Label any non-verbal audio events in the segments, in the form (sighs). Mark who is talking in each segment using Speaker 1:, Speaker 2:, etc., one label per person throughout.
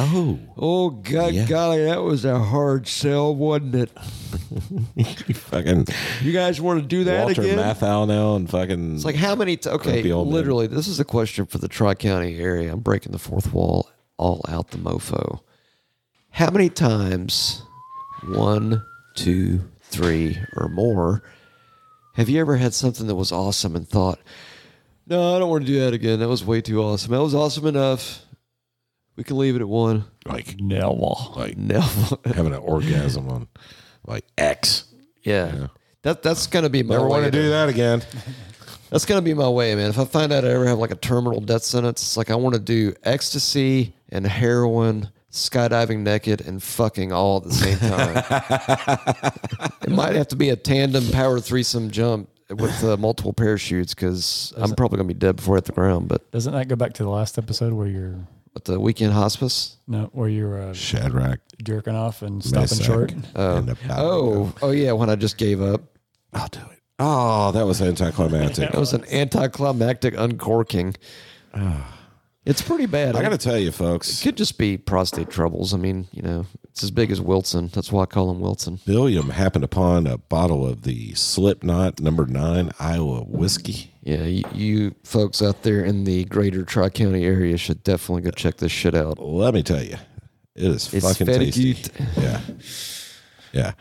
Speaker 1: Oh,
Speaker 2: Oh God,
Speaker 1: Yeah.
Speaker 2: golly, that was a hard sell, wasn't it?
Speaker 1: you fucking
Speaker 2: You guys want to do that
Speaker 1: Walter
Speaker 2: again?
Speaker 1: Matthau now and fucking.
Speaker 2: It's like how many? T- okay,
Speaker 1: Grumpy old man.
Speaker 2: literally, this is a question for the Tri County area. I'm breaking the fourth wall, all out the mofo. How many times, one, two, three, or more, have you ever had something that was awesome and thought, "No, I don't want to do that again. That was way too awesome. That was awesome enough. We can leave it at one."
Speaker 1: like
Speaker 2: Never,
Speaker 1: Like-
Speaker 2: never.
Speaker 1: having an orgasm on like X.
Speaker 2: yeah. That, that's gonna be my
Speaker 1: Never want
Speaker 2: way
Speaker 1: to do that again.
Speaker 2: That's gonna be my way, man. If I find out I ever have like a terminal death sentence, it's like I want to do ecstasy and heroin, skydiving naked, and fucking all at the same time.
Speaker 1: (laughs)
Speaker 2: it might have to be a tandem power threesome jump with uh, multiple parachutes because I'm probably gonna be dead before I hit the ground. But
Speaker 3: Doesn't that go back to the last episode where you're
Speaker 2: with the weekend hospice,
Speaker 3: no, where you're uh,
Speaker 1: Shadrach.
Speaker 3: jerking off and stopping
Speaker 1: Mesach,
Speaker 3: short? (laughs)
Speaker 1: and Abednego.
Speaker 2: oh, oh yeah, when I just gave up,
Speaker 1: I'll do it. Oh, that
Speaker 2: (laughs)
Speaker 1: was anticlimactic.
Speaker 2: that was an anticlimactic
Speaker 1: (sighs)
Speaker 2: uncorking. It's pretty bad.
Speaker 1: I got to tell you, folks,
Speaker 2: Could just be prostate troubles. I mean, you know, it's as big as Wilson. That's why I call him Wilson.
Speaker 1: Billiam happened upon a bottle of the Slipknot number nine Iowa whiskey.
Speaker 2: Yeah, you, you folks out there in the greater Tri County area should definitely go check this shit out.
Speaker 1: Let me tell you, it is
Speaker 2: It's
Speaker 1: fucking
Speaker 2: very
Speaker 1: tasty.
Speaker 2: good.
Speaker 1: Yeah, yeah,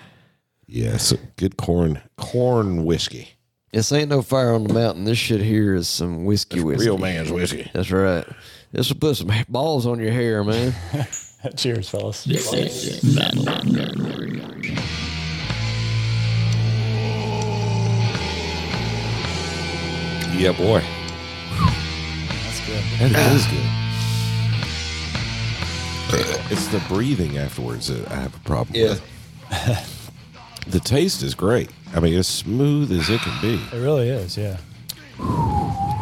Speaker 1: yeah. So good corn, corn whiskey,
Speaker 2: This ain't no fire on the mountain. This shit here is some whiskey whiskey.
Speaker 1: real man's whiskey.
Speaker 2: That's right. This will put some balls on your hair, (laughs) man.
Speaker 3: Cheers, fellas.
Speaker 1: Yeah, boy,
Speaker 3: That's good.
Speaker 1: that is good. It's the breathing afterwards that I have a problem with. The taste is great. I mean, as smooth as it can be,
Speaker 3: It really is. Yeah.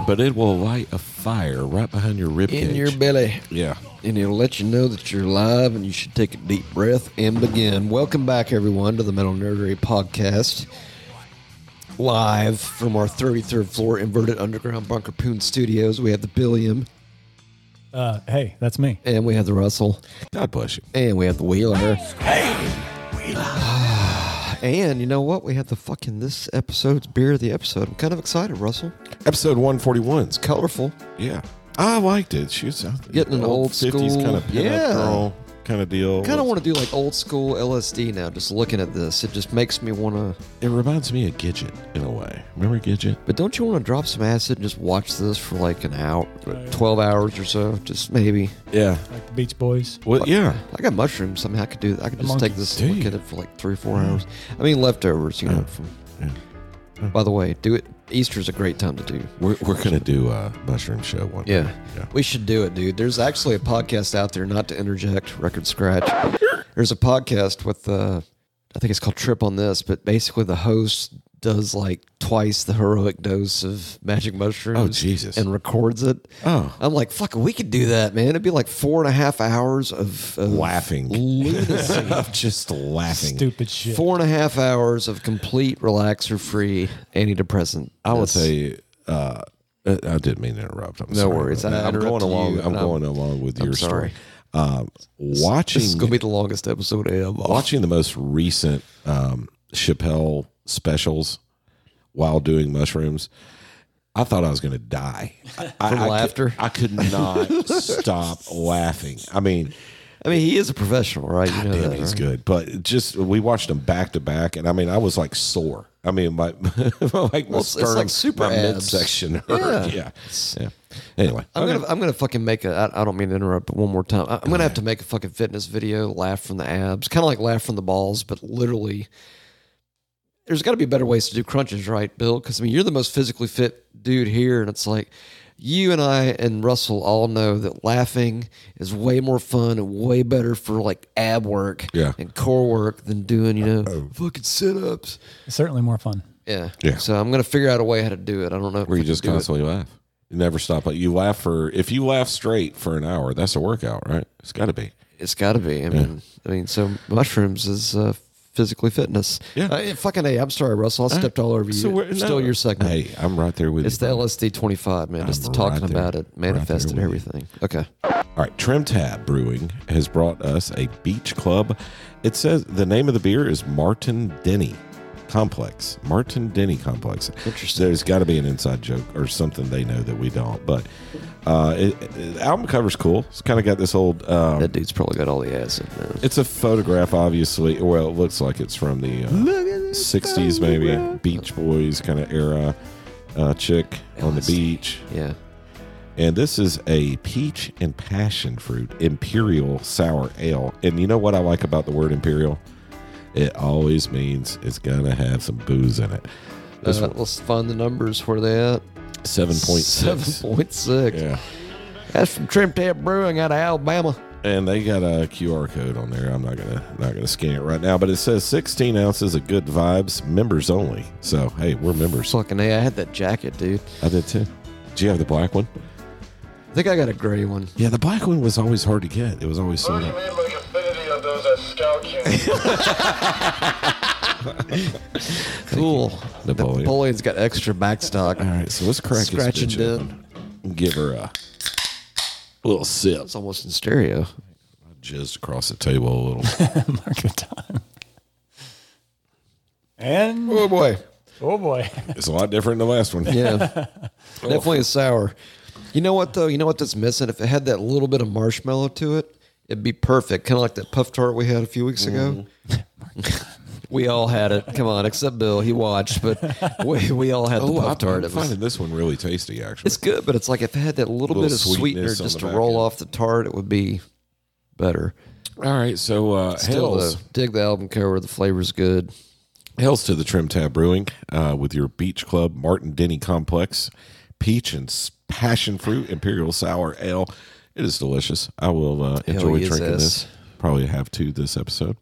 Speaker 1: but it will light a fire right behind your rib
Speaker 2: in
Speaker 1: cage.
Speaker 2: your belly.
Speaker 1: yeah.
Speaker 2: And it'll let you know that you're alive and you should take a deep breath and begin. Welcome back, everyone, to the Metal Nerdery Podcast. Live from our 33rd floor inverted underground bunker poon studios, we have the Billiam,
Speaker 3: Uh, hey, that's me.
Speaker 2: and we have the Russell,
Speaker 1: God bless you.
Speaker 2: and we have the Wheeler. Hey, Wheeler. (sighs) And you know what? We have the fucking this episode's beer of the episode. I'm kind of excited, Russell.
Speaker 1: Episode 141's
Speaker 2: Colorful.
Speaker 1: Yeah, I liked it. She was
Speaker 2: Getting an old school-
Speaker 1: kind of pinup
Speaker 2: Yeah.
Speaker 1: girl kind of deal.
Speaker 2: Kind of want to do like old school LSD now. Just looking at this, it just makes me want to
Speaker 1: It reminds me of Gidget in a way. Remember Gidget?
Speaker 2: But don't you want to drop some acid and just watch this for like an hour, 12 hours or so? Just maybe.
Speaker 1: Yeah.
Speaker 3: Like the Beach Boys.
Speaker 1: Well, yeah.
Speaker 2: I got mushrooms. I mean, I could do I could just take this
Speaker 1: Do
Speaker 2: and look
Speaker 1: you?
Speaker 2: at it for like three or four hours. I mean, leftovers, you know. From, By the way, do it. Easter's a great time to do.
Speaker 1: We're, we're gonna do a mushroom show one.
Speaker 2: Yeah.
Speaker 1: day. yeah.
Speaker 2: We should do it, dude. There's actually a podcast out there, not to interject, record scratch. There's a podcast with, uh, I think it's called Trip on This, but basically the host does like twice the heroic dose of magic mushrooms.
Speaker 1: Oh, Jesus.
Speaker 2: And records it.
Speaker 1: Oh.
Speaker 2: I'm like, fuck, we could do that, man. It'd be like four and a half hours of, of
Speaker 1: Laughing. (laughs)
Speaker 2: lunacy.
Speaker 1: I'm just laughing.
Speaker 3: Stupid shit.
Speaker 2: Four and a half hours of complete relaxer-free antidepressant.
Speaker 1: I will tell you. Uh, uh, I didn't mean to interrupt. I'm no
Speaker 2: worries. I
Speaker 1: I'm going
Speaker 2: interrupted
Speaker 1: along.
Speaker 2: you,
Speaker 1: I'm
Speaker 2: and I'm-
Speaker 1: going along with your
Speaker 2: sorry.
Speaker 1: story. Um, watching
Speaker 2: This is gonna be the longest episode ever.
Speaker 1: watching the most recent um, Chappelle specials while doing mushrooms, I thought I was going to die I, I- I
Speaker 2: laughter?
Speaker 1: Could, I could
Speaker 2: (laughs)
Speaker 1: not stop laughing. I mean,
Speaker 2: I mean, he is a professional, right? You know
Speaker 1: damn,
Speaker 2: that,
Speaker 1: he's
Speaker 2: right?
Speaker 1: good, but just we watched them back to back, and I mean, I was like sore. I mean, my (laughs) like my
Speaker 2: Well, it's like
Speaker 1: sternum,
Speaker 2: super
Speaker 1: my
Speaker 2: abs.
Speaker 1: midsection hurt. Yeah, yeah. Anyway,
Speaker 2: I'm gonna, I'm gonna fucking make a. I, I don't mean to interrupt, but one more time, I, I'm gonna have to make a fucking fitness video. Laugh from the abs, kind of like laugh from the balls, but literally. There's got to be better ways to do crunches, right, Bill? Because I mean, you're the most physically fit dude here, and it's like you and I and Russell all know that laughing is way more fun and way better for like ab work
Speaker 1: Yeah.
Speaker 2: and core work than doing you know fucking sit ups.
Speaker 3: It's certainly more fun. (laughs)
Speaker 2: Yeah.
Speaker 1: Yeah.
Speaker 2: So I'm gonna figure out a way how to do it. I don't know. if
Speaker 1: where
Speaker 2: I
Speaker 1: you
Speaker 2: can
Speaker 1: just
Speaker 2: do it.
Speaker 1: constantly laugh, you never stop. You laugh for if you laugh straight for an hour, that's a workout, right? It's got to be.
Speaker 2: It's got to be. I mean, I mean, so mushrooms is uh, physically fitness.
Speaker 1: Yeah.
Speaker 2: I, fucking hey, I'm sorry, Russell. I stepped all over you.
Speaker 1: so we're- no.
Speaker 2: Still your segment.
Speaker 1: Hey, I'm right there with
Speaker 2: It's the
Speaker 1: you.
Speaker 2: LSD 25, man. Just
Speaker 1: I'm
Speaker 2: talking
Speaker 1: right there.
Speaker 2: about it, manifest and
Speaker 1: there with
Speaker 2: everything. Okay.
Speaker 1: All right, Trim Tab Brewing has brought us a beach club. It says the name of the beer is Martin Denny Complex. Martin Denny Complex.
Speaker 2: Interesting.
Speaker 1: There's got to be an inside joke or something they know that we don't. But uh, it, it- the album cover's cool. It's kind of got this old. Um,
Speaker 2: That dude's probably got all the acid, man.
Speaker 1: it's a photograph, obviously. Well, it looks like it's from the uh, 60s, maybe Beach Boys kind of era. Uh, chick on the
Speaker 2: LSD.
Speaker 1: beach.
Speaker 2: Yeah.
Speaker 1: And this is a peach and passion fruit imperial sour ale. And you know what I like about the word imperial? It always means it's going to have some booze in it. This
Speaker 2: Uh,
Speaker 1: one,
Speaker 2: let's find the numbers. Where they at?
Speaker 1: 7.6.
Speaker 2: 7.6.
Speaker 1: Yeah.
Speaker 2: That's from Trim Tab Brewing out of Alabama.
Speaker 1: And they got a QR code on there. I'm not going to not going to scan it right now, but it says 16 ounces of good vibes, members only. So, hey, we're members.
Speaker 2: Fucking hey, I had that jacket, dude.
Speaker 1: I did too. Do you have the black one?
Speaker 2: I think I got a gray one.
Speaker 1: Yeah, the black one was always hard to get. It was always sold
Speaker 4: Losing
Speaker 1: out.
Speaker 4: me like affinity of those as scout
Speaker 3: (laughs)
Speaker 4: units.
Speaker 2: Cool.
Speaker 1: Napoleon.
Speaker 2: Napoleon's got extra back stock.
Speaker 1: All right, so let's crack
Speaker 2: Scratch
Speaker 1: this
Speaker 2: and
Speaker 1: bitch open. Give her a little sip.
Speaker 2: It's almost in stereo.
Speaker 1: Just across the table a
Speaker 2: (laughs)
Speaker 1: little.
Speaker 3: Mark the time. And
Speaker 2: Oh boy. (laughs)
Speaker 3: oh boy,
Speaker 1: it's a lot different than the last (laughs) one.
Speaker 2: Yeah. (laughs) Definitely a sour. You know what though? You know what that's missing? If it had that little bit of marshmallow to it, it'd be perfect. Kind of like that puff tart we had a few weeks ago.
Speaker 1: Mm-hmm. (laughs)
Speaker 2: we all had it. Come on, except Bill. He watched, but we, we all had the
Speaker 1: Oh,
Speaker 2: puff
Speaker 1: I'm,
Speaker 2: tart. It
Speaker 1: I'm
Speaker 2: was
Speaker 1: finding this one really tasty, actually.
Speaker 2: It's good, but it's like if it had that little,
Speaker 1: Little
Speaker 2: bit of sweetener
Speaker 1: sweetness on
Speaker 2: just
Speaker 1: the
Speaker 2: to
Speaker 1: back
Speaker 2: roll
Speaker 1: end.
Speaker 2: off the tart, it would be better.
Speaker 1: All right, so uh,
Speaker 2: Still,
Speaker 1: hails,
Speaker 2: though, dig the album cover. The flavor's good.
Speaker 1: hails to the Trim Tab Brewing uh, with your Beach Club Martin Denny Complex Peach and s- Passion Fruit Imperial Sour Ale. It is delicious. I will uh, enjoy
Speaker 2: yes.
Speaker 1: drinking this. Probably have to this episode.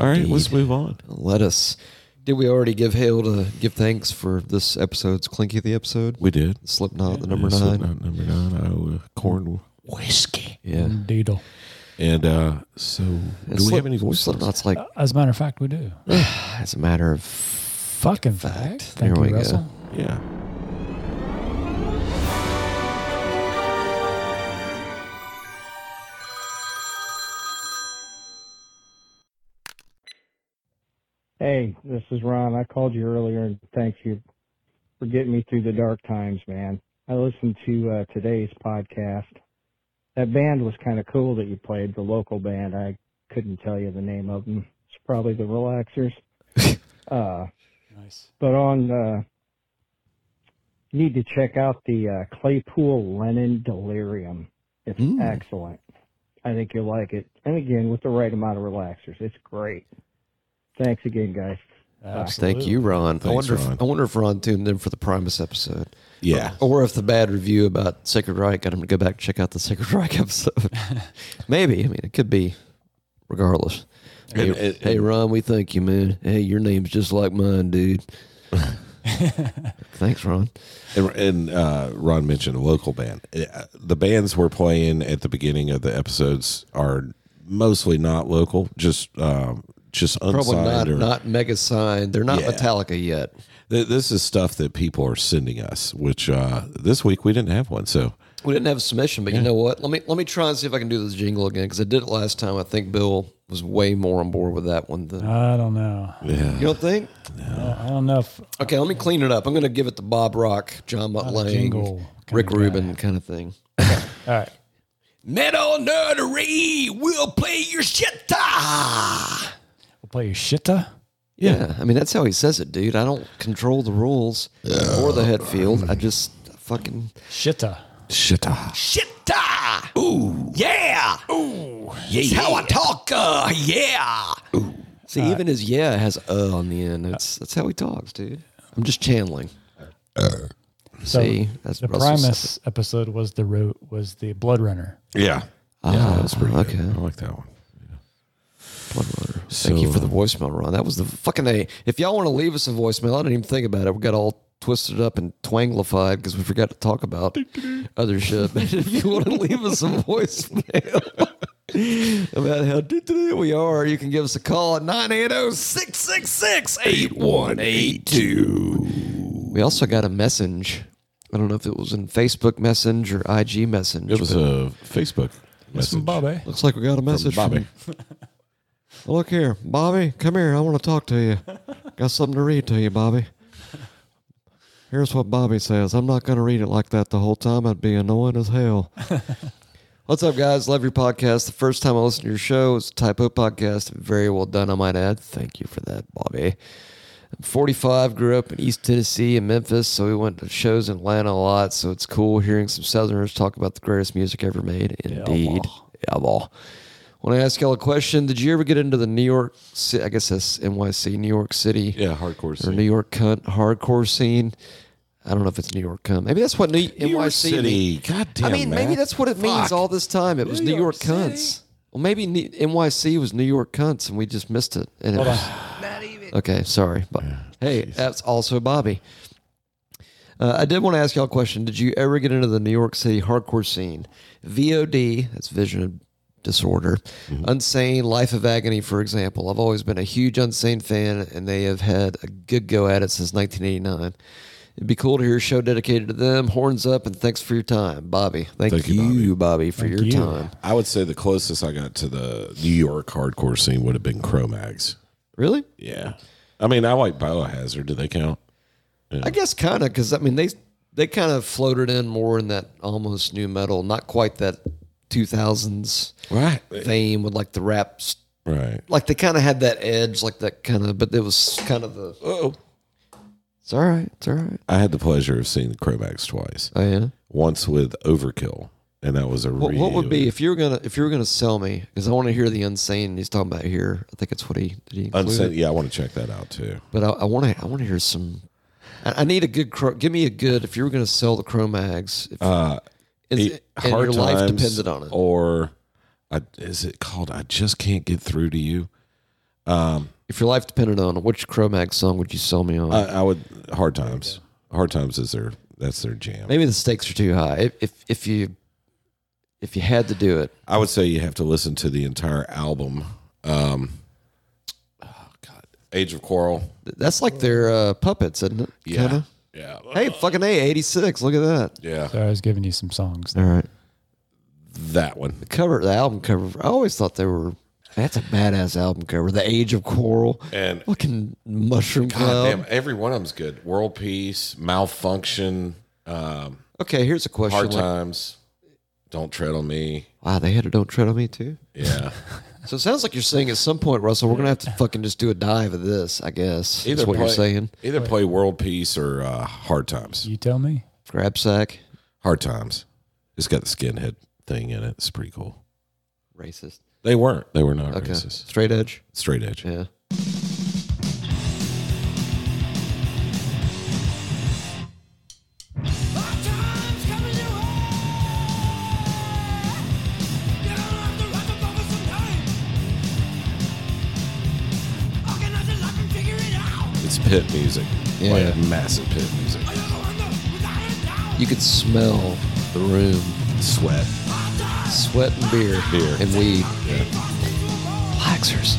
Speaker 1: All right, let's move on.
Speaker 2: Let us. Did we already give Hale to give thanks for this episode's Clinky of the episode?
Speaker 1: We did.
Speaker 2: Slipknot, the number
Speaker 1: Yes,
Speaker 2: nine.
Speaker 1: not number nine. Iowa uh, corn whiskey.
Speaker 2: Yeah.
Speaker 3: Deedle.
Speaker 1: And uh, so, do we have any Uh, voice lines?
Speaker 2: Slipknot's like,
Speaker 3: Uh, As a matter of fact, we do.
Speaker 2: as a matter of,
Speaker 3: Fucking fact. Thank
Speaker 2: There we
Speaker 3: you,
Speaker 2: go.
Speaker 3: Russell.
Speaker 1: Yeah.
Speaker 5: Hey, this is Ron. I called you earlier and thanks you for getting me through the dark times, man. I listened to uh, today's podcast. That band was kind of cool that you played, the local band. I couldn't tell you the name of them. It's probably the Relaxers. uh,
Speaker 3: Nice.
Speaker 5: but on, uh, you need to check out the uh, Claypool Lennon Delirium. It's
Speaker 2: Mm.
Speaker 5: excellent. I think you'll like it. And again, with the right amount of relaxers, it's great. Thanks again, guys.
Speaker 3: Absolutely.
Speaker 2: thank you, Ron. I
Speaker 1: Thanks,
Speaker 2: wonder,
Speaker 1: Ron.
Speaker 2: If, I wonder if Ron tuned in for the Primus episode,
Speaker 1: Yeah.
Speaker 2: or if the bad review about Sacred Reich got him to go back and check out the Sacred Reich
Speaker 1: (laughs)
Speaker 2: episode. Maybe. I mean, it could be. Regardless. Hey,
Speaker 1: And- and-
Speaker 2: hey, Ron, we thank you, man. Hey, your name's just like mine,
Speaker 1: (laughs)
Speaker 2: dude. Thanks, Ron.
Speaker 1: And, and uh, Ron mentioned a local band. Uh, The bands we're playing at the beginning of the episodes are mostly not local, just um, just unsigned.
Speaker 2: Probably not,
Speaker 1: or,
Speaker 2: not mega signed. They're not
Speaker 1: Yeah.
Speaker 2: Metallica yet.
Speaker 1: Th- this is stuff that people are sending us. Which uh, this week we didn't have one, so
Speaker 2: We didn't have a submission, but you know what? Let me let me try and see if I can do this jingle again because I did it last time. I think Bill was way more on board with that one than
Speaker 3: I don't know.
Speaker 2: you don't think.
Speaker 3: I don't know if
Speaker 2: Okay, let me clean it up. I'm going to give it the Bob Rock, John
Speaker 3: jingle
Speaker 2: McLean,
Speaker 3: kinda
Speaker 2: Rick
Speaker 3: guy.
Speaker 2: Rubin kind of thing.
Speaker 3: All right.
Speaker 2: Metal nerdery, we'll play your shit. Yeah.
Speaker 3: We'll play Shita.
Speaker 2: yeah, I mean that's how he says it, dude. I don't control the rules or the head field. I just fucking
Speaker 3: Shita.
Speaker 1: shit.
Speaker 2: shit. Ooh, yeah. Ooh, yeah. how I talk. Uh, yeah. Ooh. See, even his yeah has uh on the end. That's that's how he talks, dude. I'm just channeling.
Speaker 3: So
Speaker 2: See, that's
Speaker 3: the
Speaker 2: Russell said
Speaker 3: Primus episode was the root was the Blood Runner.
Speaker 1: Yeah, yeah, that was pretty good.
Speaker 2: Ah, okay.
Speaker 1: I like that one.
Speaker 2: Blood Runner. Thank you for the voicemail, Ron. That was the fucking a. If y'all want to leave us a voicemail, I didn't even think about it. We got all twisted up and twanglified because we (laughs) forgot to talk about other shit. But if you want to leave us a voicemail, (laughs) about how do we are, you can give us a call at oh, 980 666 8182. We also got a message. I don't know if it was in Facebook Message or IG Message.
Speaker 1: It was
Speaker 2: but
Speaker 1: a Facebook message.
Speaker 3: Bobby.
Speaker 2: looks like we got a message from
Speaker 1: Bobby.
Speaker 2: Look here, Bobby, come here. I want to talk to you. Got something to read to you, Bobby. Here's what Bobby says. I'm not going to read it like that the whole time. I'd be annoying as hell. What's up, guys? Love your podcast. The first time I listened to your show, it's a typo podcast. Very well done, I might add. Thank you for that, Bobby. I'm 45, grew up in East Tennessee and Memphis, so we went to shows in Atlanta a lot. So it's cool hearing some Southerners talk about the greatest music ever made. Indeed. Yeah, well. Want to ask y'all a question? Did you ever get into the New York, Ci- I guess that's NYC, New York City,
Speaker 1: Yeah, hardcore.
Speaker 2: or
Speaker 1: Scene.
Speaker 2: New York cunt hardcore scene? I don't know if it's New York cunt. Maybe that's what New,
Speaker 1: New
Speaker 2: NYC
Speaker 1: York
Speaker 2: means.
Speaker 1: City. God damn.
Speaker 2: I mean, maybe
Speaker 1: Matt.
Speaker 2: that's what it means
Speaker 1: Fuck.
Speaker 2: all this time. It was New, York,
Speaker 3: York
Speaker 2: cunts. Well, maybe N- NYC was New York cunts and we just missed it. And it was, Okay, sorry. But, hey, that's also Bobby. Uh, I did want to ask y'all a question. Did you ever get into the New York City hardcore scene? VOD, that's vision disorder, Unsane, Life of Agony, for example. I've always been a huge Unsane fan, and they have had a good go at it since 1989. It'd be cool to hear a show dedicated to them. Horns up, and thanks for your time, Bobby. Thank,
Speaker 1: Thank
Speaker 2: you,
Speaker 1: you,
Speaker 2: Bobby, for your
Speaker 3: you.
Speaker 2: time.
Speaker 1: I would say the closest I got to the New York hardcore scene would have been Cro-Mags.
Speaker 2: Really?
Speaker 1: Yeah. I mean, I like Biohazard. Do they count?
Speaker 2: I guess kind of because I mean they they kind of floated in more in that almost new metal, not quite that 2000s
Speaker 1: Right.
Speaker 2: theme with like the raps.
Speaker 1: Right.
Speaker 2: Like they kind of had that edge, like that kind of, but it was kind of the.
Speaker 1: Oh.
Speaker 2: It's all right. It's all right.
Speaker 1: I had the pleasure of seeing the Cro-Mags twice.
Speaker 2: Oh yeah.
Speaker 1: Once with Overkill, and that was a
Speaker 2: What,
Speaker 1: real,
Speaker 2: what would be if you were gonna if you were gonna sell me because I want to hear the insane he's talking about here. I think it's what he did he include
Speaker 1: Unsa-
Speaker 2: it?
Speaker 1: yeah, I want to check that out too.
Speaker 2: But I want to I want to hear some. I, I need a good. Cro- give me a good. If you were gonna sell the Chromags, if,
Speaker 1: Uh,
Speaker 2: is-
Speaker 1: It-
Speaker 2: and your life depended on it.
Speaker 1: Or I, is it called I Just Can't Get Through to You? Um,
Speaker 2: If your life depended on it, which Chromag song would you sell me on?
Speaker 1: I, I would Hard Times. Hard Times is their that's their jam.
Speaker 2: Maybe the stakes are too high. If if, if you if you had to do it,
Speaker 1: I would say you have to listen to the entire album. Um, oh God, Age of Quarrel.
Speaker 2: th- that's like their uh, puppets, isn't it? Kinda?
Speaker 1: yeah,
Speaker 2: Hey, fucking a eighty six. Look at that.
Speaker 1: yeah.
Speaker 3: So I was giving you some songs.
Speaker 2: All right.
Speaker 1: That one.
Speaker 2: Cover the album cover. I always thought they were. That's a badass album cover. The Age of Coral.
Speaker 1: And
Speaker 2: Fucking mushroom
Speaker 1: God
Speaker 2: cloud.
Speaker 1: damn, every one of them's good. World Peace, Malfunction, um,
Speaker 2: Okay, here's a question.
Speaker 1: Hard
Speaker 2: like,
Speaker 1: Times, Don't Tread on Me.
Speaker 2: wow, they had a "Don't Tread on Me" too. (laughs)
Speaker 1: Yeah.
Speaker 2: So it sounds like you're saying at some point, Russell, we're gonna have to fucking just do a dive of this. I guess. Either what
Speaker 1: play,
Speaker 2: you're saying.
Speaker 1: Either play World Peace or uh, Hard Times.
Speaker 3: You tell me.
Speaker 2: Grab sack.
Speaker 1: Hard Times. It's got the skinhead thing in it. It's pretty cool.
Speaker 2: Racist.
Speaker 1: They weren't. They were not
Speaker 2: Okay.
Speaker 1: racist.
Speaker 2: Straight edge.
Speaker 1: Straight edge.
Speaker 2: Yeah.
Speaker 1: It's pit music.
Speaker 2: Yeah.
Speaker 1: Like massive pit music.
Speaker 2: You could smell the room.
Speaker 1: Sweat.
Speaker 2: Sweat and beer.
Speaker 1: Beer.
Speaker 2: And weed.
Speaker 1: Yeah.
Speaker 2: Laxers.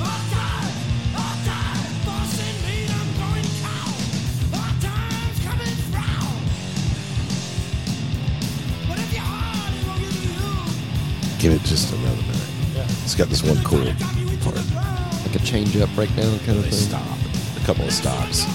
Speaker 1: Give it just another minute. It's got this one cool part.
Speaker 2: Like a change up, breakdown kind of
Speaker 1: They
Speaker 2: thing.
Speaker 1: stop. A couple of stops.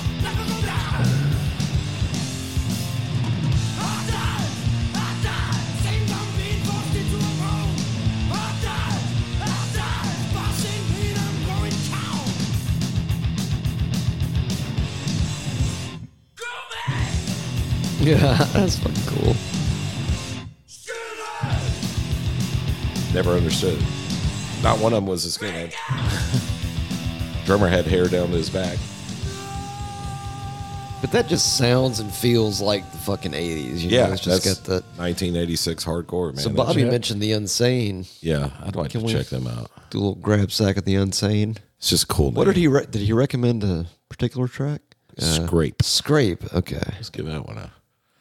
Speaker 2: Yeah, (laughs) that's fucking cool.
Speaker 1: Never understood. Not one of them was a skinhead. (laughs) Drummer had hair down to his back.
Speaker 2: But that just sounds and feels like the fucking 80s. You
Speaker 1: Yeah,
Speaker 2: Know? It's just
Speaker 1: that's
Speaker 2: got that.
Speaker 1: 1986 hardcore, man.
Speaker 2: So
Speaker 1: That
Speaker 2: Bobby
Speaker 1: shit-
Speaker 2: mentioned the insane.
Speaker 1: yeah, I'd like to
Speaker 2: we-
Speaker 1: check them out.
Speaker 2: Do a little grab sack of the insane.
Speaker 1: It's just cool.
Speaker 2: What did
Speaker 1: name.
Speaker 2: he re- did he recommend a particular track? Uh,
Speaker 1: scrape?
Speaker 2: Scrape. Okay.
Speaker 1: Let's give that one a.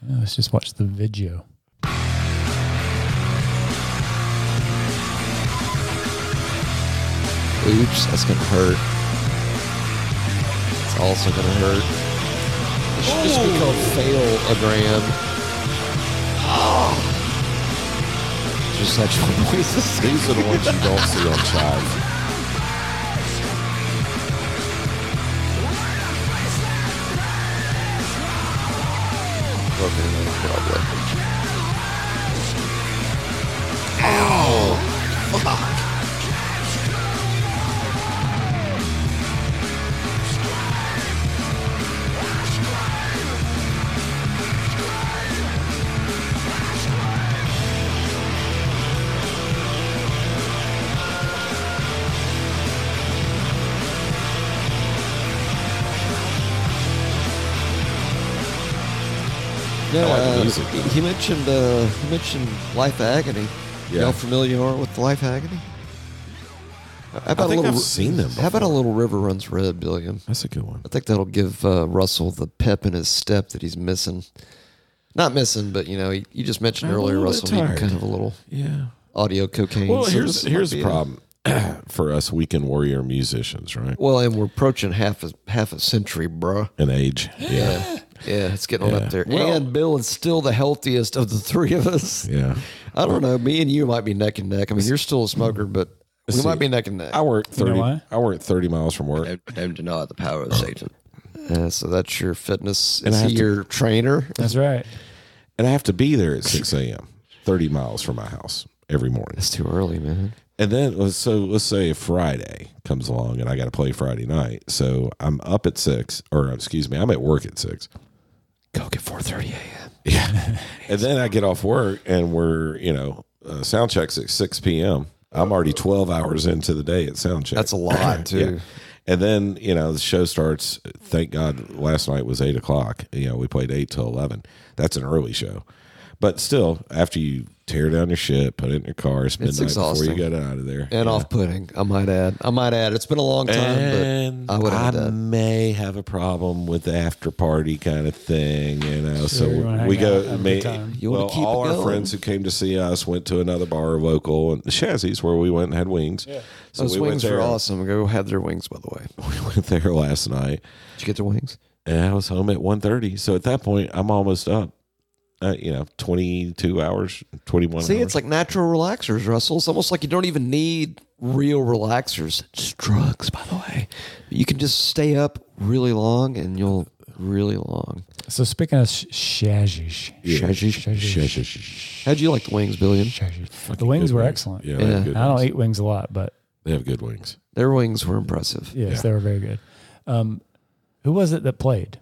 Speaker 3: Yeah, let's just watch the video.
Speaker 2: Oops, that's gonna hurt. It's also gonna hurt. It should just be called fail-ogram. (gasps) Just let your (laughs) voices.
Speaker 1: These are the ones you don't see on Chive.
Speaker 2: Probably. Yeah,
Speaker 1: like the
Speaker 2: uh,
Speaker 1: music.
Speaker 2: he mentioned uh, he mentioned Life Agony.
Speaker 1: Yeah.
Speaker 2: Y'all familiar with Life Agony? How about
Speaker 1: think
Speaker 2: a little,
Speaker 1: I've seen them
Speaker 2: How about a
Speaker 1: before.
Speaker 2: little river runs red, Billion?
Speaker 1: That's a good one.
Speaker 2: I think that'll give uh, Russell the pep in his step that he's missing. Not missing, but you know, he, you just mentioned
Speaker 1: I'm a
Speaker 2: earlier,
Speaker 1: little
Speaker 2: Russell,
Speaker 1: bit
Speaker 2: needing
Speaker 1: tired.
Speaker 2: kind of a little
Speaker 1: Yeah.
Speaker 2: audio cocaine.
Speaker 1: Well,
Speaker 2: so
Speaker 1: here's
Speaker 2: this might
Speaker 1: here's
Speaker 2: be
Speaker 1: the
Speaker 2: a-
Speaker 1: problem (clears throat) for us weekend warrior musicians, right?
Speaker 2: Well, and we're approaching half a half a century, bruh.
Speaker 1: An age. Yeah.
Speaker 2: Yeah, yeah, it's getting on
Speaker 1: Yeah.
Speaker 2: up there.
Speaker 1: Well-
Speaker 2: and Bill is still the healthiest of the three of us.
Speaker 1: Yeah.
Speaker 2: I don't know. Me and you might be neck and neck. I mean, you're still a smoker, but we might be neck and neck.
Speaker 1: I work
Speaker 3: know
Speaker 1: thirty.
Speaker 3: why?
Speaker 1: I work thirty miles from work.
Speaker 6: Don't, don't deny the power of Satan.
Speaker 2: Uh, so that's your fitness.
Speaker 1: I
Speaker 2: Is he
Speaker 1: have to-
Speaker 2: your trainer?
Speaker 3: That's right.
Speaker 1: and I have to be there at 6 a.m. 30 miles from my house every morning.
Speaker 2: It's too early, man.
Speaker 1: And then let's- so let's say Friday comes along and I got to play Friday night. So I'm up at six, or excuse me, I'm at work at six. (laughs)
Speaker 2: Go get 4:30 a.m.
Speaker 1: And then I get off work and we're you know uh, sound checks at 6 p.m. I'm already 12 hours into the day at sound check.
Speaker 2: That's a (coughs) lot, too.
Speaker 1: And then you know the show starts. Thank God, last night was eight o'clock. You know we played eight till eleven. That's an early show, but still, after you tear down your shit, put it in your car, it's midnight before you
Speaker 2: exhausting.
Speaker 1: get out of there,
Speaker 2: And off-putting, I might add. I might add. It's been a long time,
Speaker 1: and
Speaker 2: but I would
Speaker 1: I,
Speaker 2: add that.
Speaker 1: may have a problem with the after party kind of thing, you know.
Speaker 3: Sure, you
Speaker 1: so
Speaker 3: wanna hang
Speaker 1: we
Speaker 3: out,
Speaker 1: go.
Speaker 3: have a
Speaker 1: me-
Speaker 3: good time.
Speaker 2: You wanna
Speaker 1: well,
Speaker 2: keep
Speaker 1: all
Speaker 2: it
Speaker 1: our
Speaker 2: going.
Speaker 1: friends who came to see us went to another bar local and Shazzy's where we went and had wings. Yeah. So
Speaker 2: Those
Speaker 1: we
Speaker 2: wings
Speaker 1: went
Speaker 2: are
Speaker 1: there.
Speaker 2: awesome. Go have their wings, by the way.
Speaker 1: (laughs) We went there last night.
Speaker 2: Did you get their wings?
Speaker 1: and I was home at 1.30. So at that point, I'm almost up. Uh, you know, twenty two hours, twenty one.
Speaker 2: See, it's like natural relaxers, Russell. It's almost like you don't even need real relaxers. Just drugs, by the way. You can just stay up really long, and you'll really long.
Speaker 3: So speaking of sh- shazzish,
Speaker 2: How'd you like the wings, Billion?
Speaker 3: shazzish, the wings were excellent.
Speaker 1: Yeah, they have
Speaker 2: Yeah.
Speaker 1: good
Speaker 3: I don't
Speaker 1: wings.
Speaker 3: eat wings a lot, but
Speaker 1: They have good wings.
Speaker 2: Their wings were impressive.
Speaker 3: yes,
Speaker 1: Yeah.
Speaker 3: they were very good. Um, who was it that played?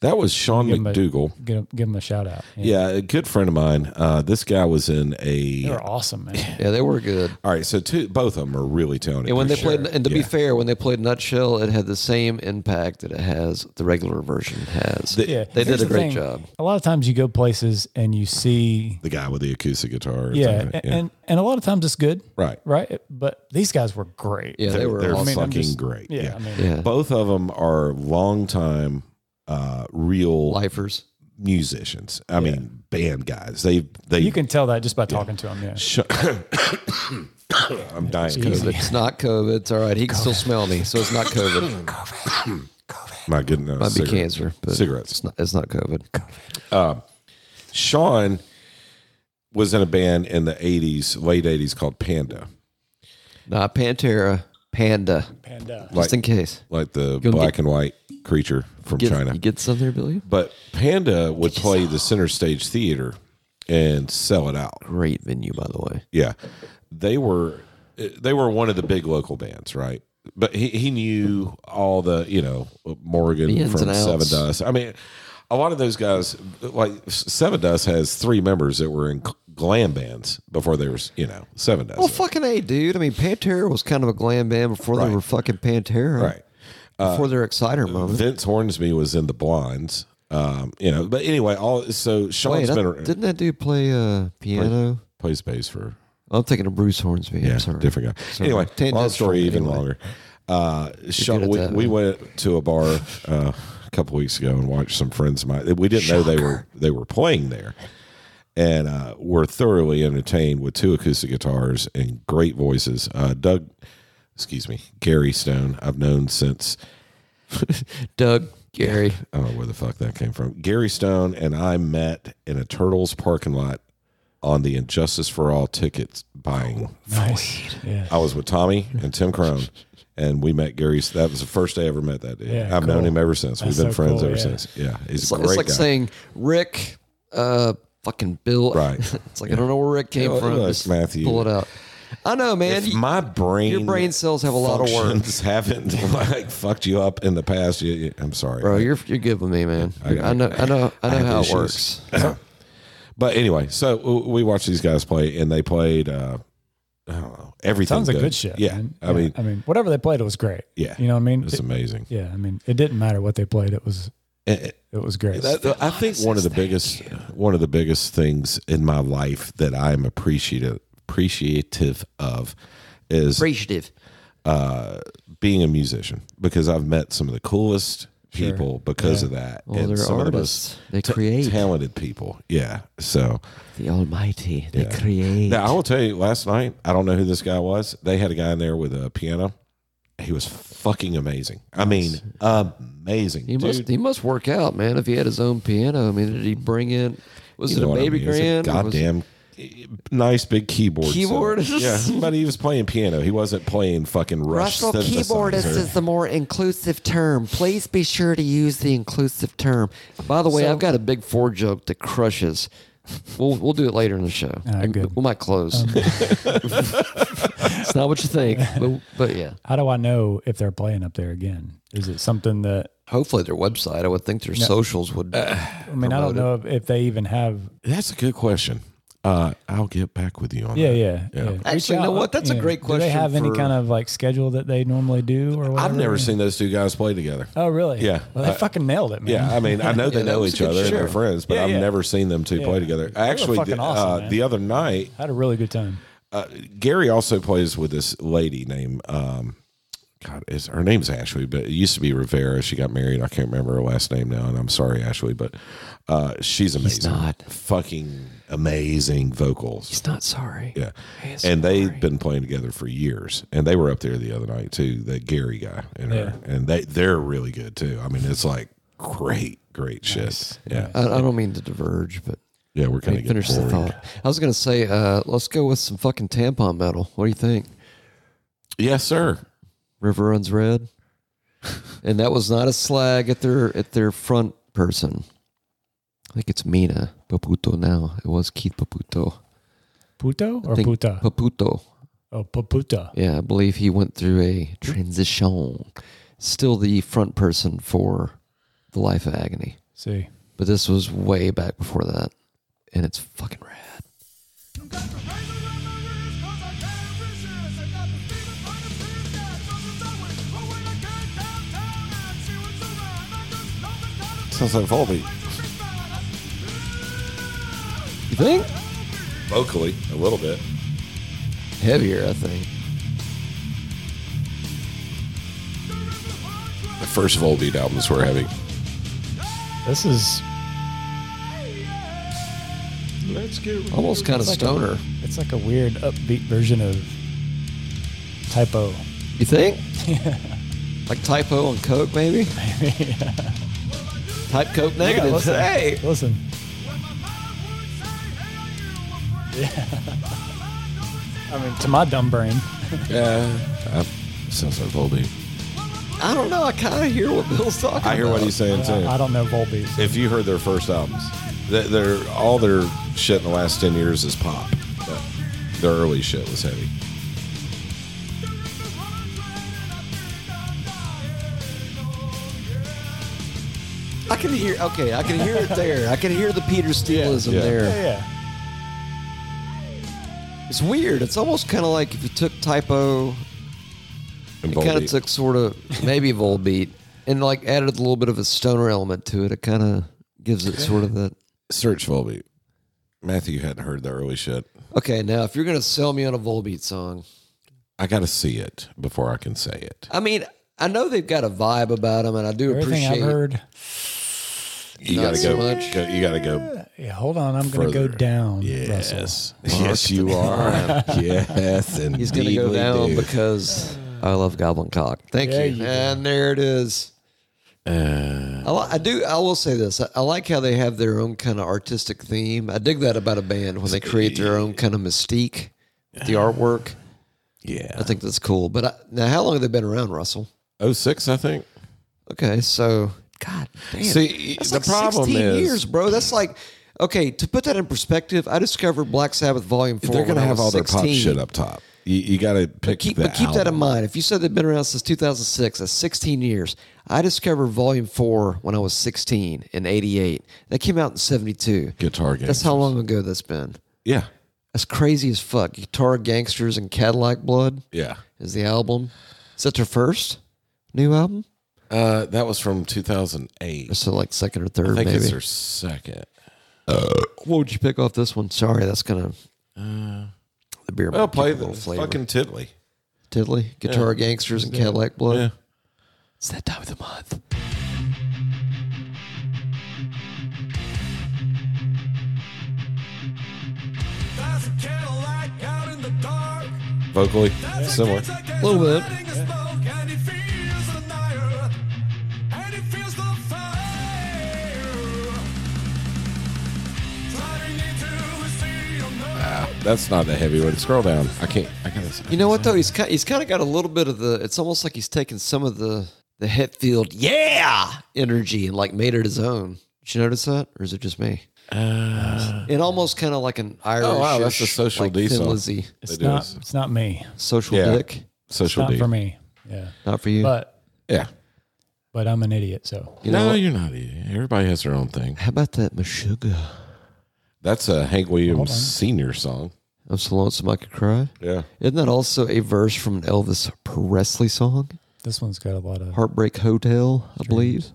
Speaker 1: That was Sean
Speaker 3: Give 'em a-
Speaker 1: McDougal.
Speaker 3: Give 'em- give him a shout out.
Speaker 1: Yeah, a good friend of mine. Uh, this guy was in
Speaker 3: they
Speaker 1: a.
Speaker 3: were awesome, man.
Speaker 2: Yeah, they were good.
Speaker 1: All right, so two, both of them are really talented.
Speaker 2: And when
Speaker 1: for
Speaker 2: they played,
Speaker 1: sure.
Speaker 2: and to be
Speaker 1: Yeah.
Speaker 2: fair, when they played Nutshell, it had the same impact that it has. The regular version has.
Speaker 1: The-
Speaker 3: Yeah,
Speaker 2: They did
Speaker 3: Here's
Speaker 2: a
Speaker 3: the
Speaker 2: great
Speaker 3: thing.
Speaker 2: job.
Speaker 3: A lot of times you go places and you see,
Speaker 1: the guy with the acoustic guitar. and
Speaker 3: yeah,
Speaker 1: things like-
Speaker 3: and, and and a lot of times it's good,
Speaker 1: right.
Speaker 3: right? But these guys were great.
Speaker 2: Yeah, they
Speaker 1: They're,
Speaker 2: were
Speaker 1: they're
Speaker 2: awesome.
Speaker 3: mean, I'm
Speaker 1: fucking
Speaker 3: just-
Speaker 1: great.
Speaker 3: yeah. I mean,
Speaker 2: yeah.
Speaker 1: both of them are longtime, uh, real
Speaker 2: Lifers.
Speaker 1: musicians. I mean, band guys. They they
Speaker 3: you can tell that just by talking to them. Yeah,
Speaker 1: Sh- I'm dying.
Speaker 3: Easy.
Speaker 1: COVID.
Speaker 2: It's not COVID. It's all right. He can still smell me, so it's not
Speaker 1: (laughs)
Speaker 2: COVID.
Speaker 1: My goodness.
Speaker 2: Might be
Speaker 1: cigarette-
Speaker 2: cancer, but
Speaker 1: Cigarettes.
Speaker 2: it's not. It's not COVID.
Speaker 1: Sean was in a band in the 80s, late 80s called Panda.
Speaker 2: Not Pantera. Panda.
Speaker 3: Panda.
Speaker 2: Just in case.
Speaker 1: Like the
Speaker 2: You'll
Speaker 1: black
Speaker 2: get-
Speaker 1: and white creature from
Speaker 2: Get,
Speaker 1: China.
Speaker 2: You get some there, Billy?
Speaker 1: but Panda would play the center stage theater and sell it out.
Speaker 2: Great venue, by the way.
Speaker 1: Yeah, they were they were one of the big local bands, right? But he, he knew all the you know Morgan
Speaker 2: The ins
Speaker 1: from
Speaker 2: and
Speaker 1: Seven
Speaker 2: outs.
Speaker 1: Dust. I mean, a lot of those guys like Seven Dust has three members that were in glam bands before they were you know Seven Dust.
Speaker 2: Well, fucking a, dude. I mean, Pantera was kind of a glam band before
Speaker 1: Right.
Speaker 2: they were fucking Pantera.
Speaker 1: right. Uh,
Speaker 2: Before their Exciter moment.
Speaker 1: Vince Hornsby was in the Blondes. Um, you know, but anyway, all so Sean's
Speaker 2: Wait, I-
Speaker 1: been around-
Speaker 2: didn't that dude play uh, piano?
Speaker 1: plays bass for
Speaker 2: I'm thinking of Bruce Hornsby. I'm
Speaker 1: Yeah,
Speaker 2: sorry.
Speaker 1: different guy.
Speaker 2: Sorry.
Speaker 1: Anyway,
Speaker 2: Tangent
Speaker 1: long story
Speaker 2: story,
Speaker 1: even
Speaker 2: anyway.
Speaker 1: longer. Uh, Sean-
Speaker 2: good at
Speaker 1: we,
Speaker 2: that,
Speaker 1: we
Speaker 2: man.
Speaker 1: went to a bar uh, a couple weeks ago and watched some friends of mine. We didn't know they were they were playing there, and uh, were thoroughly entertained with two acoustic guitars and great voices. Uh, Doug excuse me, Gary Stone. I've known since
Speaker 2: Doug, Gary.
Speaker 1: I don't know where the fuck that came from. Gary Stone and I met in a Turtles parking lot on the Injustice for All tickets buying.
Speaker 2: Oh,
Speaker 3: Nice. Yeah.
Speaker 1: I was with Tommy and Tim Crone, and we met Gary. That was the first day I ever met that dude.
Speaker 3: Yeah,
Speaker 1: I've known
Speaker 3: cool.
Speaker 1: him ever since.
Speaker 3: That's
Speaker 1: We've been
Speaker 3: so
Speaker 1: friends
Speaker 3: cool,
Speaker 1: ever
Speaker 3: yeah.
Speaker 1: since. Yeah, he's
Speaker 2: It's
Speaker 1: a
Speaker 2: like,
Speaker 1: great
Speaker 2: it's like
Speaker 1: guy.
Speaker 2: saying Rick, uh, fucking Bill.
Speaker 1: Right.
Speaker 2: (laughs) it's like I don't know where Rick came
Speaker 1: Yeah,
Speaker 2: from.
Speaker 1: look,
Speaker 2: Just
Speaker 1: Matthew.
Speaker 2: pull it out. I know, man.
Speaker 1: if
Speaker 2: You-
Speaker 1: my brain,
Speaker 2: your brain cells have a lot of work.
Speaker 1: functions (laughs) haven't like fucked you up in the past. You, you- I'm sorry,
Speaker 2: bro, you're you're good with me, man.
Speaker 1: I got
Speaker 2: I know, I know, I
Speaker 1: I
Speaker 2: know
Speaker 1: have
Speaker 2: how
Speaker 1: issues.
Speaker 2: it works.
Speaker 1: But anyway, so w- we watched these guys play, and they played. Uh, I don't know everything.
Speaker 3: Sounds like good shit.
Speaker 1: Yeah,
Speaker 3: man.
Speaker 1: I mean,
Speaker 3: I mean, whatever they played, it was great.
Speaker 1: Yeah.
Speaker 3: You know what I mean?
Speaker 1: it's
Speaker 3: It-
Speaker 1: amazing.
Speaker 3: yeah. I mean, it didn't matter what they played. It was,
Speaker 1: And-
Speaker 3: it was great.
Speaker 1: That- I think one of the biggest one of the biggest things in my life that I'm appreciative appreciative of is
Speaker 2: Appreciative.
Speaker 1: uh, being a musician because I've met some of the coolest people because of that
Speaker 2: Well, they're
Speaker 1: some
Speaker 2: artists. They
Speaker 1: ta-
Speaker 2: create.
Speaker 1: talented people. Yeah, so
Speaker 2: The Almighty. They
Speaker 1: Yeah.
Speaker 2: create.
Speaker 1: now I will tell you. Last night, I don't know who this guy was. They had a guy in there with a piano. He was fucking amazing. I mean, amazing.
Speaker 2: He must
Speaker 1: Dude,
Speaker 2: he must work out, man. If he had his own piano, I mean, did he bring in? Was
Speaker 1: You
Speaker 2: it
Speaker 1: know
Speaker 2: a
Speaker 1: what I
Speaker 2: baby
Speaker 1: mean? It's
Speaker 2: grand?
Speaker 1: a
Speaker 2: or was-
Speaker 1: goddamn eh, nice big keyboard. setup.
Speaker 2: Keyboard? (laughs)
Speaker 1: yeah, but he was playing piano. He wasn't playing fucking Rush
Speaker 2: Russell keyboardist
Speaker 1: synthesizer.
Speaker 2: is the more inclusive term. Please be sure to use the inclusive term. By the way, I've got a big four joke that crushes. We'll we'll do it later in the show.
Speaker 1: Ah,
Speaker 3: right, good.
Speaker 2: We might close.
Speaker 1: Um,
Speaker 2: (laughs) it's not what you think, but but yeah.
Speaker 3: How do I know if they're playing up there again? Is it something that
Speaker 2: Hopefully, their website. I would think their socials would.
Speaker 3: I mean? I don't know if, if they even have.
Speaker 1: That's a good question. Uh, I'll get back with you on
Speaker 3: Yeah,
Speaker 1: that.
Speaker 3: yeah, yeah. Reach
Speaker 2: Actually, you know
Speaker 3: out,
Speaker 2: what? That's a
Speaker 3: yeah.
Speaker 2: great
Speaker 3: Do
Speaker 2: question
Speaker 3: they have any
Speaker 2: for-
Speaker 3: kind of like schedule that they normally do or whatever?
Speaker 1: I've never seen those two guys play together.
Speaker 3: Oh, really?
Speaker 1: Yeah.
Speaker 3: Well, they
Speaker 1: I-
Speaker 3: fucking nailed it, man.
Speaker 1: Yeah, I mean, I
Speaker 3: (laughs)
Speaker 1: know they
Speaker 2: that
Speaker 1: know
Speaker 2: was
Speaker 1: each
Speaker 2: good
Speaker 1: other and
Speaker 2: shit.
Speaker 1: they're friends, but
Speaker 3: Yeah,
Speaker 1: I've
Speaker 3: yeah.
Speaker 1: never seen them two
Speaker 3: Yeah.
Speaker 1: play together.
Speaker 3: They were
Speaker 1: Actually,
Speaker 3: fucking
Speaker 1: the,
Speaker 3: awesome,
Speaker 1: uh,
Speaker 3: man.
Speaker 1: the other night,
Speaker 3: I had a really good time.
Speaker 1: uh, Gary also plays with this lady named um, God. Is her name's Ashley, but it used to be Rivera. She got married. I can't remember her last name now, and I'm sorry, Ashley, but uh, she's amazing.
Speaker 2: not.
Speaker 1: fucking amazing vocals.
Speaker 2: He's not sorry.
Speaker 1: Yeah,
Speaker 2: He's
Speaker 1: and
Speaker 2: sorry.
Speaker 1: they've been playing together for years, and they were up there the other night too. That Gary guy and her, and they they're really good too. I mean, it's like great, great shit. Yeah,
Speaker 2: I, I don't mean to diverge, but
Speaker 1: yeah, we're
Speaker 2: I
Speaker 1: kind of
Speaker 2: finish the thought. I was gonna say, uh, let's go with some fucking tampon metal. What do you think?
Speaker 1: Yes, sir.
Speaker 2: River Runs Red, (laughs) and that was not a slag at their at their front person. I think it's Mina Paputo now. It was Keith Paputo.
Speaker 3: Puto
Speaker 2: I
Speaker 3: or
Speaker 2: think
Speaker 3: puta?
Speaker 2: Paputo.
Speaker 3: oh, paputa.
Speaker 2: Yeah, I believe he went through a transition. Still the front person for the Life of Agony,
Speaker 3: See,
Speaker 2: but this was way back before that, and it's fucking rad.
Speaker 1: Sounds like Volbeat.
Speaker 2: You think?
Speaker 1: Vocally, a little bit.
Speaker 2: Heavier, I think.
Speaker 1: The first Volbeat albums were heavy.
Speaker 3: this is
Speaker 1: Let's get
Speaker 2: Almost kind of stoner.
Speaker 3: it's like a weird upbeat version of typo.
Speaker 2: You think?
Speaker 1: (laughs)
Speaker 2: Like typo on Coke, maybe? Type Coke negative.
Speaker 3: listen,
Speaker 2: hey!
Speaker 3: listen. I mean, to my dumb brain,
Speaker 1: sounds like Volbeat.
Speaker 2: I don't know. I kind of hear what Bill's talking
Speaker 1: I hear what
Speaker 2: about.
Speaker 1: he's saying too.
Speaker 3: I, I don't know Volbeat.
Speaker 1: if you heard their first albums, th- their all their shit in the last ten years is pop. But their early shit was heavy.
Speaker 2: I can hear, okay, I can
Speaker 1: (laughs)
Speaker 2: hear it there. I can hear the Peter Steeleism
Speaker 1: yeah.
Speaker 2: there.
Speaker 3: Yeah, yeah.
Speaker 2: It's weird. It's almost kind of like if you took typo,
Speaker 1: And
Speaker 2: it kind of
Speaker 1: Volbeat.
Speaker 2: took sort of maybe Volbeat and like added a little bit of a stoner element to it. It kind of gives it
Speaker 1: (laughs)
Speaker 2: sort of that.
Speaker 1: Search Volbeat. Matthew hadn't heard the early shit.
Speaker 2: Okay, now if you're going to sell me on a Volbeat song,
Speaker 1: I got to see it before I can say it.
Speaker 2: I mean, I know they've got a vibe about them, and I do
Speaker 3: Everything I've
Speaker 2: appreciate.
Speaker 3: heard.
Speaker 1: You
Speaker 2: Not
Speaker 1: got to
Speaker 2: so
Speaker 1: go,
Speaker 2: much.
Speaker 1: go- You got to go.
Speaker 3: Yeah, hold on. I'm going to go
Speaker 1: Further.
Speaker 3: down. Russell.
Speaker 2: (laughs)
Speaker 1: Yes, yes, you are. yes, and
Speaker 2: He's going to go down because I love goblin cock. Thank
Speaker 3: There
Speaker 2: you.
Speaker 3: you go.
Speaker 2: and there it is.
Speaker 1: Uh,
Speaker 2: I, li- I do. I will say this. I, I like how they have their own kind of artistic theme. I dig that about a band when they create their own kind of mystique, with the artwork.
Speaker 1: yeah.
Speaker 2: I think that's cool. But I, now, how long have they been around, Russell?
Speaker 1: 06, I think.
Speaker 2: Okay, so God damn.
Speaker 1: See,
Speaker 2: That's
Speaker 1: the
Speaker 2: like
Speaker 1: problem
Speaker 2: 16
Speaker 1: is
Speaker 2: years, bro. That's like okay. To put that in perspective, I discovered Black Sabbath Volume Four.
Speaker 1: they're
Speaker 2: going
Speaker 1: gonna
Speaker 2: to
Speaker 1: have all their
Speaker 2: 16.
Speaker 1: pop shit up top. You, you got to pick.
Speaker 2: Keep,
Speaker 1: the
Speaker 2: but keep that in
Speaker 1: album.
Speaker 2: mind. If you said they've been around since 2006, that's 16 years. I discovered Volume Four when I was 16 in '88. That came out in '72.
Speaker 1: Guitar game.
Speaker 2: That's how long ago that's been.
Speaker 1: Yeah,
Speaker 2: That's crazy as fuck. Guitar Gangsters and Cadillac Blood
Speaker 1: yeah.
Speaker 2: is the album. Is that their first new album?
Speaker 1: Uh, that was from 2008.
Speaker 2: Or so like second or
Speaker 1: I
Speaker 2: third,
Speaker 1: think
Speaker 2: maybe.
Speaker 1: it's their second.
Speaker 2: What would you pick off this one? Sorry, that's gonna. the beer.
Speaker 1: Well,
Speaker 2: might
Speaker 1: Uh, play
Speaker 2: give it a
Speaker 1: the
Speaker 2: little flavor.
Speaker 1: fucking Tiddly.
Speaker 2: Tiddly, Guitar Gangsters, and Cadillac Blood.
Speaker 1: Yeah.
Speaker 2: It's that time of the month.
Speaker 7: There's a Cadillac out in the dark.
Speaker 1: Vocally similar.
Speaker 7: A
Speaker 2: Little bit.
Speaker 7: And he feels the night. And he feels the fire. Driving into a sea of night.
Speaker 1: That's not that heavy. But scroll down. I can't. I gotta.
Speaker 2: You know what though? He's kind, he's kind of got a little bit of the. It's almost like he's taken some of the the Hetfield yeah energy and like made it his own. Did you notice that, or is it just me? it almost kind of like an Irish.
Speaker 1: Uh, Oh, wow, that's the Social
Speaker 2: like
Speaker 1: D
Speaker 2: Thin
Speaker 1: song.
Speaker 2: Lizzy
Speaker 3: It's
Speaker 1: do
Speaker 3: not.
Speaker 1: this.
Speaker 3: It's not me.
Speaker 2: social
Speaker 1: Yeah.
Speaker 2: dick.
Speaker 3: It's
Speaker 1: social
Speaker 3: not
Speaker 1: D.
Speaker 3: for me. Yeah,
Speaker 2: Not for you.
Speaker 3: but
Speaker 1: Yeah.
Speaker 3: but I'm an idiot. So
Speaker 2: you
Speaker 1: no,
Speaker 2: know,
Speaker 1: you're not. Either. Everybody has their own thing.
Speaker 2: how about that, Meshuggah?
Speaker 1: That's a Hank Williams Senior song.
Speaker 2: I'm so lonesome I could cry.
Speaker 1: Yeah.
Speaker 2: Isn't that also a verse from an Elvis Presley song?
Speaker 3: this one's got a lot of.
Speaker 2: Heartbreak Hotel, I believe.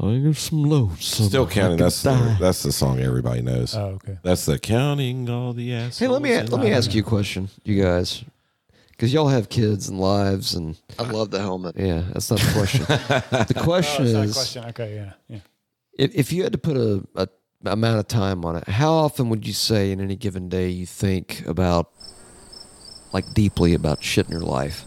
Speaker 2: I got some lows.
Speaker 1: Still counting. That's the,
Speaker 2: die. Uh,
Speaker 1: that's the song everybody knows.
Speaker 3: Oh, okay.
Speaker 1: That's the counting all the ass.
Speaker 2: Hey, let me let me ask you a question, you guys, because y'all have kids and lives, and
Speaker 6: I love the helmet.
Speaker 2: yeah, that's not the question.
Speaker 3: (laughs)
Speaker 2: the question
Speaker 3: That's Oh, not a
Speaker 2: is,
Speaker 3: question. Okay. Yeah. Yeah.
Speaker 2: If, if you had to put a, a amount of time on it, how often would you say in any given day you think about, like deeply about shit in your life?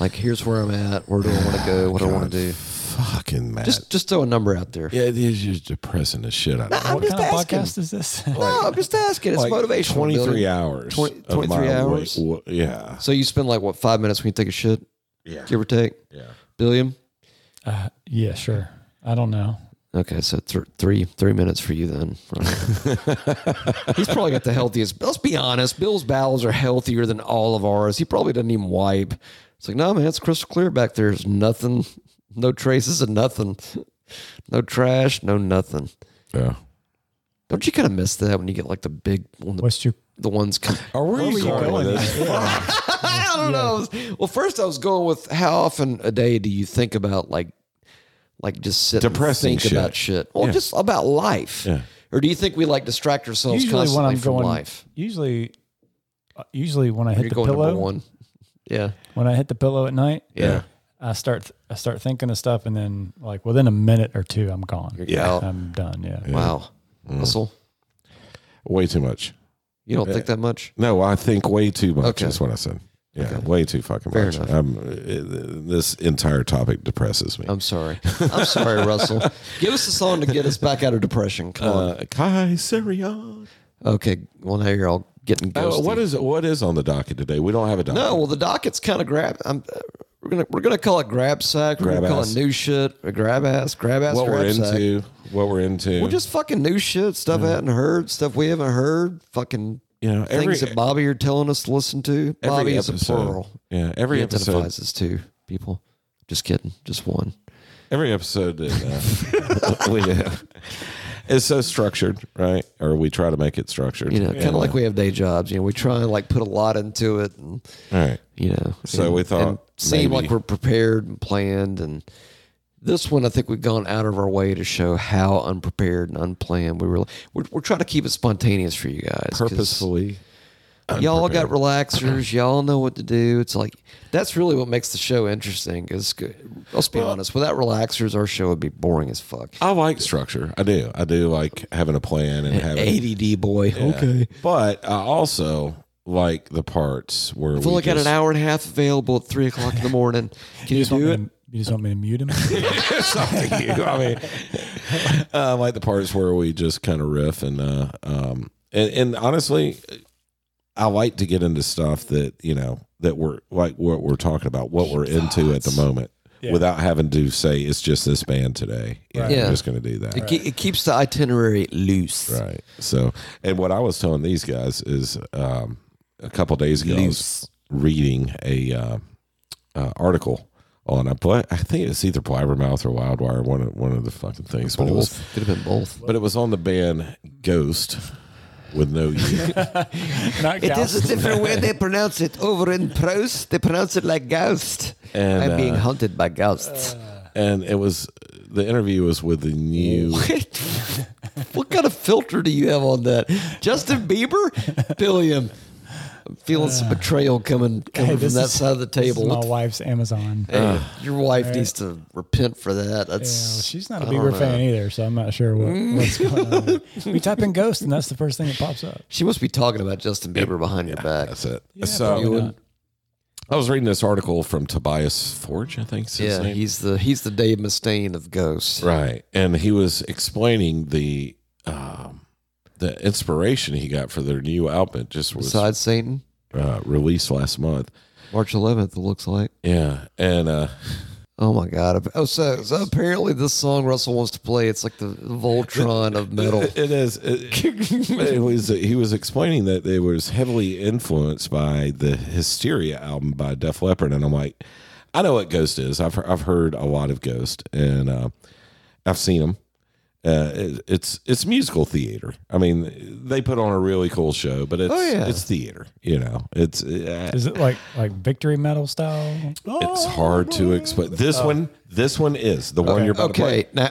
Speaker 2: Like, here's where I'm at. Where do I want to go? What do I want to do?
Speaker 1: Fucking man.
Speaker 2: Just just throw a number out there.
Speaker 1: yeah, it is just depressing the shit out of me.
Speaker 2: I'm
Speaker 3: What
Speaker 2: just
Speaker 3: kind of
Speaker 2: asking.
Speaker 3: podcast is this? (laughs)
Speaker 2: no, I'm just asking. It's motivational.
Speaker 1: Twenty
Speaker 2: Billy.
Speaker 1: three hours.
Speaker 2: Twenty-
Speaker 1: of
Speaker 2: 23
Speaker 1: my
Speaker 2: hours?
Speaker 1: wa- wa- yeah.
Speaker 2: So you spend like what five minutes when you take a shit,
Speaker 1: Yeah.
Speaker 2: give or take.
Speaker 1: Yeah.
Speaker 2: Billiam.
Speaker 3: uh, yeah. Sure. I don't know.
Speaker 2: Okay, so th- three three minutes for you then. Right. (laughs) He's probably got the healthiest. Let's be honest. Bill's bowels are healthier than all of ours. He probably doesn't even wipe. It's like, no, man, it's crystal clear back there. There's nothing, no traces of nothing, no trash, no nothing.
Speaker 1: Yeah.
Speaker 2: Don't you kind of miss that when you get like the big one, the,
Speaker 3: What's your?
Speaker 2: the ones? Come,
Speaker 1: Are we
Speaker 3: Where were you going? Yeah.
Speaker 2: (laughs) I don't know. I was- Well, first I was going with how often a day do you think about like, like just sit
Speaker 1: Depressing
Speaker 2: and think
Speaker 1: shit.
Speaker 2: about shit, or
Speaker 1: Yeah.
Speaker 2: just about life,
Speaker 1: Yeah.
Speaker 2: or do you think we like distract ourselves
Speaker 3: Usually when
Speaker 2: constantly
Speaker 3: I'm
Speaker 2: from
Speaker 3: going,
Speaker 2: life?
Speaker 3: usually, uh, usually when I hit
Speaker 2: You're
Speaker 3: the
Speaker 2: going number
Speaker 3: pillow,
Speaker 2: one. Yeah,
Speaker 3: when I hit the pillow at night,
Speaker 1: Yeah.
Speaker 3: I start I start thinking of stuff, and then like within a minute or two, I'm gone.
Speaker 1: Yeah. Mm.
Speaker 2: Out.
Speaker 3: I'm done. Yeah.
Speaker 2: Wow, Russell,
Speaker 1: Way too much.
Speaker 2: you don't think that much.
Speaker 1: No, I think way too much
Speaker 2: Okay.
Speaker 1: is what I said. Yeah, way too fucking
Speaker 2: Fair
Speaker 1: much.
Speaker 2: enough.
Speaker 1: Um, it- this entire topic depresses me.
Speaker 2: I'm
Speaker 1: (laughs)
Speaker 2: sorry. I'm sorry, Russell. Give us a song to get us back out of depression. Come on.
Speaker 1: Uh, Kaiserion.
Speaker 2: Okay. Well, now you're all getting
Speaker 1: Oh,
Speaker 2: ghosty.
Speaker 1: what is what is on the docket today? We don't have a docket.
Speaker 2: No, well, the docket's kind of grab. I'm, uh, we're gonna we're gonna call it grab sack. We're
Speaker 1: Grab
Speaker 2: gonna call
Speaker 1: ass.
Speaker 2: it new shit. Or grab ass. Grab ass.
Speaker 1: what
Speaker 2: grab
Speaker 1: we're
Speaker 2: sack.
Speaker 1: into, what we're into.
Speaker 2: We're just fucking new shit. Stuff I hadn't heard. Stuff we haven't heard. Fucking
Speaker 1: you know every,
Speaker 2: things that Bobby are telling us to listen to.
Speaker 1: every
Speaker 2: Bobby is a
Speaker 1: episode-
Speaker 2: plural.
Speaker 1: Yeah, every
Speaker 2: he
Speaker 1: episode.
Speaker 2: identifies as two people. Just kidding. Just one.
Speaker 1: Every episode that uh, (laughs) we have is so structured, right? Or we try to make it structured.
Speaker 2: You know, kind
Speaker 1: And,
Speaker 2: of like
Speaker 1: uh,
Speaker 2: we have day jobs. You know, we try and like put a lot into it, and
Speaker 1: All right.
Speaker 2: you know.
Speaker 1: So
Speaker 2: and-
Speaker 1: we thought
Speaker 2: and seem
Speaker 1: maybe-
Speaker 2: like we're prepared and planned, and this one I think we've gone out of our way to show how unprepared and unplanned we were. We're, we're trying to keep it spontaneous for you guys. 'cause
Speaker 1: Purposefully.
Speaker 2: Y'all got relaxers. Y'all know what to do. It's like that's really what makes the show interesting. Is let's be honest, without relaxers, our show would be boring as fuck.
Speaker 1: I like structure. I do. I do like having a plan and having
Speaker 2: ADD boy. Okay.
Speaker 1: But I also like the parts where
Speaker 2: I've only
Speaker 1: we
Speaker 2: got an
Speaker 1: just-
Speaker 2: hour and a half available at three o'clock in the
Speaker 1: (laughs)
Speaker 2: morning. Can you,
Speaker 3: just want
Speaker 2: do
Speaker 3: me
Speaker 2: it?
Speaker 3: to, you just want me to
Speaker 2: (laughs)
Speaker 3: mute him? (laughs)
Speaker 1: it's up to you. (laughs) I mean, I like the parts where we just kind of riff and, uh, um, and and honestly, I like to get into stuff that you know that we're like what we're talking about, what we're into at the moment,
Speaker 3: Yeah.
Speaker 1: without having to say it's just this band today. You know,
Speaker 3: Right.
Speaker 1: We're
Speaker 2: Yeah.
Speaker 1: just going to do that.
Speaker 2: It, ke- it keeps the itinerary loose.
Speaker 1: Right. So, and what I was telling these guys is um, a couple days ago, I was reading a uh, uh, article on a play. I think it's either Blabbermouth or Wildwire, one of one of the fucking things. But it was,
Speaker 2: Could have been both.
Speaker 1: but it was on the band Ghost with
Speaker 2: (laughs)
Speaker 1: no U.
Speaker 3: Not
Speaker 2: It
Speaker 3: Gal-
Speaker 2: is a different way they pronounce it. Over in Proust, they pronounce it like ghost.
Speaker 1: And,
Speaker 2: I'm being
Speaker 1: uh,
Speaker 2: hunted by ghosts. (laughs)
Speaker 1: and it was the interview was with the new.
Speaker 2: what? what kind of filter do you have on that? Justin Bieber? Billiam. I'm feeling some betrayal coming, coming
Speaker 3: Hey,
Speaker 2: from
Speaker 3: this
Speaker 2: that
Speaker 3: is-
Speaker 2: side of the
Speaker 3: this is
Speaker 2: table.
Speaker 3: my
Speaker 2: What the-
Speaker 3: wife's Amazon.
Speaker 2: hey, your wife
Speaker 3: Right.
Speaker 2: needs to repent for that.
Speaker 3: Yeah,
Speaker 2: That's
Speaker 3: well, she's not a
Speaker 2: I don't
Speaker 3: Bieber fan
Speaker 2: know.
Speaker 3: either, so I'm not sure what, what's going
Speaker 2: (laughs)
Speaker 3: on. We type in Ghost, and that's the first thing that pops up.
Speaker 2: She must be talking about Justin Bieber behind your back.
Speaker 1: That's it.
Speaker 3: Yeah,
Speaker 1: so
Speaker 3: probably
Speaker 2: would-
Speaker 3: not.
Speaker 1: I was reading this article from Tobias Forge, I think. is his
Speaker 2: yeah,
Speaker 1: name.
Speaker 2: he's the he's the Dave Mustaine of ghosts.
Speaker 1: Right. And he was explaining the um the inspiration he got for their new album it just was
Speaker 2: Besides Satan,
Speaker 1: uh, released last month.
Speaker 2: March 11th, it looks like.
Speaker 1: Yeah. And uh
Speaker 2: Oh my god! Oh, so, so apparently this song Russell wants to play. It's like the Voltron of metal.
Speaker 1: it is
Speaker 2: (laughs)
Speaker 1: it, it was he was explaining that it was heavily influenced by the Hysteria album by Def Leppard and I'm like I know what Ghost is. I've I've heard a lot of Ghost and uh I've seen them. Uh, it, it's it's musical theater. I mean, they put on a really cool show, but it's
Speaker 2: Oh, yeah.
Speaker 1: it's theater. You know, it's uh,
Speaker 3: Is it like like victory metal style?
Speaker 1: it's hard to explain. This one, this one is the one you're about to play.
Speaker 2: (laughs) Oh, Okay, now,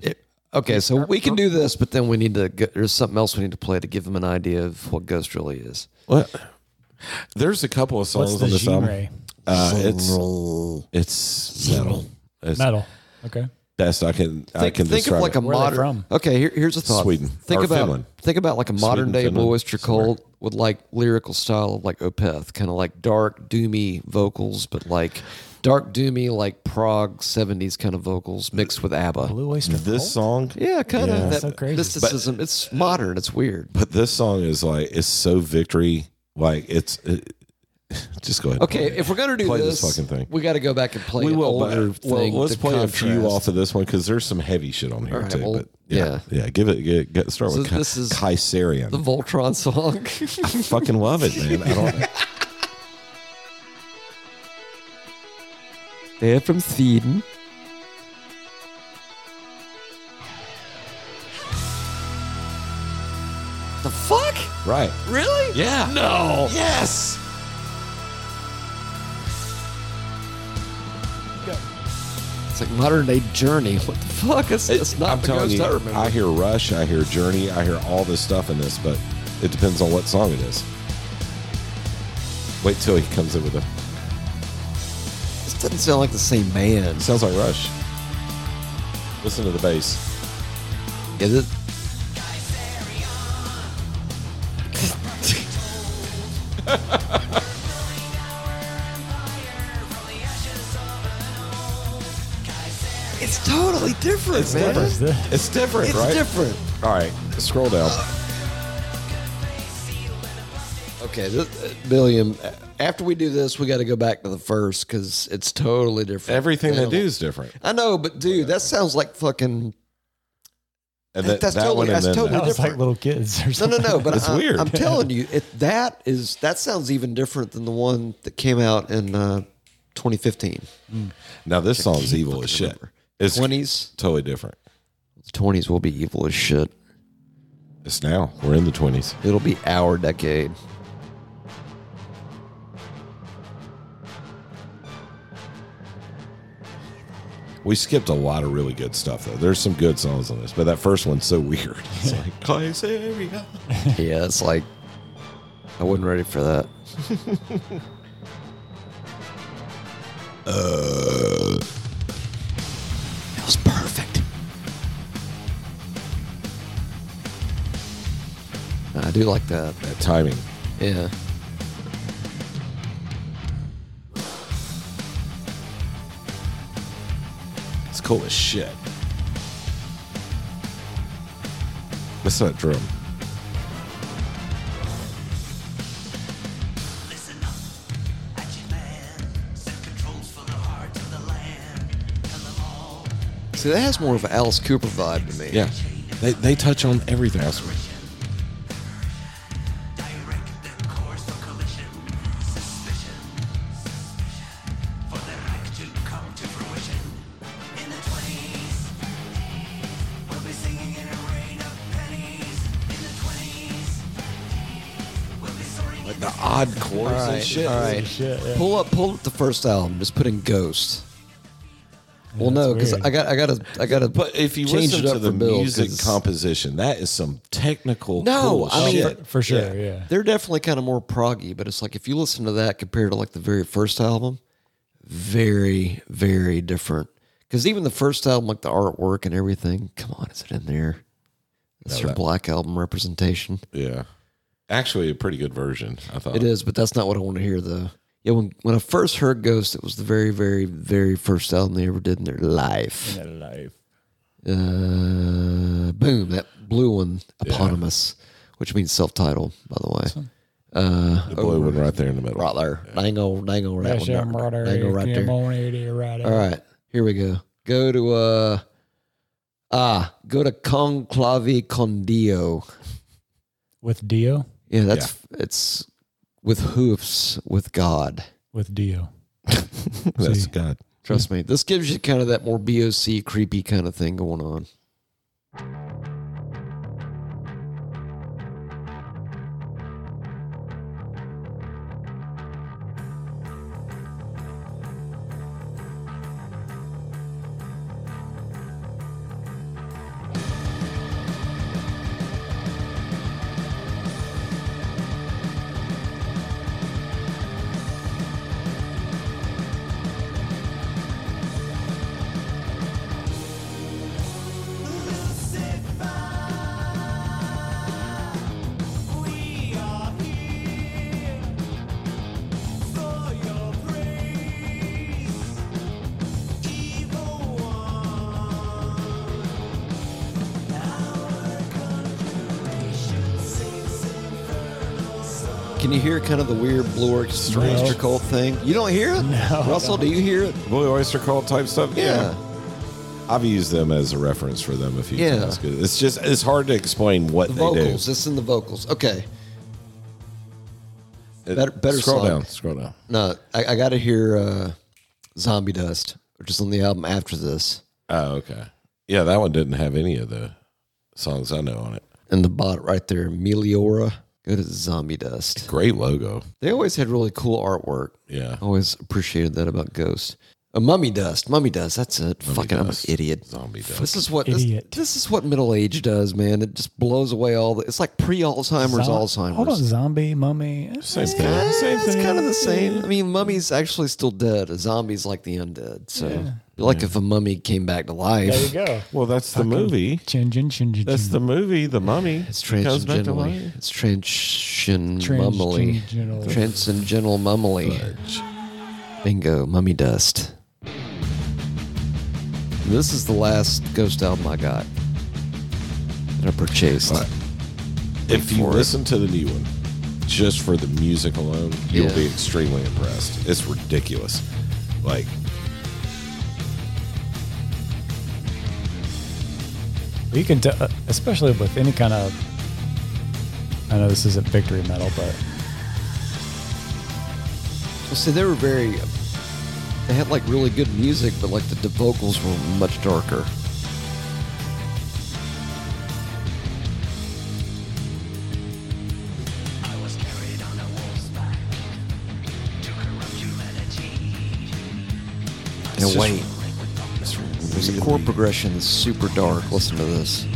Speaker 2: it, okay, so we can do this, but then we need to. Go, there's something else we need to play to give them an idea of what Ghost really is.
Speaker 1: What? There's a couple of songs
Speaker 3: What's the
Speaker 1: on this
Speaker 3: genre?
Speaker 1: album. Uh, it's it's metal. It's
Speaker 3: Metal. Okay.
Speaker 1: best I can I
Speaker 2: Think,
Speaker 1: can
Speaker 2: think of
Speaker 1: describe.
Speaker 2: like a
Speaker 1: it.
Speaker 3: Where are they
Speaker 2: modern.
Speaker 3: from?
Speaker 2: Okay, here, here's a thought.
Speaker 1: Sweden
Speaker 2: Think
Speaker 1: or
Speaker 2: about
Speaker 1: Finland.
Speaker 2: think about like a modern day
Speaker 1: Finland,
Speaker 2: Cloister Cold with like lyrical style of like Opeth, kind of like dark doomy vocals, but like dark doomy like Prague '70s kind of vocals mixed with ABBA.
Speaker 3: Blue Oyster
Speaker 1: this song.
Speaker 2: Yeah, kind of. That
Speaker 3: So crazy.
Speaker 2: Mysticism. it's modern. It's weird.
Speaker 1: But this song is like it's so victory. Like it's it, (laughs) just go ahead. and
Speaker 2: Okay,
Speaker 1: play it.
Speaker 2: if we're gonna do
Speaker 1: Play this
Speaker 2: this,
Speaker 1: fucking thing.
Speaker 2: we got to go back and play.
Speaker 1: we
Speaker 2: an
Speaker 1: will.
Speaker 2: older
Speaker 1: But, well,
Speaker 2: thing
Speaker 1: let's
Speaker 2: to
Speaker 1: play a few
Speaker 2: contrast.
Speaker 1: off of this one because there's some heavy shit on here
Speaker 2: All right,
Speaker 1: too.
Speaker 2: well,
Speaker 1: but yeah, yeah, give it. Get, get, start
Speaker 2: So
Speaker 1: with Ki-
Speaker 2: this is
Speaker 1: Kaiserian.
Speaker 2: The Voltron
Speaker 1: (laughs)
Speaker 2: song.
Speaker 1: fucking love it, man. I don't. (laughs)
Speaker 2: They're from Sweden. The fuck?
Speaker 1: right.
Speaker 2: Really?
Speaker 1: Yeah.
Speaker 2: No.
Speaker 1: Yes.
Speaker 2: It's like modern day Journey. What the fuck? It's, it's not
Speaker 1: I'm
Speaker 2: the
Speaker 1: telling
Speaker 2: ghost
Speaker 1: you,
Speaker 2: I remember.
Speaker 1: I hear Rush, I hear Journey, I hear all this stuff in this, but it depends on what song it is. Wait till he comes in with a
Speaker 2: this doesn't sound like the same man.
Speaker 1: sounds like Rush. Listen to the bass.
Speaker 2: Is
Speaker 1: (laughs)
Speaker 2: it? it's totally different, man.
Speaker 3: Is this-
Speaker 1: It's different,
Speaker 2: It's
Speaker 1: right?
Speaker 2: different.
Speaker 1: All right, scroll down.
Speaker 2: Okay, this, uh, Billiam. uh, After we do this, we got to go back to the first because it's totally different.
Speaker 1: Everything they
Speaker 2: Now-
Speaker 1: do is different.
Speaker 2: I know, but dude, that sounds like fucking.
Speaker 1: And
Speaker 2: That- that's totally-
Speaker 1: and
Speaker 2: that's
Speaker 1: then
Speaker 2: totally
Speaker 1: that.
Speaker 3: That was like
Speaker 2: different.
Speaker 3: little kids or
Speaker 2: No, no,
Speaker 3: something.
Speaker 2: no. But
Speaker 1: (laughs) It's
Speaker 2: I,
Speaker 1: weird.
Speaker 2: I'm telling you,
Speaker 1: (laughs)
Speaker 2: it that is that sounds even different than the one that came out in uh, 2015.
Speaker 1: Now this song's Oh, evil as shit.
Speaker 2: remember.
Speaker 1: It's
Speaker 2: 20s.
Speaker 1: totally different.
Speaker 2: The 20s will be evil as shit.
Speaker 1: It's now. We're in the twenties.
Speaker 2: It'll be our decade.
Speaker 1: We skipped a lot of really good stuff though. There's some good songs on this, but that first one's so weird. (laughs) It's like Kaiserian.
Speaker 2: yeah, it's like I wasn't ready for (laughs) that. Uh. That was perfect. I do like that.
Speaker 1: That timing.
Speaker 2: Yeah.
Speaker 1: cool as shit. That's not drum.
Speaker 8: Listen up, Action Man. Set controls for the heart of the land. Tell them all.
Speaker 2: See, that has more of an Alice Cooper vibe to me.
Speaker 1: Yeah, they they touch on everything. I swear.
Speaker 8: Direct their course for collision. Suspicion. For their action come to fruition. In the 20s. We'll be singing in a rain of pennies. In the 20s. We'll be soaring in
Speaker 1: The odd chords
Speaker 2: All
Speaker 1: and
Speaker 2: right,
Speaker 1: shit.
Speaker 2: all right.
Speaker 3: Shit, yeah.
Speaker 2: Pull up, pull up the first album. Just put in Ghost. well, no,
Speaker 3: that's
Speaker 2: because
Speaker 3: weird.
Speaker 2: I got, I got to, I got to.
Speaker 1: But if you
Speaker 2: change
Speaker 1: listen
Speaker 2: it up
Speaker 1: to
Speaker 2: for
Speaker 1: the
Speaker 2: Bill,
Speaker 1: music
Speaker 2: 'cause
Speaker 1: composition, that is some technical.
Speaker 2: No,
Speaker 1: cool
Speaker 2: I mean-
Speaker 1: shit.
Speaker 3: for, for sure. Yeah.
Speaker 2: they're definitely kind of more proggy. But it's like if you listen to that compared to like the very first album, very, very different. Because even the first album, like the artwork and everything, come on, is it in there? That's your
Speaker 1: that-
Speaker 2: black album representation.
Speaker 1: yeah, actually, a pretty good version. I
Speaker 3: Oh.
Speaker 1: thought
Speaker 2: It is, but that's not what I want to hear though. Yeah, when when I first heard Ghost, it was the very, very, very first album they ever did in their life.
Speaker 3: Life.
Speaker 2: Uh, boom, that blue one, eponymous, which means self-titled, by the way.
Speaker 1: the blue one right there in the middle.
Speaker 2: Right there, dangle, dangle, that
Speaker 3: That's
Speaker 2: one,
Speaker 3: your
Speaker 2: there,
Speaker 3: murder.
Speaker 2: dangle right there. All
Speaker 3: Come on, idiot, right there.
Speaker 2: right, here we go. Go to uh, ah, go to Conclave con Dio.
Speaker 3: With Dio?
Speaker 2: Yeah, that's it's with hoofs with God.
Speaker 3: With Dio.
Speaker 1: (laughs) That's
Speaker 3: See.
Speaker 1: God.
Speaker 2: Trust me, this gives you kind of that more BOC creepy kind of thing going on. Can you hear kind of the weird blue orchestra
Speaker 3: No.
Speaker 2: Oyster Cult thing? You don't hear it?
Speaker 3: No.
Speaker 2: Russell, do you hear it?
Speaker 1: Blue Oyster Cult type stuff.
Speaker 2: Yeah.
Speaker 1: I've used them as a reference for them a few
Speaker 2: Yeah.
Speaker 1: times. 'cause It's just it's hard to explain what
Speaker 2: The
Speaker 1: they
Speaker 2: vocals. It's in the vocals. Okay.
Speaker 1: do. It-
Speaker 2: better- better
Speaker 1: scroll
Speaker 2: song.
Speaker 1: down. Scroll down.
Speaker 2: No, I, I got to hear uh, Zombie Dust, which is on the album after this.
Speaker 1: Oh, okay. Yeah, that one didn't have any of the songs I know on it.
Speaker 2: And the bot right there, Meliora. Go to Zombie Dust.
Speaker 1: Great logo.
Speaker 2: They always had really cool artwork.
Speaker 1: Yeah.
Speaker 2: I always appreciated that about Ghost. A mummy dust, mummy dust. That's it. Fucking,
Speaker 1: dust.
Speaker 2: I'm an idiot.
Speaker 1: Zombie dust.
Speaker 2: This is what this,
Speaker 3: Idiot.
Speaker 2: this is what middle age does, man. It just blows away all the. It's like pre Alzheimer's,
Speaker 3: Zom- Hold on,
Speaker 2: Alzheimer's.
Speaker 3: zombie, mummy.
Speaker 1: Same thing.
Speaker 2: Eh,
Speaker 1: Same
Speaker 2: it's
Speaker 1: thing.
Speaker 2: kind of the same. I mean, mummy's actually still dead. A zombie's like the undead. So, like if a mummy came back to life,
Speaker 3: There you go.
Speaker 1: Well, that's the movie.
Speaker 3: Chin, chin, chin, chin,
Speaker 1: That's
Speaker 3: chin.
Speaker 1: the movie, The Mummy.
Speaker 2: It's
Speaker 1: Comes back to
Speaker 2: transgenitally.
Speaker 1: life.
Speaker 2: It's transgen
Speaker 3: Trans-
Speaker 2: mummily.
Speaker 3: transgenital.
Speaker 2: Transgenital mummily. Bingo, mummy dust. This is the last ghost album I got that I purchased.
Speaker 1: Right. If you
Speaker 2: for it.
Speaker 1: listen to the new one, just for the music alone, you'll
Speaker 2: Yeah.
Speaker 1: be extremely impressed. It's ridiculous. Like,
Speaker 3: You can tell, uh, especially with any kind of. I know this isn't victory metal, but
Speaker 2: Well, see, they were very. They had like really good music, but like the, the vocals were much darker.
Speaker 8: I was carried on a wolf's back to corrupt humanity.
Speaker 2: And wait, there's a chord progression that's super dark. Listen to this.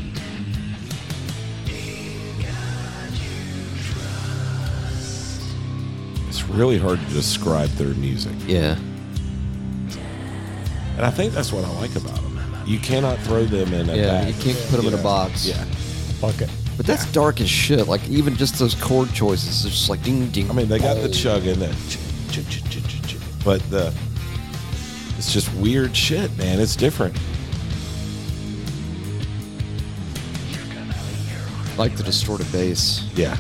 Speaker 1: it's really hard to describe their music.
Speaker 2: Yeah.
Speaker 1: And I think that's what I like about them. You cannot throw them in a
Speaker 2: Yeah,
Speaker 1: bag.
Speaker 2: you can't put them in a
Speaker 1: Yeah.
Speaker 2: box.
Speaker 1: Yeah.
Speaker 3: fuck it.
Speaker 2: But that's dark as shit. Like even just those chord choices, it's just like ding ding.
Speaker 1: I mean, they got the
Speaker 2: bong.
Speaker 1: chug in there, uh, but the it's just weird shit, man. It's different.
Speaker 2: like the distorted bass.
Speaker 1: Yeah.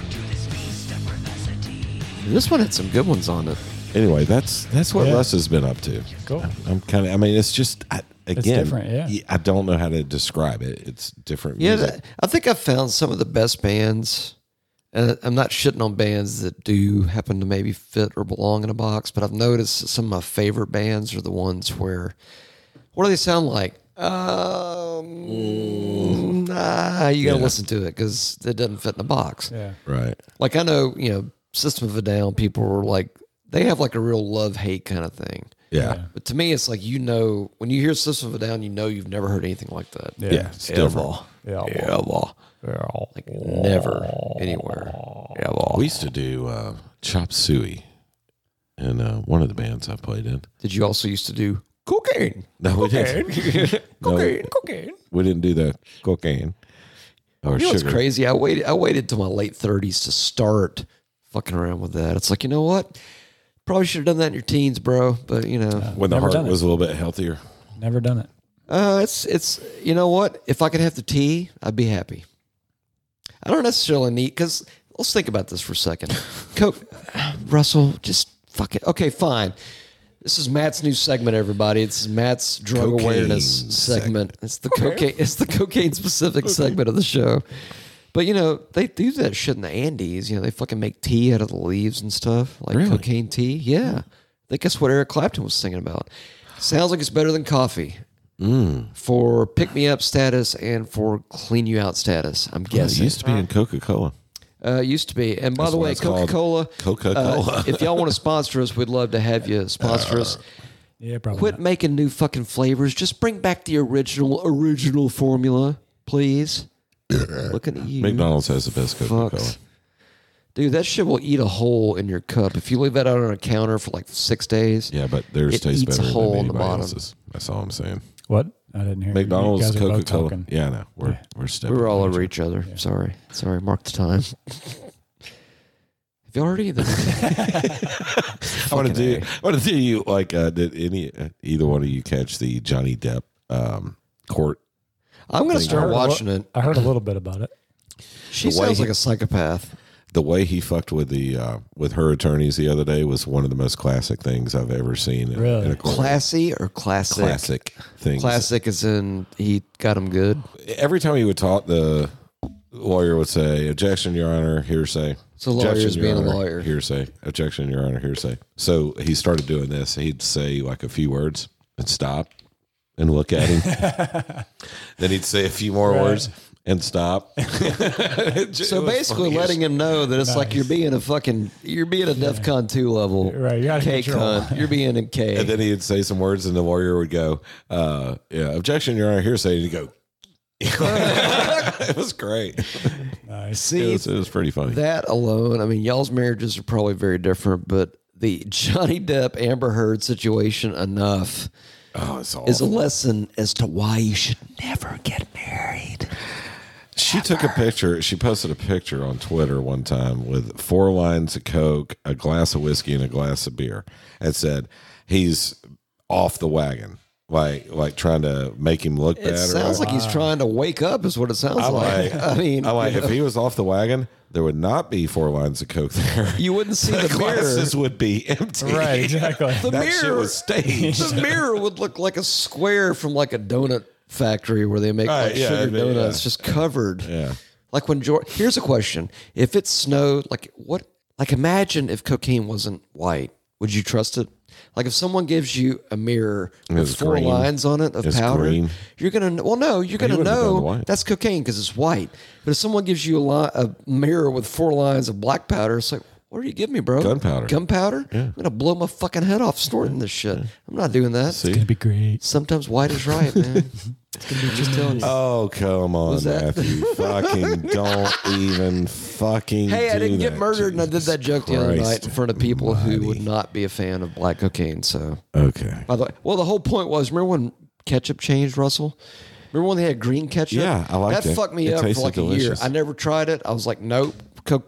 Speaker 2: This one had some good ones on it.
Speaker 1: Anyway, that's that's what
Speaker 3: Yeah.
Speaker 1: Russ has been up to.
Speaker 3: Cool.
Speaker 1: I'm kind of. I mean, it's just I, again.
Speaker 3: different, yeah.
Speaker 1: I don't know how to describe it. It's different.
Speaker 2: Yeah,
Speaker 1: music.
Speaker 2: that- I think I found some of the best bands. And I'm not shitting on bands that do happen to maybe fit or belong in a box, but I've noticed that some of my favorite bands are the ones where what do they sound like? Um, nah, you gotta
Speaker 1: Mm. Yeah.
Speaker 2: listen to it because it doesn't fit in a box.
Speaker 3: Yeah.
Speaker 1: right.
Speaker 2: Like I know, you know, System of a Down people were like they have like a real love hate kind of thing.
Speaker 1: Yeah.
Speaker 2: But to me, it's like you know when you hear System of a Down, you know you've never heard anything like that.
Speaker 1: Yeah. it's different.
Speaker 2: Ever.
Speaker 3: Yeah.
Speaker 2: Ever. Like never anywhere. Ever.
Speaker 1: We used to do uh, chop suey, in uh, one of the bands I played in.
Speaker 2: Did you also used to do cocaine?
Speaker 1: No, we didn't.
Speaker 3: Cocaine, cocaine.
Speaker 1: (laughs) We didn't do the cocaine or
Speaker 2: You know what's
Speaker 1: sugar.
Speaker 2: crazy? I waited. I waited till my late thirties to start fucking around with that. It's like you know what? Probably should have done that in your teens, bro. But you know,
Speaker 1: When the
Speaker 3: Never
Speaker 1: heart
Speaker 3: done it.
Speaker 1: was a little bit healthier.
Speaker 3: Never done it.
Speaker 2: uh, it's it's you know what? If I could have the tea, I'd be happy. I don't necessarily need because let's think about this for a (laughs) second. Coke, Russell, just fuck it. Okay, fine. This is Matt's new segment, everybody. It's Matt's drug
Speaker 1: Cocaine
Speaker 2: awareness segment. It's the cocaine. It's the cocaine specific segment of the show. But you know they do that shit in the Andes. You know they fucking make tea out of the leaves and stuff, like cocaine tea. Yeah, I think that's what Eric Clapton was singing about. Sounds like it's better than coffee for pick me up status and for clean you out status. I'm
Speaker 1: Yes,
Speaker 2: guessing
Speaker 1: it used to be in Coca Cola.
Speaker 2: uh, used to be. And by
Speaker 1: That's
Speaker 2: the
Speaker 1: why
Speaker 2: way,
Speaker 1: it's called
Speaker 2: Coca Cola.
Speaker 1: Coca-Cola. Uh.
Speaker 2: if y'all want to sponsor us, we'd love to have you sponsor us.
Speaker 3: Yeah, probably.
Speaker 2: Quit
Speaker 3: not.
Speaker 2: making new fucking flavors. Just bring back the original original formula, please. Looking at you,
Speaker 1: McDonald's has the best Coca Cola.
Speaker 2: fucks. Dude, that shit will eat a hole in your cup if you leave that out on a counter for like six days.
Speaker 1: Yeah, but theirs
Speaker 2: It
Speaker 1: tastes
Speaker 2: eats a
Speaker 1: better
Speaker 2: hole in
Speaker 1: than
Speaker 2: the
Speaker 1: anybody
Speaker 2: bottom.
Speaker 1: else's. That's all I'm saying.
Speaker 3: What? I didn't hear. you. You
Speaker 1: McDonald's,
Speaker 3: guys are both
Speaker 1: Coca Cola.
Speaker 3: talking.
Speaker 1: Yeah, no, we're we're
Speaker 2: we
Speaker 1: stepping.
Speaker 2: were all
Speaker 1: on
Speaker 2: over each other. Sorry, sorry. Mark the time. Have you already? I
Speaker 1: I want to do. I want to do you like. Uh, did any uh, either one of you catch the Johnny Depp um, court?
Speaker 2: I'm gonna
Speaker 3: I
Speaker 2: start
Speaker 3: heard a lo-
Speaker 2: watching it.
Speaker 3: I heard a little bit about it.
Speaker 2: She
Speaker 1: The way
Speaker 2: sounds
Speaker 1: he-
Speaker 2: like a psychopath.
Speaker 1: The way he fucked with the uh, with her attorneys the other day was one of the most classic things I've ever seen. In,
Speaker 3: Really?
Speaker 1: in a court.
Speaker 2: Classy or classic?
Speaker 1: classic things.
Speaker 2: Classic is in he got him good.
Speaker 1: Every time he would talk, the lawyer would say, "Objection, Your Honor, hearsay."
Speaker 2: So lawyer's
Speaker 1: Objection,
Speaker 2: being a
Speaker 1: Honor,
Speaker 2: lawyer.
Speaker 1: Hearsay. Objection, Your Honor, hearsay. So he started doing this. He'd say like a few words and stop and look at him.
Speaker 2: (laughs)
Speaker 1: then he'd say a few more words and stop.
Speaker 2: So basically, letting him know that it's like you're being a fucking you're being a DEF CON two level
Speaker 3: Right, you're out of
Speaker 2: K
Speaker 3: control.
Speaker 2: con. You're being in K.
Speaker 1: (laughs) And then he'd say some words, and the lawyer would go, uh, "Yeah, objection, Your Honor, hearsay." And he'd
Speaker 2: (laughs)
Speaker 1: go. (laughs) it was great.
Speaker 3: Nice.
Speaker 1: It
Speaker 2: See
Speaker 1: was, it was pretty funny.
Speaker 2: that alone. I mean, y'all's marriages are probably very different, but the Johnny Depp Amber Heard situation enough
Speaker 1: oh, it's all.
Speaker 2: is a lesson as to why you should never get married.
Speaker 1: She took a picture. She posted a picture on Twitter one time with four lines of Coke, a glass of whiskey, and a glass of beer, and said, "He's off the wagon." Like, like trying to make him look bad.
Speaker 2: It sounds like he's trying to wake up, is what it sounds like. (laughs) I mean,
Speaker 1: I like if he was off the wagon, there would not be four lines of Coke there.
Speaker 2: you wouldn't see
Speaker 1: (laughs) the
Speaker 2: the mirror.
Speaker 1: glasses would be empty.
Speaker 3: (laughs)
Speaker 1: (laughs)
Speaker 3: Right, exactly.
Speaker 2: The
Speaker 1: That shit
Speaker 2: mirror
Speaker 1: was (laughs)
Speaker 2: (laughs)
Speaker 1: staged.
Speaker 2: The mirror would look like a square from like a donut factory where they make
Speaker 1: Right,
Speaker 2: like
Speaker 1: yeah,
Speaker 2: sugar
Speaker 1: it'd be-
Speaker 2: donuts,
Speaker 1: yeah.
Speaker 2: just covered.
Speaker 1: Yeah.
Speaker 2: Like when George. Here's a question: If it snowed, like what? Like imagine if cocaine wasn't white. Would you trust it? Like if someone gives you a mirror
Speaker 1: It's
Speaker 2: with four
Speaker 1: green.
Speaker 2: lines on it of
Speaker 1: It's
Speaker 2: powder,
Speaker 1: green.
Speaker 2: you're gonna well no, you're gonna
Speaker 1: wouldn't have gone
Speaker 2: know
Speaker 1: white.
Speaker 2: that's cocaine because it's white. But if someone gives you a, li- a mirror with four lines of black powder, it's like, what are you giving me, bro?
Speaker 1: Gunpowder.
Speaker 2: Gunpowder? I'm gonna blow my fucking head off snorting this shit. I'm not doing that.
Speaker 1: See?
Speaker 3: It'd be great.
Speaker 2: Sometimes white is right,
Speaker 1: (laughs)
Speaker 2: man. it's gonna be just telling you.
Speaker 1: Oh come on,
Speaker 2: Was that- (laughs)
Speaker 1: Matthew! fucking don't even fucking.
Speaker 2: Hey, I
Speaker 1: do
Speaker 2: didn't get
Speaker 1: that.
Speaker 2: murdered, and I did
Speaker 1: Jesus
Speaker 2: that joke the other
Speaker 1: Christ
Speaker 2: night in front of people who would
Speaker 1: Almighty.
Speaker 2: not be a fan of black cocaine. So,
Speaker 1: Okay.
Speaker 2: by the way, well, the whole point was remember when ketchup changed, Russell? Remember when they had green ketchup?
Speaker 1: Yeah, I liked
Speaker 2: that.
Speaker 1: it.
Speaker 2: fucked me
Speaker 1: It
Speaker 2: up for
Speaker 1: tasted
Speaker 2: like a year.
Speaker 1: delicious.
Speaker 2: I never tried it. I was like, nope. Co-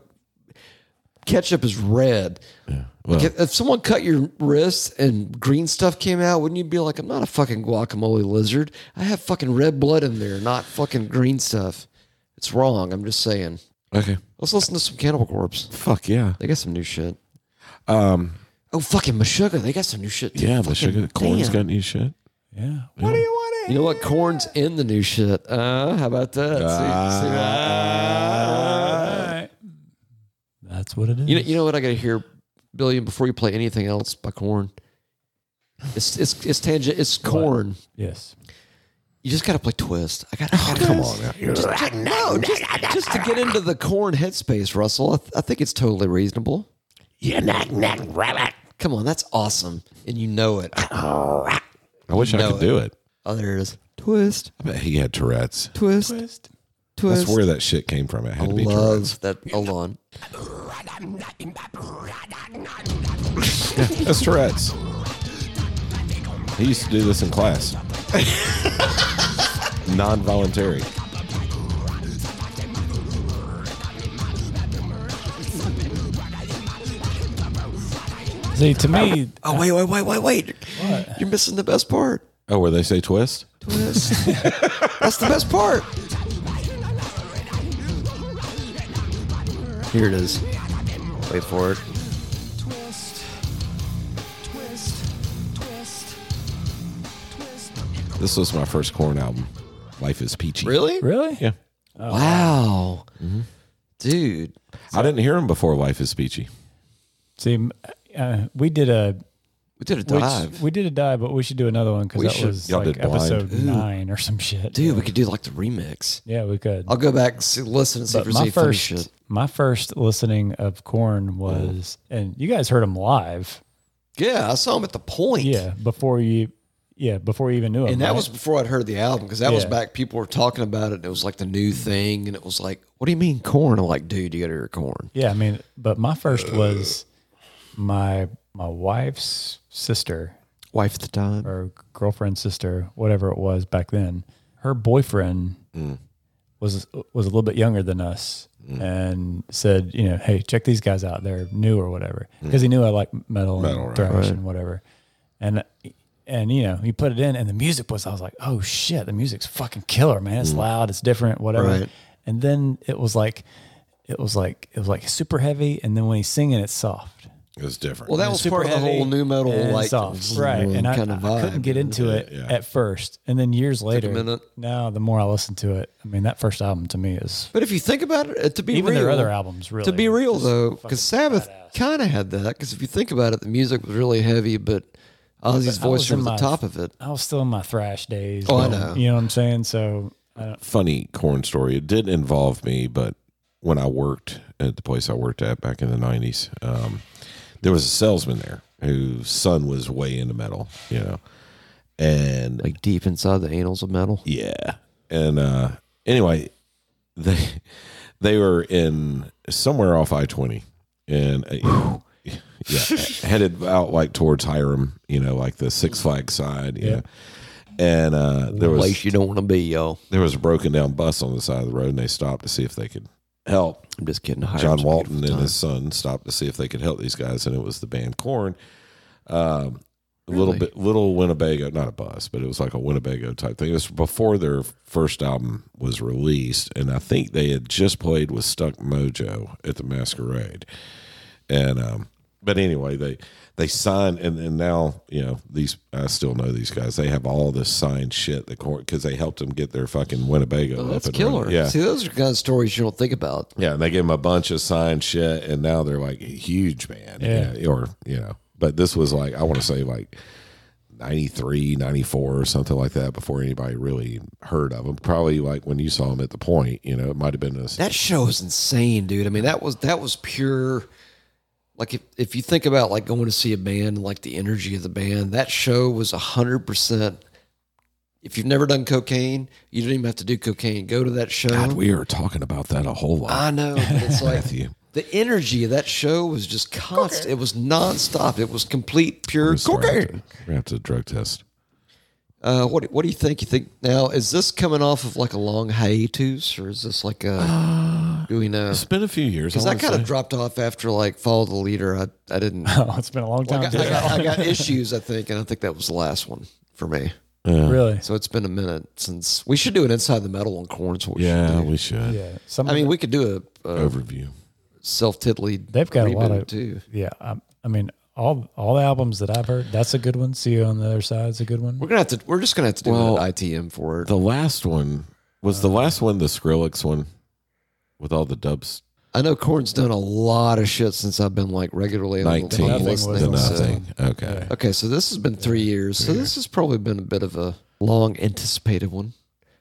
Speaker 2: ketchup is red.
Speaker 1: Well,
Speaker 2: If if someone cut your wrist and green stuff came out, wouldn't you be like, I'm not a fucking guacamole lizard. I have fucking red blood in there, not fucking green stuff. It's wrong. I'm just saying.
Speaker 1: Okay.
Speaker 2: Let's listen to some Cannibal Corpse.
Speaker 1: Fuck yeah.
Speaker 2: They got some new shit.
Speaker 1: Um.
Speaker 2: Oh fucking Meshuggah, they got some new shit. Too.
Speaker 1: Yeah,
Speaker 2: Fucking
Speaker 1: but sugar corn's
Speaker 2: damn.
Speaker 1: got new shit.
Speaker 3: Yeah.
Speaker 1: What do you
Speaker 2: You know what? Corn's in the new shit. Uh, how about that? See- see Ah. that?
Speaker 3: That's what it is.
Speaker 2: you know, you know what? I got to hear, Billion, before you play anything else by Corn. It's it's it's tangent. It's Corn.
Speaker 3: yes.
Speaker 2: You just got to play Twist. I got. Oh, come on, Just, no, just, just to get into the Corn headspace, Russell. I, th- I think it's totally reasonable.
Speaker 8: You knock knock rabbit.
Speaker 2: Come on, that's awesome, and you know it.
Speaker 1: I wish I
Speaker 2: No.
Speaker 1: could do it.
Speaker 2: Oh, there it is. Twist,
Speaker 1: I bet he had Tourette's.
Speaker 2: twist, twist.
Speaker 3: Twist.
Speaker 1: That's where that shit came from. It had to be Tourette's.
Speaker 2: Love that. Hold on.
Speaker 1: That's Tourette's. He used to do this in class. (laughs) Non-voluntary.
Speaker 3: See, to me,
Speaker 2: Oh wait, wait, wait, wait, wait! You're missing the best part.
Speaker 1: Oh, where they say twist?
Speaker 2: Twist. That's the best part. Here it is. Wait for it.
Speaker 1: This was my first corn album. Life is peachy.
Speaker 2: Really?
Speaker 3: really? Oh, Mm-hmm.
Speaker 1: Yeah.
Speaker 2: Wow, dude.
Speaker 1: I didn't hear him before Life is peachy.
Speaker 3: See, m- uh, we did a
Speaker 2: We did a
Speaker 3: we-
Speaker 2: dive,
Speaker 3: We did a dive, but we should do another one because
Speaker 2: We
Speaker 3: that
Speaker 2: should.
Speaker 3: was
Speaker 1: Y'all
Speaker 3: like
Speaker 1: did blind.
Speaker 3: episode nine or some shit.
Speaker 2: dude. We could do like the remix.
Speaker 3: Yeah, we could.
Speaker 2: I'll go back, and see, listen, and see if
Speaker 3: But
Speaker 2: there's
Speaker 3: my
Speaker 2: any funny
Speaker 3: first,
Speaker 2: shit.
Speaker 3: my first listening of Corn was, and you guys heard him live.
Speaker 2: Yeah, I saw him at the point.
Speaker 3: Yeah, before you, yeah, before you even knew him.
Speaker 2: And that
Speaker 3: right?
Speaker 2: was before I'd heard the album because that was
Speaker 3: Yeah.
Speaker 2: back. People were talking about it. And it was like the new thing, and it was like, "What do you mean corn?" I'm like, "Dude, you got to hear corn."
Speaker 3: Yeah, I mean, but my first was my my wife's sister
Speaker 2: Wife at the time.
Speaker 3: or girlfriend's sister, whatever it was back then. Her boyfriend was was a little bit younger than us, and said, you know, hey, check these guys out. They're new or whatever, because he knew I like metal,
Speaker 1: Metal,
Speaker 3: and
Speaker 1: right.
Speaker 3: thrash and whatever, and. And you know, he put it in, and the music was. I was like, "Oh shit, the music's fucking killer, man! It's loud, it's different, whatever."
Speaker 2: Right.
Speaker 3: And then it was like, it was like, it was like super heavy, and then when he's singing, it's soft.
Speaker 1: It was different.
Speaker 2: Well, that was part of the whole new metal,
Speaker 3: and
Speaker 2: like
Speaker 3: soft, right?
Speaker 2: vroom
Speaker 3: And I,
Speaker 2: kind of
Speaker 3: I
Speaker 2: vibe.
Speaker 3: couldn't get into it
Speaker 1: Yeah, yeah.
Speaker 3: at first, and then years later,
Speaker 2: minute.
Speaker 3: now the more I listen to it, I mean, that first album to me is
Speaker 2: But if you think about it, uh, to be
Speaker 3: even
Speaker 2: real,
Speaker 3: their other albums really.
Speaker 2: to be
Speaker 3: are
Speaker 2: real
Speaker 3: just
Speaker 2: though,
Speaker 3: fucking
Speaker 2: because Sabbath
Speaker 3: badass.
Speaker 2: kind of had that. Because if you think about it, the music was really heavy, but Ozzy's
Speaker 3: But I
Speaker 2: voice
Speaker 3: was in
Speaker 2: from the
Speaker 3: my-
Speaker 2: top of it.
Speaker 3: I was still in my thrash days.
Speaker 2: Oh, I
Speaker 3: but-
Speaker 2: know.
Speaker 3: You know what I'm saying? So (laughs) I don't,
Speaker 1: funny corn story. It did involve me, but when I worked at the place I worked at back in the nineties, um, there was a salesman there whose son was way into metal, you know, and
Speaker 2: Like deep inside the annals of metal.
Speaker 1: yeah, and uh, anyway, they they were in somewhere off I twenty, and uh, (laughs) yeah, headed out like towards Hiram, you know, like the Six Flags side, yeah.
Speaker 3: Yeah.
Speaker 1: And uh, there was
Speaker 2: Place you don't want to be, yo.
Speaker 1: there was a broken down bus on the side of the road, and they stopped to see if they could help.
Speaker 2: I'm just kidding. Hiram's a
Speaker 1: John
Speaker 2: beautiful
Speaker 1: Walton and
Speaker 2: time.
Speaker 1: his son stopped to see if they could help these guys, and it was the band Corn. Um, a Little bit, little Winnebago, not a bus, but it was like a Winnebago type thing. It was before their first album was released, and I think they had just played with Stuck Mojo at the Masquerade. And um, but anyway, they they signed, and, and now you know these. I still know these guys. They have all this signed shit. The court because they helped them get their fucking Winnebago.
Speaker 2: Oh,
Speaker 1: up
Speaker 2: that's
Speaker 1: and running.
Speaker 2: killer.
Speaker 1: Yeah,
Speaker 2: See, those are kind of stories you don't think about.
Speaker 1: yeah, and they gave him a bunch of signed shit, and now they're like a huge band.
Speaker 3: Yeah.
Speaker 1: Or, you know, but this was like, I want to say like 93, 94 or something like that before anybody really heard of them. Probably like when you saw them at the point, you know, it might have been this.
Speaker 2: That show is insane, dude. I mean, that was that was pure. Like if, if you think about like going to see a band and like the energy of the band, that show was hundred percent. If you've never done cocaine, you don't even have to do cocaine. Go to that show.
Speaker 1: God, we are talking about that a whole lot.
Speaker 2: I know, but
Speaker 1: (laughs)
Speaker 2: it's like
Speaker 1: Matthew.
Speaker 2: the energy of that show was just constant. It was nonstop. It was complete pure
Speaker 1: We're gonna have to-
Speaker 2: cocaine.
Speaker 1: we're gonna have to drug test.
Speaker 2: Uh, what What do you think? You think now is this coming off of like a long hiatus, or is this like a? Do we know?
Speaker 1: Uh, It's been a few years.
Speaker 2: Because I
Speaker 1: wanna
Speaker 2: kind
Speaker 1: say.
Speaker 2: of dropped off after like follow the leader. I,
Speaker 3: (laughs)
Speaker 2: I didn't. I
Speaker 3: oh, it's been a long time.
Speaker 2: (laughs) got, I, got, I got issues, I think, and I think that was the last one for me.
Speaker 1: Yeah.
Speaker 3: Really?
Speaker 2: So it's been a minute since we should do an inside the metal on corn. is what we should
Speaker 1: Yeah,
Speaker 2: do.
Speaker 1: we should.
Speaker 3: Yeah. Some
Speaker 2: I mean, we could do a, a
Speaker 1: Overview.
Speaker 2: self tiddly.
Speaker 3: They've got a lot of-
Speaker 2: too.
Speaker 3: yeah. I, I mean, all all the albums that I've heard, that's a good one. See you on the other side is a good one.
Speaker 2: We're gonna have to. We're just gonna have to do
Speaker 1: Well,
Speaker 2: an ITM for it.
Speaker 1: The last one was the last one, the Skrillex one with all the dubs.
Speaker 2: I know Corn's done a lot of shit since I've been like regularly on the- on the
Speaker 1: 19.
Speaker 3: Nothing
Speaker 2: listening,
Speaker 3: was
Speaker 1: The
Speaker 3: on
Speaker 2: so-
Speaker 1: nothing. Okay.
Speaker 2: Okay, so this has been three years. So this has probably been a bit of a long anticipated one.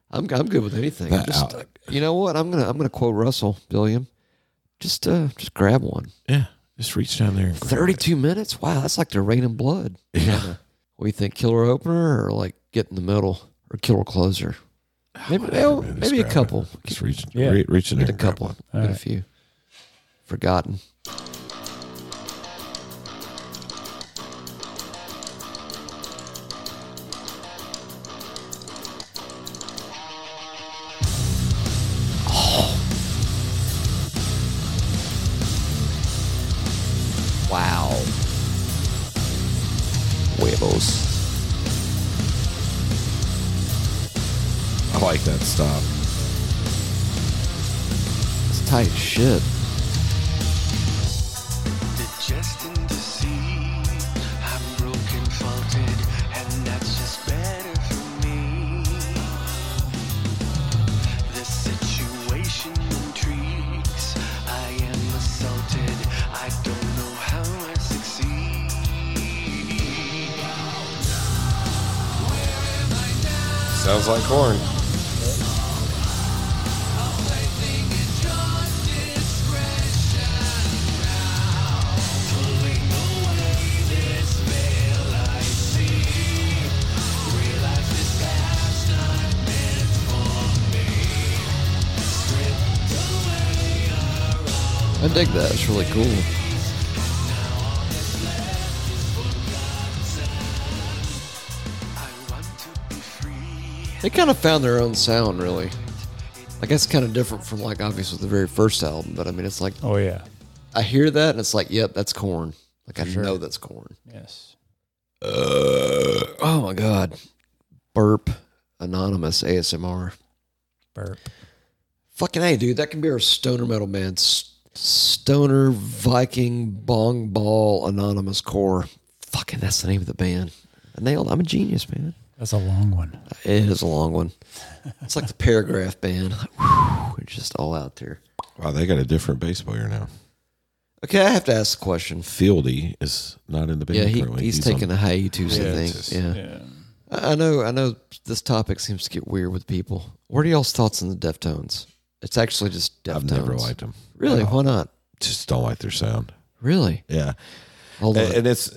Speaker 2: I'm I'm good with anything.
Speaker 1: That
Speaker 2: Just, uh,
Speaker 1: out-
Speaker 2: you know what? I'm gonna I'm gonna quote Russell Billiam. Just uh just grab one.
Speaker 1: Yeah. Just reach down there and grab
Speaker 2: Thirty two minutes. Wow, that's like the rain and blood.
Speaker 1: it. Yeah.
Speaker 2: What do you think? Killer opener or like get in the middle or killer closer? Maybe well,
Speaker 1: Whatever, man, just
Speaker 2: maybe a
Speaker 1: grab it.
Speaker 2: couple.
Speaker 1: Just reach,
Speaker 3: Yeah.
Speaker 1: re- reach in there.
Speaker 2: Get a
Speaker 1: and grab
Speaker 2: couple.
Speaker 1: one.
Speaker 2: Get a
Speaker 3: right.
Speaker 2: few. Forgotten. Oh. Wow. Huevos.
Speaker 1: I like that stop.
Speaker 2: It's tight as shit.
Speaker 8: destined to see I'm broken, faulted, and that's just better for me. The situation intrigues. I am assaulted. I don't know how I succeed.
Speaker 1: Sounds like corn.
Speaker 2: I dig that. It's really cool.
Speaker 8: I want to be free.
Speaker 2: They kind of found their own sound, really. I guess kind of different from like obviously the very first album, but I mean, it's like
Speaker 3: Oh yeah.
Speaker 2: I hear that and it's like, yep, that's corn. Like I know that's corn.
Speaker 3: Yes.
Speaker 2: Oh my god, burp, anonymous ASMR.
Speaker 3: Burp.
Speaker 2: Fucking hey, dude, that can be our stoner metal band. S- Stoner Viking Bong Ball Anonymous Core. Fucking that's the name of the band. I nailed. I'm a genius, man.
Speaker 3: That's a long one.
Speaker 2: It is a long one. It's like the paragraph band. Whew, it's just all out there.
Speaker 1: Wow, they got a different bass player now.
Speaker 2: Okay, I have to ask the question.
Speaker 1: Fieldy is not in the band
Speaker 2: Yeah, he,
Speaker 1: currently.
Speaker 2: he's,
Speaker 1: on-
Speaker 2: taking a hiatus, I think.
Speaker 1: hiatus,
Speaker 2: Yeah. I I know. I know. This topic seems to get weird with people. What are y'all's thoughts on the Deftones? It's actually just Deftones.
Speaker 1: I've never liked him.
Speaker 2: Really?
Speaker 1: At all.
Speaker 2: Why not?
Speaker 1: Just don't like their sound.
Speaker 2: Really?
Speaker 1: Yeah.
Speaker 2: Hold
Speaker 1: And,
Speaker 2: on.
Speaker 1: and it's,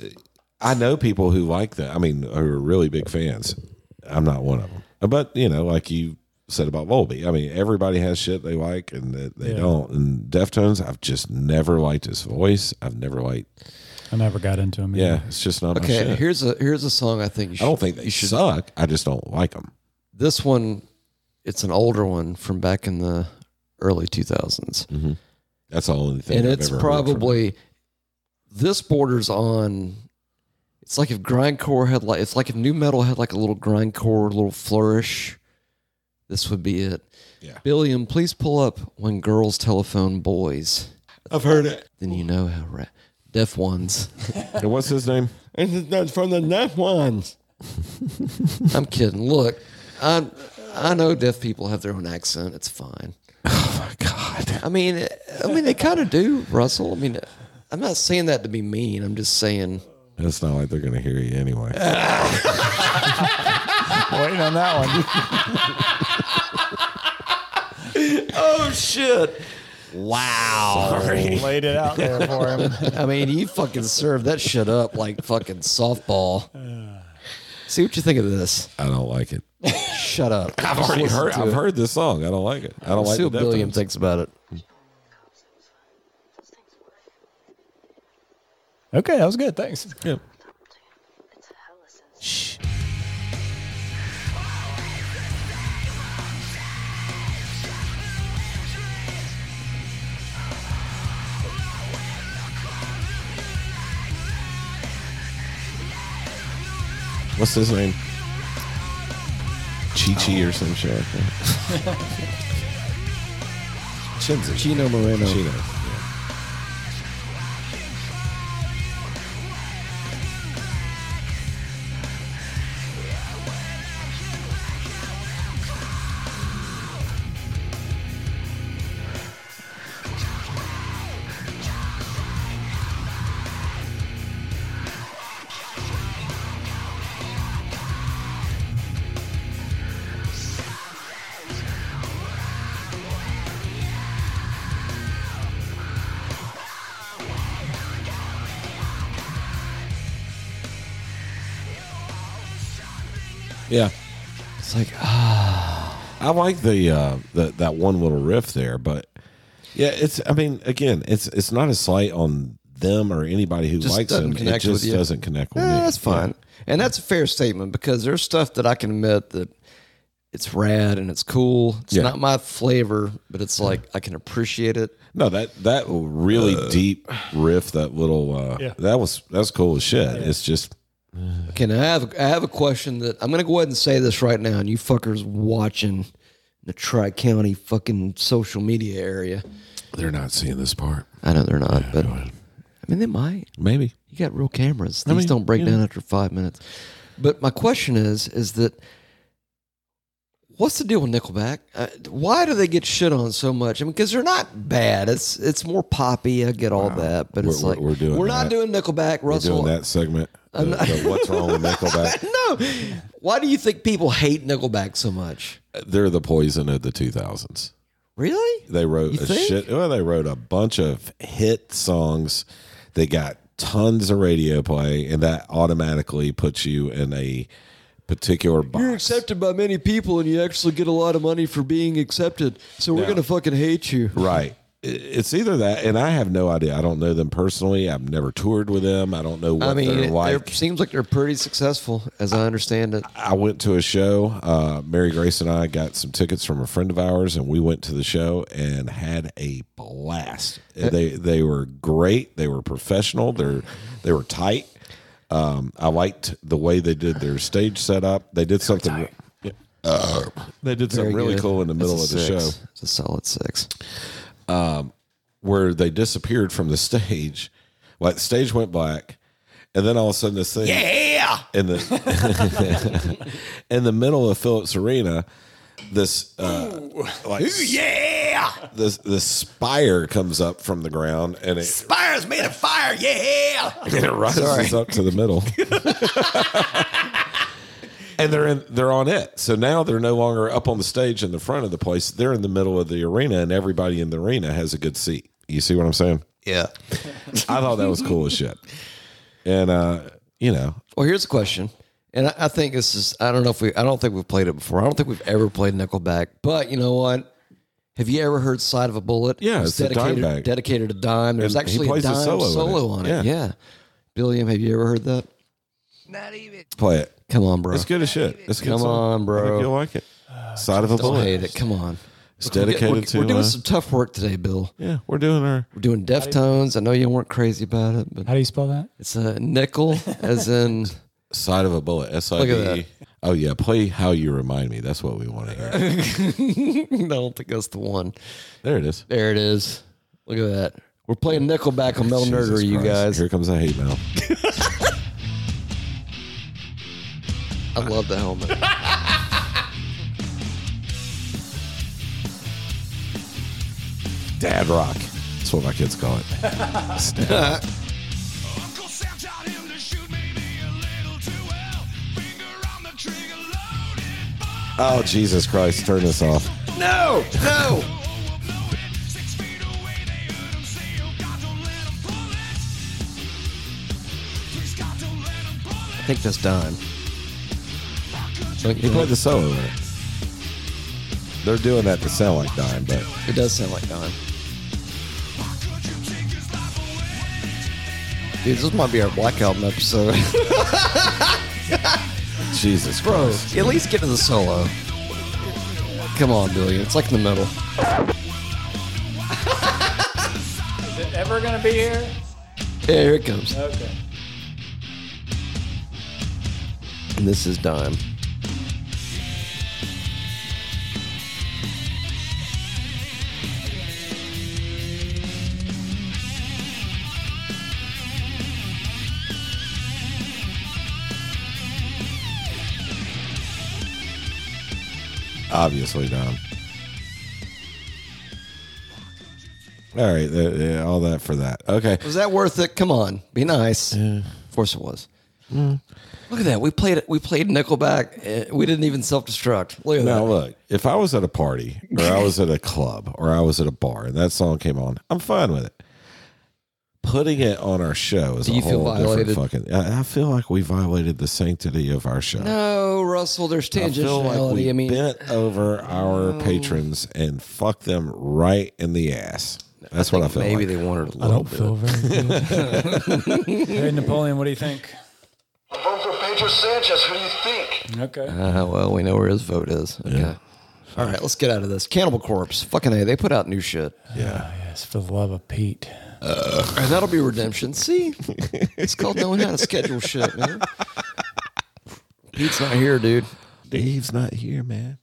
Speaker 1: I know people who like that. I mean, who are really big fans. I'm not one of them. But, you know, like you said about Volby, I mean, everybody has shit they like and that they
Speaker 3: Yeah.
Speaker 1: don't. And Deftones, I've just never liked his voice. I've never liked,
Speaker 3: I never got into them.
Speaker 1: yeah, it's just not my
Speaker 2: okay.
Speaker 1: oh, shit.
Speaker 2: Here's a here's a song I think you should.
Speaker 1: I don't think they suck. I just don't like them.
Speaker 2: this one. It's an older one from back in the early 2000s,
Speaker 1: That's the only thing.
Speaker 2: and
Speaker 1: I've
Speaker 2: it's
Speaker 1: ever heard from them.
Speaker 2: probably this borders on. It's like if grindcore had like it's like if new metal had like a little grindcore little flourish. This would be it.
Speaker 1: Yeah.
Speaker 2: Billiam, please pull up when girls telephone boys.
Speaker 1: I've heard it.
Speaker 2: Then you know how ra- deaf
Speaker 1: (laughs)
Speaker 2: ones.
Speaker 1: And what's his name? It's from the Deaf Ones.
Speaker 2: I'm kidding. Look, I I know deaf people have their own accent. It's fine.
Speaker 1: (laughs) Oh my God.
Speaker 2: I mean, I mean they kind of do, Russell. I mean, I'm not saying that to be mean. I'm just saying
Speaker 1: It's not like they're going to hear
Speaker 2: (laughs)
Speaker 1: you anyway.
Speaker 3: Waiting on that one.
Speaker 1: (laughs)
Speaker 2: Oh shit. Wow.
Speaker 3: Laid it out there for him.
Speaker 2: I mean, you fucking served that shit up like fucking softball. See what you think of this.
Speaker 1: I don't like it.
Speaker 2: Shut up.
Speaker 1: I've
Speaker 2: Just
Speaker 1: already
Speaker 2: listen
Speaker 1: heard.
Speaker 2: to
Speaker 1: I've
Speaker 2: it.
Speaker 1: heard this song. I don't like it. I don't like
Speaker 2: See
Speaker 1: the
Speaker 2: what Billiam
Speaker 1: Deftones.
Speaker 2: thinks about it.
Speaker 3: Okay, that was good. Thanks.
Speaker 1: Yeah. What's his name? Chi Chi or some shit like that. Chinzu.
Speaker 2: Chino Moreno.
Speaker 1: Chino. Yeah.
Speaker 2: It's like, ah,
Speaker 1: I like the uh the, that one little riff there, but yeah, it's I mean, again, it's it's not a slight on them or anybody who
Speaker 2: Just
Speaker 1: likes
Speaker 2: doesn't
Speaker 1: them. It
Speaker 2: connect with
Speaker 1: just
Speaker 2: you.
Speaker 1: doesn't connect with me.
Speaker 2: eh, that's fine. And that's a fair statement because there's stuff that I can admit that it's rad and it's cool. It's
Speaker 1: Yeah.
Speaker 2: not my flavor, but it's like I can appreciate it.
Speaker 1: No, that that really
Speaker 2: Uh.
Speaker 1: deep riff, that little uh
Speaker 3: Yeah.
Speaker 1: that was that's cool as shit. It's just
Speaker 2: Can I have I have a question that I'm gonna go ahead and say this right now, and you fuckers watching the Tri County fucking social media area.
Speaker 1: they're not seeing this part.
Speaker 2: I know they're not, but I mean they might.
Speaker 1: Maybe.
Speaker 2: You got real cameras. These
Speaker 1: mean,
Speaker 2: don't break
Speaker 1: yeah.
Speaker 2: down after five minutes. But my question is, is that what's the deal with Nickelback? Uh, why do they get shit on so much? I mean, because they're not bad. It's it's more poppy. I get all that, but it's
Speaker 1: We're-
Speaker 2: like
Speaker 1: we're- we're doing
Speaker 2: not
Speaker 1: that.
Speaker 2: doing Nickelback. Russell,
Speaker 1: We're doing that segment. The, the what's wrong with
Speaker 2: (laughs)
Speaker 1: Nickelback?
Speaker 2: no. Why do you think people hate Nickelback so much?
Speaker 1: They're the poison of the 2000s.
Speaker 2: Really?
Speaker 1: They wrote
Speaker 2: You
Speaker 1: a
Speaker 2: think?
Speaker 1: shit. Well, they wrote a bunch of hit songs. They got tons of radio play, and that automatically puts you in a particular box.
Speaker 2: You're accepted by many people, and you actually get a lot of money for being accepted. So we're
Speaker 1: No.
Speaker 2: gonna fucking hate you.
Speaker 1: Right. I- It's either that, and I have no idea. I don't know them personally. I've never toured with them. I don't know what
Speaker 2: I mean,
Speaker 1: they're
Speaker 2: it
Speaker 1: like.
Speaker 2: they're- seems like they're pretty successful, as I understand it.
Speaker 1: I went to a show. Uh, Mary Grace and I got some tickets from a friend of ours, and we went to the show and had a blast. They they were great. They were professional. They're they were tight. Um, I liked the way they did their stage setup. They did something. Yeah. Uh, they did something really cool in the middle of the show
Speaker 2: It's a solid six.
Speaker 1: where they disappeared from the stage. Like the stage went black, and then all of a sudden this thing, yeah, in the (laughs) in the middle of Phillips Arena, this uh, like yeah, this this spire comes up from the ground and it
Speaker 8: Spire's made of fire, yeah!
Speaker 1: (laughs) and it rises up to the middle. and they're in, they're on it. So now they're no longer up on the stage in the front of the place. They're in the middle of the arena, and everybody in the arena has a good seat. You see what I'm saying?
Speaker 2: Yeah.
Speaker 1: (laughs) I thought that was cool as shit. And uh, you know,
Speaker 2: Well, here's a question, and I, I think this is. I don't know if we. I don't think we've played it before. I don't think we've ever played Nickelback. But you know what? Have you ever heard "Side of a Bullet"?
Speaker 1: Yeah,
Speaker 2: it's,
Speaker 1: it's a dime
Speaker 2: dedicated
Speaker 1: bag.
Speaker 2: dedicated to Dime. There's
Speaker 1: And he
Speaker 2: actually a
Speaker 1: plays a
Speaker 2: Dime solo,
Speaker 1: solo in it.
Speaker 2: on it. Yeah.
Speaker 1: Yeah.
Speaker 2: Billiam, have you ever heard that?
Speaker 1: play it.
Speaker 2: Come on, bro.
Speaker 1: It's good as shit. It's a good
Speaker 2: Come
Speaker 1: song.
Speaker 2: on,
Speaker 1: I think
Speaker 2: bro.
Speaker 1: you'll like it. Side of a
Speaker 2: Don't
Speaker 1: bullet.
Speaker 2: hate it. Come on.
Speaker 1: It's
Speaker 2: We're get-
Speaker 1: dedicated
Speaker 2: we're,
Speaker 1: to.
Speaker 2: We're doing
Speaker 1: uh,
Speaker 2: some tough work today, Bill.
Speaker 1: yeah, we're doing our.
Speaker 2: We're doing Deftones. I know you weren't crazy about it, but
Speaker 3: How do you spell that?
Speaker 2: it's a nickel, as in. (laughs)
Speaker 1: Side of a bullet. S I
Speaker 2: Look
Speaker 1: D
Speaker 2: at
Speaker 1: E. Oh yeah, play how you remind me. That's what we want
Speaker 2: (laughs)
Speaker 1: to hear.
Speaker 2: I don't think that's the one.
Speaker 1: There it is.
Speaker 2: There it is. Look at that. We're playing Nickelback on Metal
Speaker 1: Jesus
Speaker 2: Nerdery, you
Speaker 1: Christ.
Speaker 2: guys.
Speaker 1: Here comes the hate mail.
Speaker 2: I love the helmet.
Speaker 1: Dad rock. That's what my kids call it. It's dad rock.
Speaker 7: Uncle Sam taught him to shoot maybe a little too well. Finger on the trigger, loaded bolt.
Speaker 1: oh Jesus Christ! Turn this off.
Speaker 2: (laughs) no, no.
Speaker 7: Oh, blow it. Six feet away, they heard him say, "Oh God, don't let 'em pull it. Please, God, don't let 'em pull
Speaker 2: I
Speaker 7: it."
Speaker 2: think that's dime.
Speaker 1: He played the solo in it. They're doing that to sound like Dime, but
Speaker 2: It does sound like dime. Dude, this might be our Black Album episode.
Speaker 1: Jesus
Speaker 2: Bro, (laughs)
Speaker 1: Christ.
Speaker 2: at least get to the solo. Come on, Billy. It's like in the middle.
Speaker 3: Is it ever gonna be here?
Speaker 2: Yeah, here it comes.
Speaker 3: Okay.
Speaker 2: And this is dime.
Speaker 1: Obviously, Dom. All right, uh, yeah, all that for that. Okay.
Speaker 2: Was that worth it? Come on, be nice. Of course it was.
Speaker 1: Mm.
Speaker 2: Look at that. We played we played Nickelback. Uh, We didn't even self destruct. Look at
Speaker 1: Now
Speaker 2: that.
Speaker 1: look, if I was at a party or I was at a club or I was at a bar and that song came on, I'm fine with it. Putting it on our show is
Speaker 2: Do
Speaker 1: a
Speaker 2: you feel
Speaker 1: whole different
Speaker 2: violated?
Speaker 1: fucking. I I feel like we violated the sanctity of our show.
Speaker 2: No, Russell. There's
Speaker 1: I feel
Speaker 2: tangentiality. I,
Speaker 1: like we
Speaker 2: mean,
Speaker 1: bent over our patrons and fucked them right in the ass. That's what I feel.
Speaker 2: maybe
Speaker 1: like.
Speaker 2: they wanted a
Speaker 3: I
Speaker 2: little
Speaker 3: don't
Speaker 2: bit.
Speaker 3: feel very good. (laughs) hey, Napoleon, what do you think?
Speaker 4: I vote for Pedro Sanchez. Who do you think?
Speaker 3: Okay.
Speaker 2: Uh, well, we know where his vote is. Okay. All right, let's get out of this. Cannibal Corpse. Fucking A. They put out new shit.
Speaker 3: Yes, for the love of Pete.
Speaker 2: And that'll be redemption. See? It's called knowing how to schedule shit,
Speaker 1: (laughs)
Speaker 2: man. Pete's not here, dude.
Speaker 1: Dave's not here, man.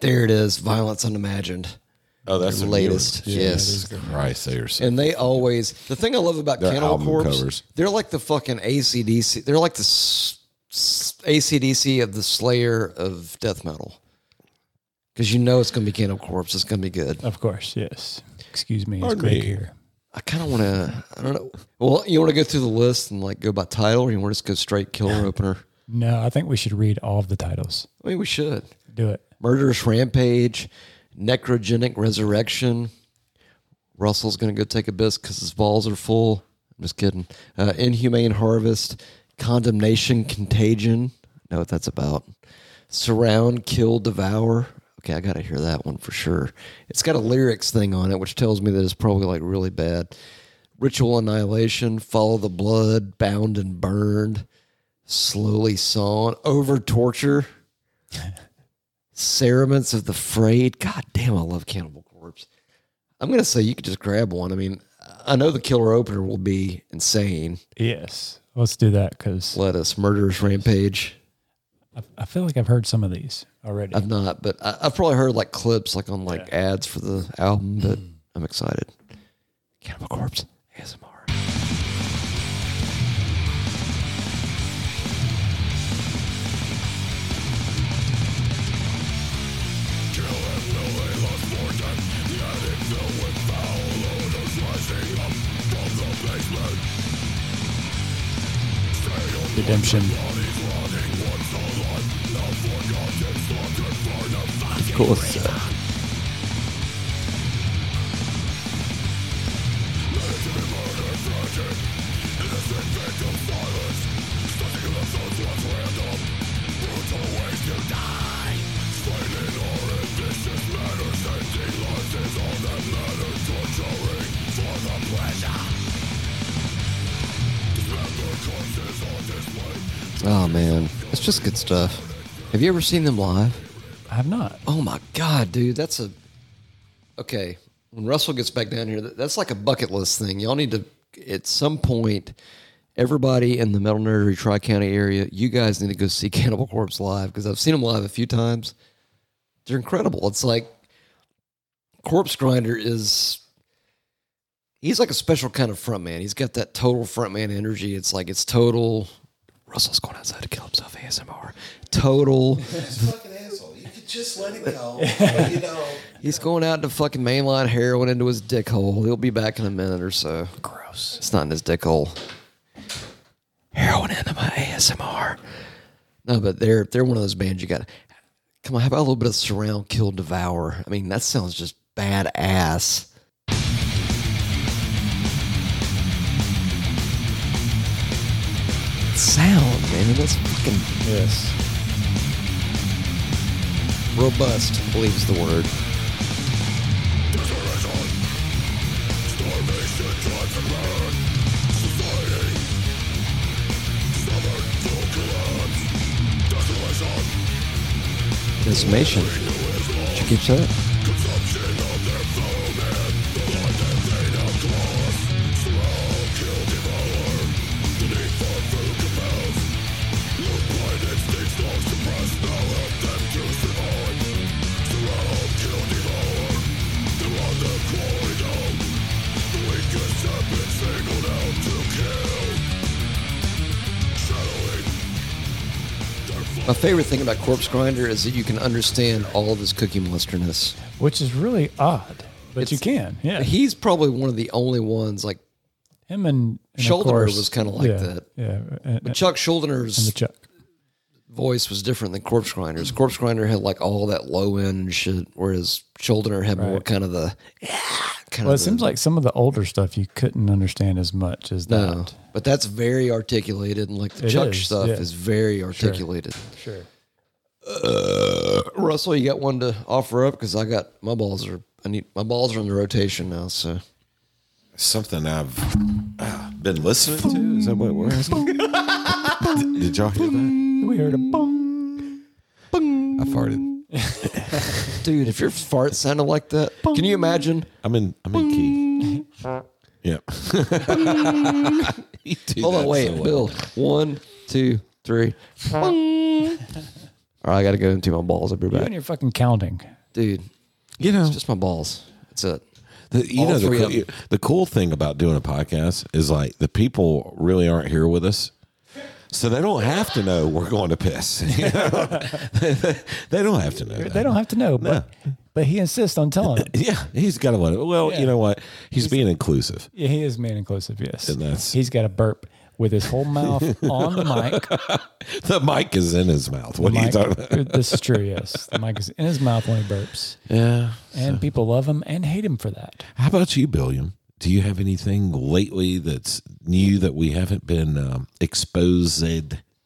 Speaker 2: There it is. Violence unimagined.
Speaker 1: Oh, that's
Speaker 2: Their
Speaker 1: the
Speaker 2: latest. yes.
Speaker 1: Christ, they are so-
Speaker 2: And they always the thing I love about
Speaker 1: Their
Speaker 2: Cannibal
Speaker 1: album
Speaker 2: Corpse,
Speaker 1: covers.
Speaker 2: they're like the fucking ACDC. They're like the s- s- ACDC of the Slayer of death metal. Because you know it's going to be Cannibal Corpse. It's going to be good.
Speaker 3: Of course, yes. Excuse me, it's
Speaker 1: Pardon
Speaker 3: Greg
Speaker 1: me.
Speaker 3: here.
Speaker 2: I kind of want to. I don't know. Well, you want to go through the list and like go by title, or you want to just go straight killer opener?
Speaker 3: No, I think we should read all of the titles.
Speaker 2: I mean, we should.
Speaker 3: Do it.
Speaker 2: Murderous Rampage, Necrogenic Resurrection. Russell's going to go take a piss because his balls are full. I'm just kidding. Uh, Inhumane Harvest, Condemnation, Contagion. Know what that's about. Surround, Kill, Devour. Okay, I got to hear that one for sure. It's got a lyrics thing on it, which tells me that it's probably like really bad. Ritual Annihilation, Follow the Blood, Bound and Burned, Slowly Sawn, Over Torture. Cerements of the Frayed. God damn, I love Cannibal Corpse. I'm gonna say you could just grab one. I mean, I know the killer opener will be insane.
Speaker 3: Yes, let's do that because
Speaker 2: Lettuce, Murderous Rampage.
Speaker 3: I, I feel like I've heard some of these already.
Speaker 2: I've not, but I, I've probably heard like clips, like on like ads for the album. But I'm excited. Cannibal Corpse ASMR.
Speaker 3: Redemption.
Speaker 2: course. Oh man, it's just good stuff. Have you ever seen them live?
Speaker 3: I have not.
Speaker 2: Oh my god, dude, that's a okay. When Russell gets back down here, that- that's like a bucket list thing. Y'all need to at some point. Everybody in the Metal Nerdery Tri County area, you guys need to go see (laughs) Cannibal Corpse live because I've seen them live a few times. They're incredible. It's like Corpse Grinder is. He's like a special kind of front man. He's got that total front man energy. It's like it's total. Russell's going outside to kill himself ASMR. Total. He's going out to fucking mainline heroin into his dick hole. He'll be back in a minute or so.
Speaker 3: Gross.
Speaker 2: It's not in his dick hole. Heroin into my ASMR. No, but they're they're one of those bands you got. Come on, how about a little bit of surround, kill, devour? I mean, that sounds just badass. Sound, man, that's fucking
Speaker 3: Yes.
Speaker 2: robust. I believe is the word. Decimation. Did you catch that? My favorite thing about Corpse Grinder is that you can understand all of his Cookie Monsterness.
Speaker 3: which is really odd, but you
Speaker 2: It's-
Speaker 3: can. Yeah,
Speaker 2: He's probably one of the only ones. Like
Speaker 3: him and, and of
Speaker 2: Scholderer
Speaker 3: course-
Speaker 2: was kinda like
Speaker 3: yeah,
Speaker 2: that.
Speaker 3: Yeah, and, and
Speaker 2: Chuck
Speaker 3: the
Speaker 2: Schuldner's
Speaker 3: Chuck.
Speaker 2: voice was different than Corpse Grinder's. Corpse Grinder had like all that low end and shit, whereas Schuldner had more kind of the. Kind
Speaker 3: Well, it
Speaker 2: of the-
Speaker 3: seems like some of the older stuff you couldn't understand as much as
Speaker 2: No,
Speaker 3: that.
Speaker 2: but that's very articulated, and like the
Speaker 3: It
Speaker 2: Chuck
Speaker 3: is,
Speaker 2: stuff
Speaker 3: yeah.
Speaker 2: is very articulated. Uh,
Speaker 3: Sure.
Speaker 2: Russell, you got one to offer up because I got my balls are I need my balls are on the rotation now. So
Speaker 1: Something I've uh, been listening to. Is that what it was? (laughs) Did- Did y'all hear that?
Speaker 3: We heard a boom.
Speaker 1: I farted.
Speaker 2: dude, if your fart sounded like that, can you imagine?
Speaker 1: I'm in. I'm in key. (laughs) Yep. You do
Speaker 2: Hold on,
Speaker 1: that
Speaker 2: wait,
Speaker 1: so well.
Speaker 2: Bill. One, two, three. Boing. All right, I got to go into my balls. I'll be
Speaker 3: You
Speaker 2: back,
Speaker 3: and your fucking counting.
Speaker 2: dude.
Speaker 1: You know,
Speaker 2: It's just my balls. That's it.
Speaker 1: The, you
Speaker 2: All
Speaker 1: know, the
Speaker 2: three
Speaker 1: cool,
Speaker 2: of 'em.
Speaker 1: the cool thing about doing a podcast is like the people really aren't here with us. So they don't have to know we're going to piss. (laughs) You know? (laughs) they don't have to know.
Speaker 3: They
Speaker 1: that.
Speaker 3: don't have to know, but but he insists on telling. it.
Speaker 1: Yeah, he's got to let it. Well, you know what? He's, being inclusive. (laughs)
Speaker 3: Yeah, he is man inclusive. Yes,
Speaker 1: And that's-
Speaker 3: he's got a burp with his
Speaker 1: (laughs)
Speaker 3: whole mouth on the mic.
Speaker 1: The mic is in his mouth. What are you
Speaker 3: Mic-
Speaker 1: talking about?
Speaker 3: (laughs) this is true. Yes, the mic is in his mouth when he burps,
Speaker 1: Yeah.
Speaker 3: and people love him and hate him for that.
Speaker 1: How about you, Billiam? Do you have anything lately that's new that we haven't been um, exposed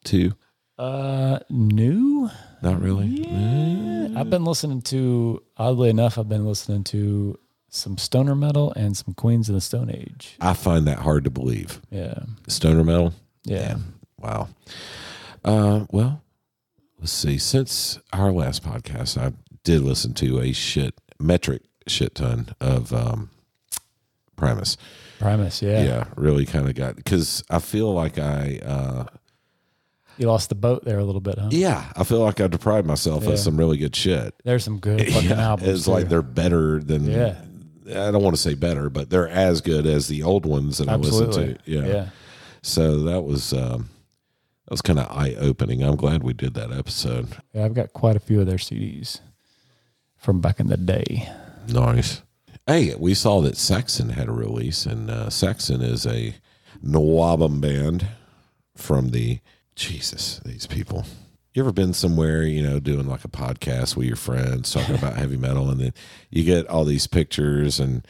Speaker 1: to?
Speaker 3: Uh, new.
Speaker 1: Not really. Mm.
Speaker 3: I've been listening to, oddly enough, I've been listening to some stoner metal and some Queens of the Stone Age.
Speaker 1: I find that hard to believe.
Speaker 3: Yeah.
Speaker 1: Stoner metal.
Speaker 3: Yeah.
Speaker 1: Wow. Uh, well, let's see. Since our last podcast, I did listen to a shit metric shit ton of um, Primus.
Speaker 3: Primus. Yeah.
Speaker 1: Yeah, really kind of got because I feel like I. Uh,
Speaker 3: You lost the boat there a little bit, huh?
Speaker 1: yeah, I feel like I deprived myself
Speaker 3: Yeah.
Speaker 1: of some really good shit.
Speaker 3: There's some good
Speaker 1: (laughs)
Speaker 3: fucking
Speaker 1: Yeah,
Speaker 3: albums.
Speaker 1: it's like
Speaker 3: too.
Speaker 1: they're better than.
Speaker 3: Yeah.
Speaker 1: I don't want to say better, but they're as good as the old ones that I
Speaker 3: absolutely.
Speaker 1: listened to. So that was um, that was kind of eye opening. I'm glad we did that episode.
Speaker 3: Yeah, I've got quite a few of their CDs from back in the day.
Speaker 1: Nice. Hey, we saw that Saxon had a release, and uh, Saxon is a Nawabum band from the Jesus. These people. You ever been somewhere, you know, doing like a podcast with your friends talking about heavy metal, and then you get all these pictures and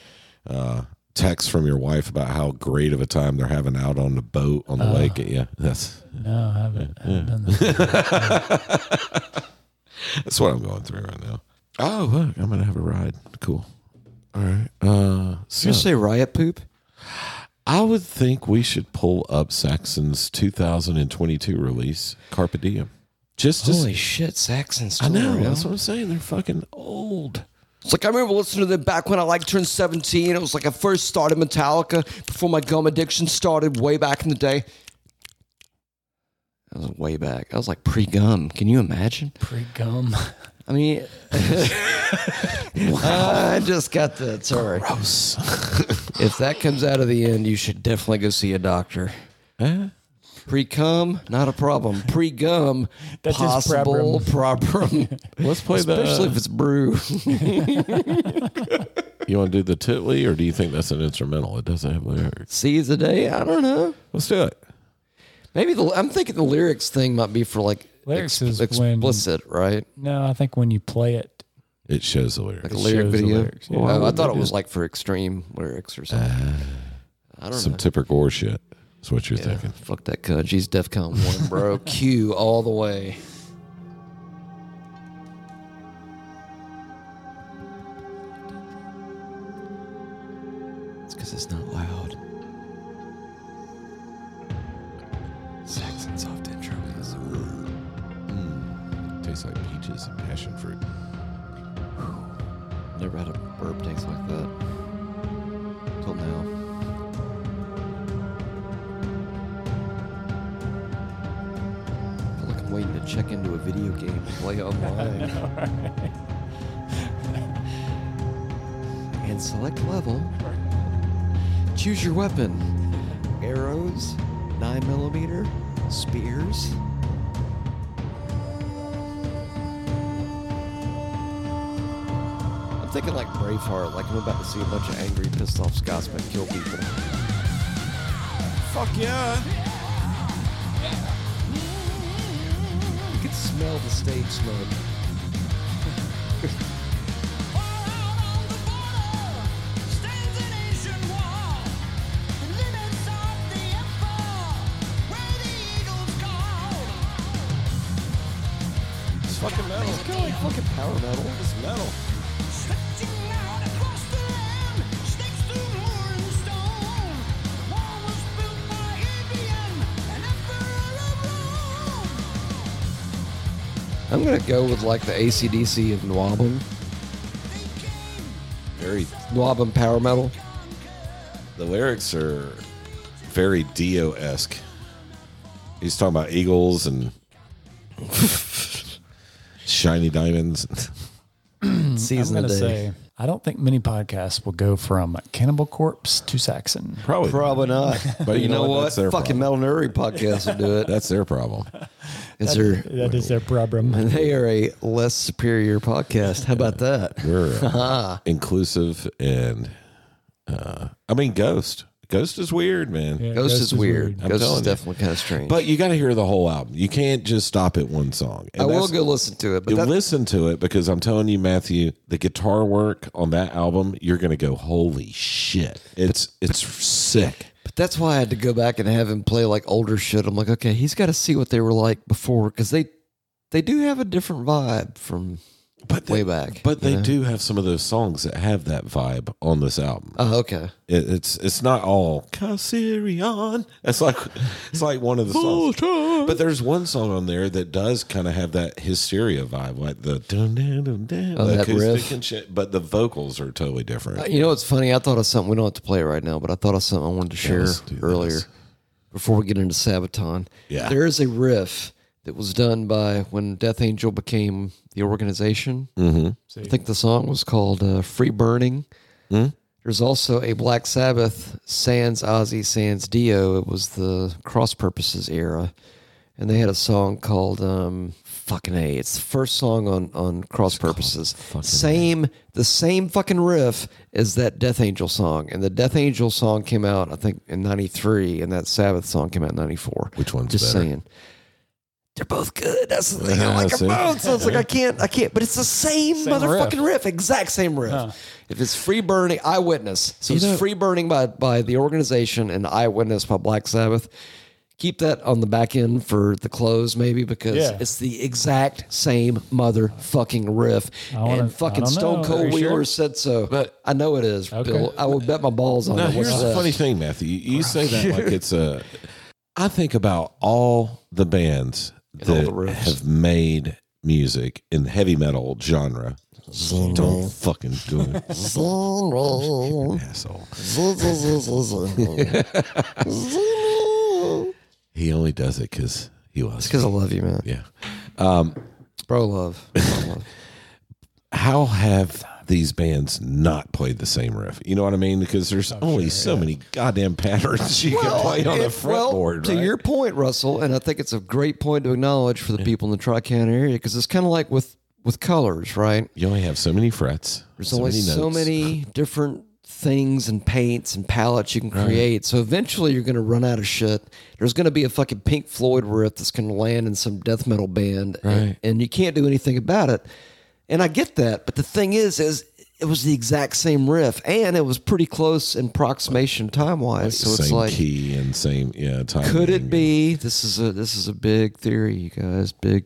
Speaker 1: uh, texts from your wife about how great of a time they're having out on the boat on the lake? Yeah, that's
Speaker 3: Uh, No, I haven't, I haven't done that.
Speaker 1: (laughs) That's what I'm going through right now. Oh, look, I'm gonna have a ride. Cool. All right. Uh, so
Speaker 2: Did you say riot poop?
Speaker 1: I would think we should pull up Saxon's 2022 release, Carpe Diem. Just, just
Speaker 2: Holy shit, Saxon's
Speaker 1: I
Speaker 2: still
Speaker 1: know.
Speaker 2: around.
Speaker 1: That's what I'm saying. They're fucking old.
Speaker 2: It's like I remember listening to them back when I like turned 17. It was like I first started Metallica before my gum addiction started way back in the day. That was way back. I was like pre gum. Can you imagine?
Speaker 3: Pre gum.
Speaker 2: I
Speaker 1: (laughs)
Speaker 2: mean, (laughs) I just got that. Sorry.
Speaker 1: Gross.
Speaker 2: (laughs) If that comes out of the end, you should definitely go see a doctor.
Speaker 1: Eh?
Speaker 2: Pre cum, not a problem. Pre
Speaker 1: (laughs)
Speaker 2: gum,
Speaker 3: That's his
Speaker 2: possible problem.
Speaker 1: Let's play
Speaker 2: Especially if
Speaker 1: the.
Speaker 2: it's (laughs) brew.
Speaker 1: You want to do the titly, or do you think that's an instrumental? It doesn't have lyrics.
Speaker 2: See the day. I don't know.
Speaker 1: Let's do it.
Speaker 2: Maybe the I'm thinking the lyrics thing might be for like
Speaker 3: Lyrics
Speaker 2: ex-
Speaker 3: is when-
Speaker 2: explicit, right?
Speaker 3: No, I think when you play it,
Speaker 1: It shows the lyrics.
Speaker 2: Like a lyric
Speaker 3: shows the
Speaker 2: video.
Speaker 3: lyrics, yeah.
Speaker 2: Oh,
Speaker 3: Why
Speaker 2: I thought it was like for extreme lyrics or something. I don't
Speaker 1: Some
Speaker 2: know.
Speaker 1: Tipper Gore shit. That's what you're
Speaker 2: Yeah,
Speaker 1: thinking.
Speaker 2: fuck that cunt. She's DEFCON one,
Speaker 3: (laughs)
Speaker 2: bro. Q all the way. It's because it's not loud. Saxon soft intro is.
Speaker 1: Mm. Tastes like peaches and passion fruit.
Speaker 2: Never had a burp taste like that. Till now. I feel like I'm waiting to check into a video game to play online. and select level. Choose your weapon. Arrows, 9 millimeter, spears. thinking like Braveheart, like I'm about to see a bunch of angry, pissed off Scotsmen kill people.
Speaker 1: Fuck yeah.
Speaker 2: You can smell the stage smoke.
Speaker 1: It's fucking metal.
Speaker 2: It's kind of like fucking power metal.
Speaker 1: It's metal.
Speaker 2: I'm gonna go with like the ACDC of Nwabum,
Speaker 1: Very.
Speaker 2: Nwabum power metal.
Speaker 3: Hmm,
Speaker 1: The lyrics are very Dio esque. He's talking about eagles and (laughs) shiny diamonds.
Speaker 3: I'm
Speaker 2: Season
Speaker 3: going
Speaker 2: of
Speaker 3: to
Speaker 2: day.
Speaker 3: say, I don't think many podcasts will go from Cannibal Corpse to Saxon.
Speaker 1: Probably.
Speaker 2: Probably
Speaker 3: (laughs)
Speaker 2: not.
Speaker 1: But you know what? That's their
Speaker 2: Fucking Metal Nerdy podcast will do it.
Speaker 1: (laughs) That's their problem.
Speaker 2: Is there?
Speaker 3: That is their problem.
Speaker 2: They are a less superior podcast. How about
Speaker 3: (laughs)
Speaker 2: that?
Speaker 1: We're
Speaker 2: (laughs)
Speaker 1: uh, inclusive and uh, I mean Ghost. Ghost is weird, man.
Speaker 3: Yeah,
Speaker 2: Ghost, is weird.
Speaker 1: I'm
Speaker 2: Ghost is
Speaker 1: telling you.
Speaker 2: definitely kind of strange.
Speaker 1: But you got to hear the whole album. You can't just stop at one song. And
Speaker 2: I will
Speaker 1: that's-
Speaker 2: go listen to it. But
Speaker 1: You
Speaker 2: that,
Speaker 1: listen to it because I'm telling you, Matthew, the guitar work on that album, you're gonna go, holy shit! It's it's sick.
Speaker 2: But that's why I had to go back and have him play like older shit. I'm like, okay, he's got to see what they were like before because they they do have a different vibe from.
Speaker 1: But
Speaker 2: Way back,
Speaker 1: But
Speaker 2: you
Speaker 1: they
Speaker 2: know?
Speaker 1: do have some of those songs that have that vibe on this album.
Speaker 2: Oh, okay.
Speaker 1: It, it's it's not all Cassirion. It's like it's like one of the songs. But there's one song on there that does kind of have that hysteria vibe, like the dun dun dun dun,
Speaker 2: Oh,
Speaker 1: the
Speaker 2: that riff.
Speaker 1: acoustic and shit. But the vocals are totally different.
Speaker 2: Uh, You know what's funny? I thought of something we don't have to play right now, but I thought of something I wanted to share
Speaker 1: let's do
Speaker 2: earlier
Speaker 1: this.
Speaker 2: before we get into Sabaton.
Speaker 1: Yeah.
Speaker 2: There is a riff that was done by when Death Angel became the organization. Mm-hmm. I think the song was called uh, Free Burning. There's also a Black Sabbath Sans Ozzy Sans Dio. It was the Cross Purposes era. And they had a song called um, fucking A. It's the first song on, on Cross Purposes. Same the same fucking riff as that Death Angel song. And the Death Angel song came out, I think, in ninety three, and that Sabbath song came out in ninety four.
Speaker 1: Which one's
Speaker 2: Just
Speaker 1: better?
Speaker 2: saying. They're both good. That's the thing.
Speaker 1: Yeah,
Speaker 2: I like
Speaker 1: see?
Speaker 2: them both. So it's like I can't, I can't. But it's the same, motherfucking riff. exact same riff. If it's free burning, eyewitness. So it's free burning by by the organization and eyewitness by Black Sabbath. Keep that on the back end for the close, maybe, because
Speaker 3: Yeah.
Speaker 2: it's the exact same motherfucking riff.
Speaker 3: wanna-
Speaker 2: and fucking
Speaker 3: I don't
Speaker 2: Stone
Speaker 3: know. Are
Speaker 2: Cold
Speaker 3: you sure?
Speaker 2: Wheeler said so.
Speaker 1: But-
Speaker 2: I know it is,
Speaker 3: Okay.
Speaker 2: Bill. I would bet my balls on
Speaker 1: Now,
Speaker 2: it. What's
Speaker 1: here's the
Speaker 2: Oh, that?
Speaker 1: funny
Speaker 3: (laughs)
Speaker 1: thing, Matthew. You, you say that like it's a. I think about all the bands
Speaker 2: all
Speaker 1: that
Speaker 2: the riffs.
Speaker 1: have made music in the heavy metal genre. Don't fucking do it, asshole. He only does it because he loves.
Speaker 2: Because I
Speaker 1: me.
Speaker 2: love you, man.
Speaker 1: yeah.
Speaker 2: It's bro love.
Speaker 1: How have these bands not played the same riff? You know what I mean? Because there's only so many goddamn patterns you can play on a
Speaker 2: If- Oh, well,
Speaker 1: fretboard.
Speaker 2: To
Speaker 1: right?
Speaker 2: your point, Russell, and I think it's a great point to acknowledge for the people in the Tri County area because it's kind of like with with colors, right?
Speaker 1: you only have so many frets.
Speaker 2: There's only so
Speaker 1: notes. (laughs)
Speaker 2: many different things and paints and palettes you can create. So eventually, you're going to run out of shit. There's going to be a fucking Pink Floyd riff that's going to land in some death metal band, and,
Speaker 1: Right.
Speaker 2: and you can't do anything about it. And I get that, but the thing is, is it was the exact same riff, and it was pretty close in approximation time wise. So it's
Speaker 1: same
Speaker 2: like
Speaker 1: key and same yeah. Timing.
Speaker 2: could it be this is a this is a big theory you guys big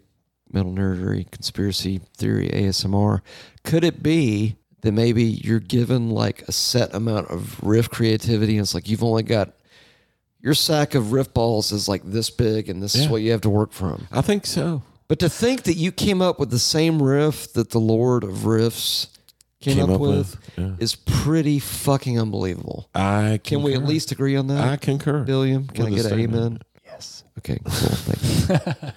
Speaker 2: metal nerdery conspiracy theory asmr could it be that maybe you're given like a set amount of riff creativity and it's like you've only got your sack of riff balls is like this big and this is
Speaker 1: Yeah.
Speaker 2: what you have to work from
Speaker 1: I think so.
Speaker 2: but to think that you came up with the same riff that the lord of riffs came,
Speaker 1: Came
Speaker 2: up,
Speaker 1: up
Speaker 2: with,
Speaker 1: with, yeah.
Speaker 2: is pretty fucking unbelievable
Speaker 1: I
Speaker 2: can we at
Speaker 1: concur.
Speaker 2: least agree on that
Speaker 1: I concur.
Speaker 2: Billiam, can
Speaker 1: With
Speaker 2: I
Speaker 1: the
Speaker 2: get an
Speaker 1: statement.
Speaker 2: amen? Yes. Okay, cool.
Speaker 1: (laughs)
Speaker 2: Thank you.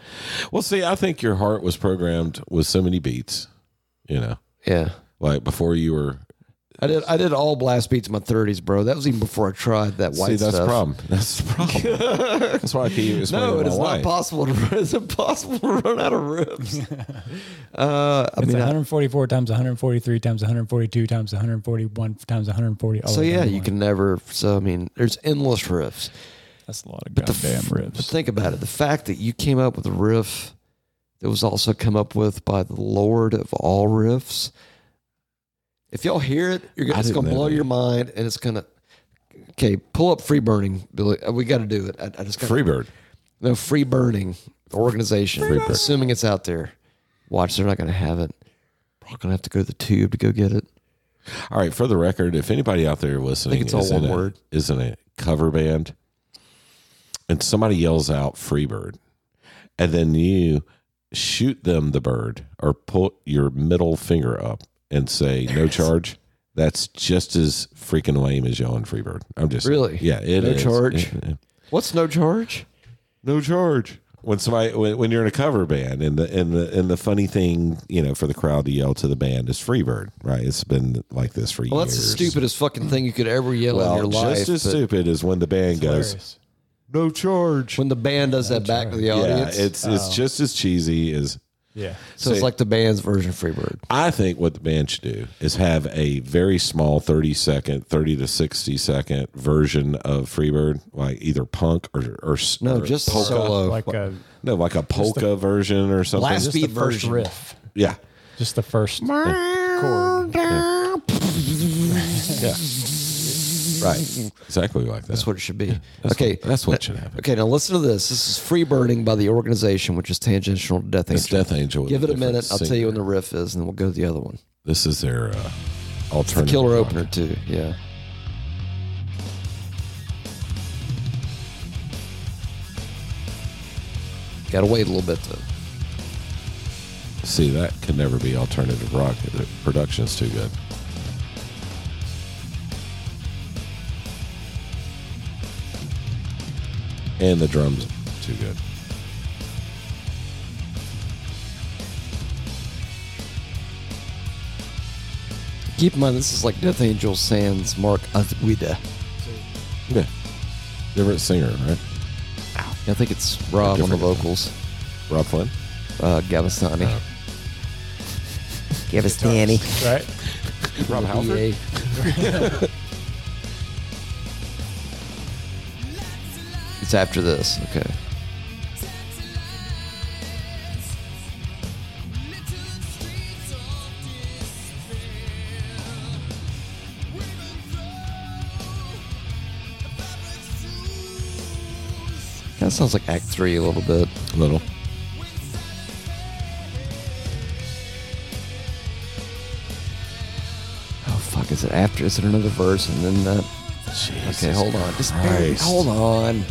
Speaker 1: Well, see, I think your heart was programmed with so many beats. You know,
Speaker 2: yeah.
Speaker 1: like before you were
Speaker 2: I did. I did all blast beats in my 30s, bro. That was even before I tried that white
Speaker 1: See, that's
Speaker 2: stuff.
Speaker 1: the problem. (laughs) That's
Speaker 2: (laughs)
Speaker 1: the problem. that's why I keep explaining
Speaker 2: No,
Speaker 1: to
Speaker 2: it
Speaker 1: my
Speaker 2: is not
Speaker 1: wife.
Speaker 2: possible. To, (laughs) it's impossible to run out of
Speaker 1: (laughs)
Speaker 2: ribs. (laughs) uh, I
Speaker 3: It's
Speaker 2: mean, I-
Speaker 3: 144 times 143 times 142 times 141 times 140. all
Speaker 2: so
Speaker 3: the way
Speaker 2: yeah,
Speaker 3: down the
Speaker 2: you
Speaker 3: line.
Speaker 2: can never. So I mean, there's endless riffs.
Speaker 3: That's a lot of
Speaker 2: the
Speaker 3: goddamn
Speaker 2: f- But
Speaker 3: ribs.
Speaker 2: think about it. The fact that you came up with a riff that was also come up with by the Lord of all riffs. If y'all hear it, you're
Speaker 1: I
Speaker 2: gonna, it's
Speaker 1: didn't
Speaker 2: gonna
Speaker 1: know
Speaker 2: blow
Speaker 1: that.
Speaker 2: your mind, and it's gonna. Okay, pull up Free Burning, Billy. Uh, We got to do it. I, I just got
Speaker 1: Freebird.
Speaker 2: no Free Burning the organization. assuming it's out there. Watch, they're not gonna have it. Probably gonna have to go to the tube to go get it.
Speaker 1: All right, for the record, if anybody out there listening
Speaker 2: it's all
Speaker 1: is
Speaker 2: one
Speaker 1: in a-
Speaker 2: word.
Speaker 1: is in a cover band and somebody yells out Freebird, and then you shoot them the bird or put your middle finger up and say no charge, that's just as freaking lame as yelling Freebird. I'm just
Speaker 2: Really?
Speaker 1: Yeah, it
Speaker 2: No
Speaker 1: is.
Speaker 2: charge?
Speaker 1: Yeah, yeah.
Speaker 2: What's no charge?
Speaker 1: No charge. When somebody when, when you're in a cover band and the and the and the funny thing, you know, for the crowd to yell to the band is Freebird, right? It's been like this for
Speaker 2: Well,
Speaker 1: years.
Speaker 2: that's the stupidest fucking thing you could ever yell in your life.
Speaker 1: Just as
Speaker 2: but
Speaker 1: stupid as when the band goes,
Speaker 3: Hilarious.
Speaker 1: no charge. Oh.
Speaker 2: when the band does that back to the
Speaker 1: yeah,
Speaker 2: audience,
Speaker 1: it's it's just as cheesy as
Speaker 2: (laughs)
Speaker 3: Yeah.
Speaker 2: So it's like the band's version of Freebird.
Speaker 1: I think what the band should do is have a very small 30 second, 30 to 60 second version of Freebird, like either punk or or s-
Speaker 2: No,
Speaker 1: or
Speaker 2: just
Speaker 1: polka.
Speaker 2: solo.
Speaker 3: Like uh, a
Speaker 1: No, like a polka version or something.
Speaker 2: Last
Speaker 3: just
Speaker 2: Speed
Speaker 3: the first
Speaker 2: version.
Speaker 3: riff.
Speaker 1: yeah.
Speaker 3: Just the first chord.
Speaker 1: Yeah. right. Exactly like that.
Speaker 2: That's what it should be. okay.
Speaker 1: that's what should happen.
Speaker 2: Okay, now listen to this. This is Free Burning by the organization, which is tangential to Death
Speaker 1: It's
Speaker 2: Angel.
Speaker 1: Death Angel. with
Speaker 2: Give it a
Speaker 1: different
Speaker 2: minute. I'll tell
Speaker 1: singer.
Speaker 2: you when the riff is, and then we'll go to the other one.
Speaker 1: This is their uh,
Speaker 2: The
Speaker 1: alternative
Speaker 2: killer
Speaker 1: rock.
Speaker 2: opener, too. Yeah. Gotta wait a little bit, though.
Speaker 1: See, that could never be alternative rock. The production's too good. And the drums too good.
Speaker 2: Keep in mind, this is like Death Angel Sans Mark Azguida.
Speaker 1: Yeah. Different singer, right?
Speaker 2: I think it's Rob on the
Speaker 1: Different guy.
Speaker 2: vocals,
Speaker 1: Rob Flynn.
Speaker 2: uh, Gavastani.
Speaker 3: Right?
Speaker 1: Rob
Speaker 2: VA. it's after this. Okay. Kind of sounds like Act Three a little bit.
Speaker 1: Little.
Speaker 2: Oh fuck! Is it after? Is it another verse and then that? okay, hold on. Just barely,
Speaker 1: Christ.
Speaker 2: hold (laughs) on.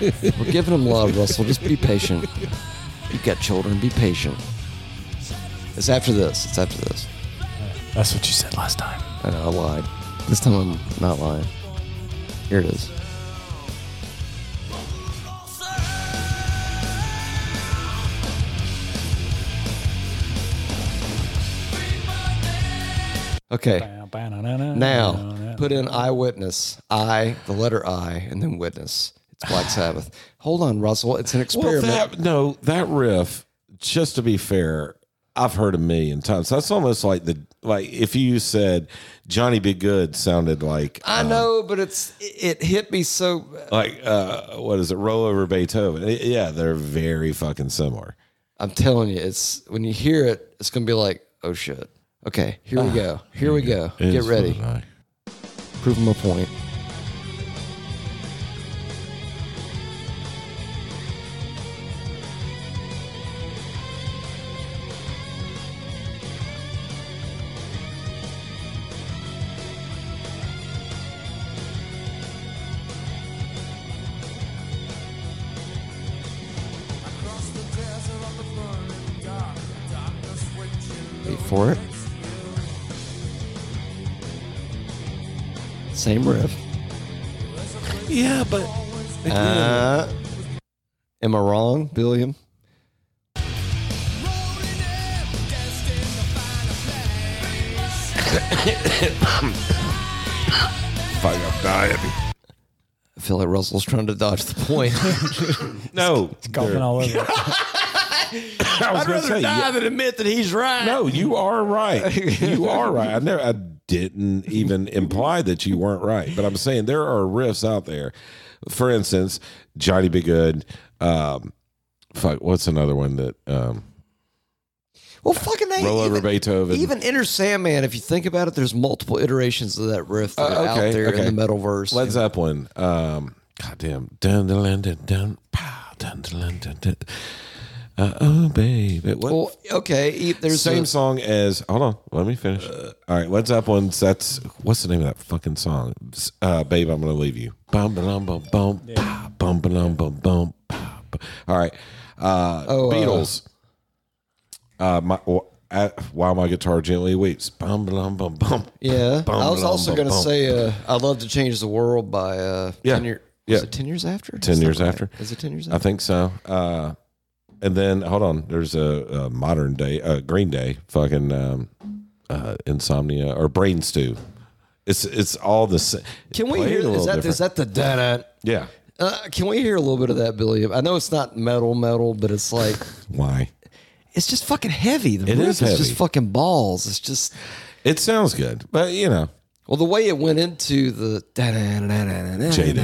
Speaker 2: We're giving him love, Russell. Just be patient. You've got children. Be patient. It's after this. It's after this.
Speaker 3: That's what you said last time.
Speaker 2: I know I lied. This time I'm not lying. Here it is. Okay. Now, put in eyewitness. I, the letter I, and then witness. It's Black (sighs) Sabbath. Hold on, Russell. It's an
Speaker 1: Well,
Speaker 2: experiment.
Speaker 1: that, no, that riff, just to be fair, I've heard a million times. That's almost like the like if you said Johnny Be Good sounded like
Speaker 2: I know, but it's it it hit me so.
Speaker 1: like uh what is it roll over beethoven I- yeah they're very fucking similar
Speaker 2: I'm telling you, it's when you hear it, it's gonna be like, oh shit. Okay, here we go. Ah, Here we go. Get ready. Prove them a point. Wait for it. Same riff.
Speaker 1: yeah but
Speaker 2: Uh, am I wrong, Billiam?
Speaker 1: Fuck, I'm dying.
Speaker 2: I feel like Russell's trying to dodge the point.
Speaker 1: No,
Speaker 3: Golfing all over. it.
Speaker 1: I was
Speaker 2: I'd
Speaker 1: going to
Speaker 2: rather
Speaker 1: say,
Speaker 2: die
Speaker 1: yeah,
Speaker 2: than admit that he's right.
Speaker 1: no, you are
Speaker 2: (laughs)
Speaker 1: right. You are right. I never, I didn't even imply that you weren't right, but I'm saying there are riffs out there. For instance, Johnny Be Good. Um, fuck, what's another one that um,
Speaker 2: Well, fucking they
Speaker 1: Roll Over
Speaker 2: even,
Speaker 1: Beethoven?
Speaker 2: even Inner Sandman. If you think about it, there's multiple iterations of that riff that
Speaker 1: Uh,
Speaker 2: are
Speaker 1: okay,
Speaker 2: out there
Speaker 1: okay.
Speaker 2: in the metal verse.
Speaker 1: Led Zeppelin. Um, goddamn. Dun dun dun dun dun. pow, Dun dun dun dun. dun. Uh, oh, baby. What?
Speaker 2: well, okay, e- there's Uh,
Speaker 1: same
Speaker 2: a-
Speaker 1: song as hold on let me finish all right let's up one that's what's the name of that fucking song S- uh babe i'm gonna leave you bum bum bum bum pa, bum bum bum bum pa, bu- all right uh
Speaker 2: Oh, uh,
Speaker 1: beatles uh, my wh- at, while my guitar gently weeps bum bum bum bum
Speaker 2: yeah.
Speaker 1: bum,
Speaker 2: I was
Speaker 1: bum,
Speaker 2: also
Speaker 1: bum,
Speaker 2: gonna
Speaker 1: bum.
Speaker 2: say uh, I'd love to change the world by uh,
Speaker 1: Yeah,
Speaker 2: ten year,
Speaker 1: yeah.
Speaker 2: Was it ten years after?
Speaker 1: 10
Speaker 2: Is that
Speaker 1: years
Speaker 2: right?
Speaker 1: after.
Speaker 2: Is it ten years?
Speaker 1: i
Speaker 2: after?
Speaker 1: think so uh and then hold on there's a, a modern day uh green day fucking um uh insomnia or brain stew it's it's all the same
Speaker 2: Can we hear? Is that is that the da
Speaker 1: Yeah.
Speaker 2: Uh, can we hear a little bit of that, Billy? I know it's not metal, metal, but it's like
Speaker 1: (laughs) Why?
Speaker 2: it's just fucking heavy. The
Speaker 1: It
Speaker 2: riff
Speaker 1: is
Speaker 2: is
Speaker 1: heavy.
Speaker 2: just fucking balls. It's just
Speaker 1: It sounds good, but you know,
Speaker 2: Well, the way it went into the
Speaker 1: Jaded.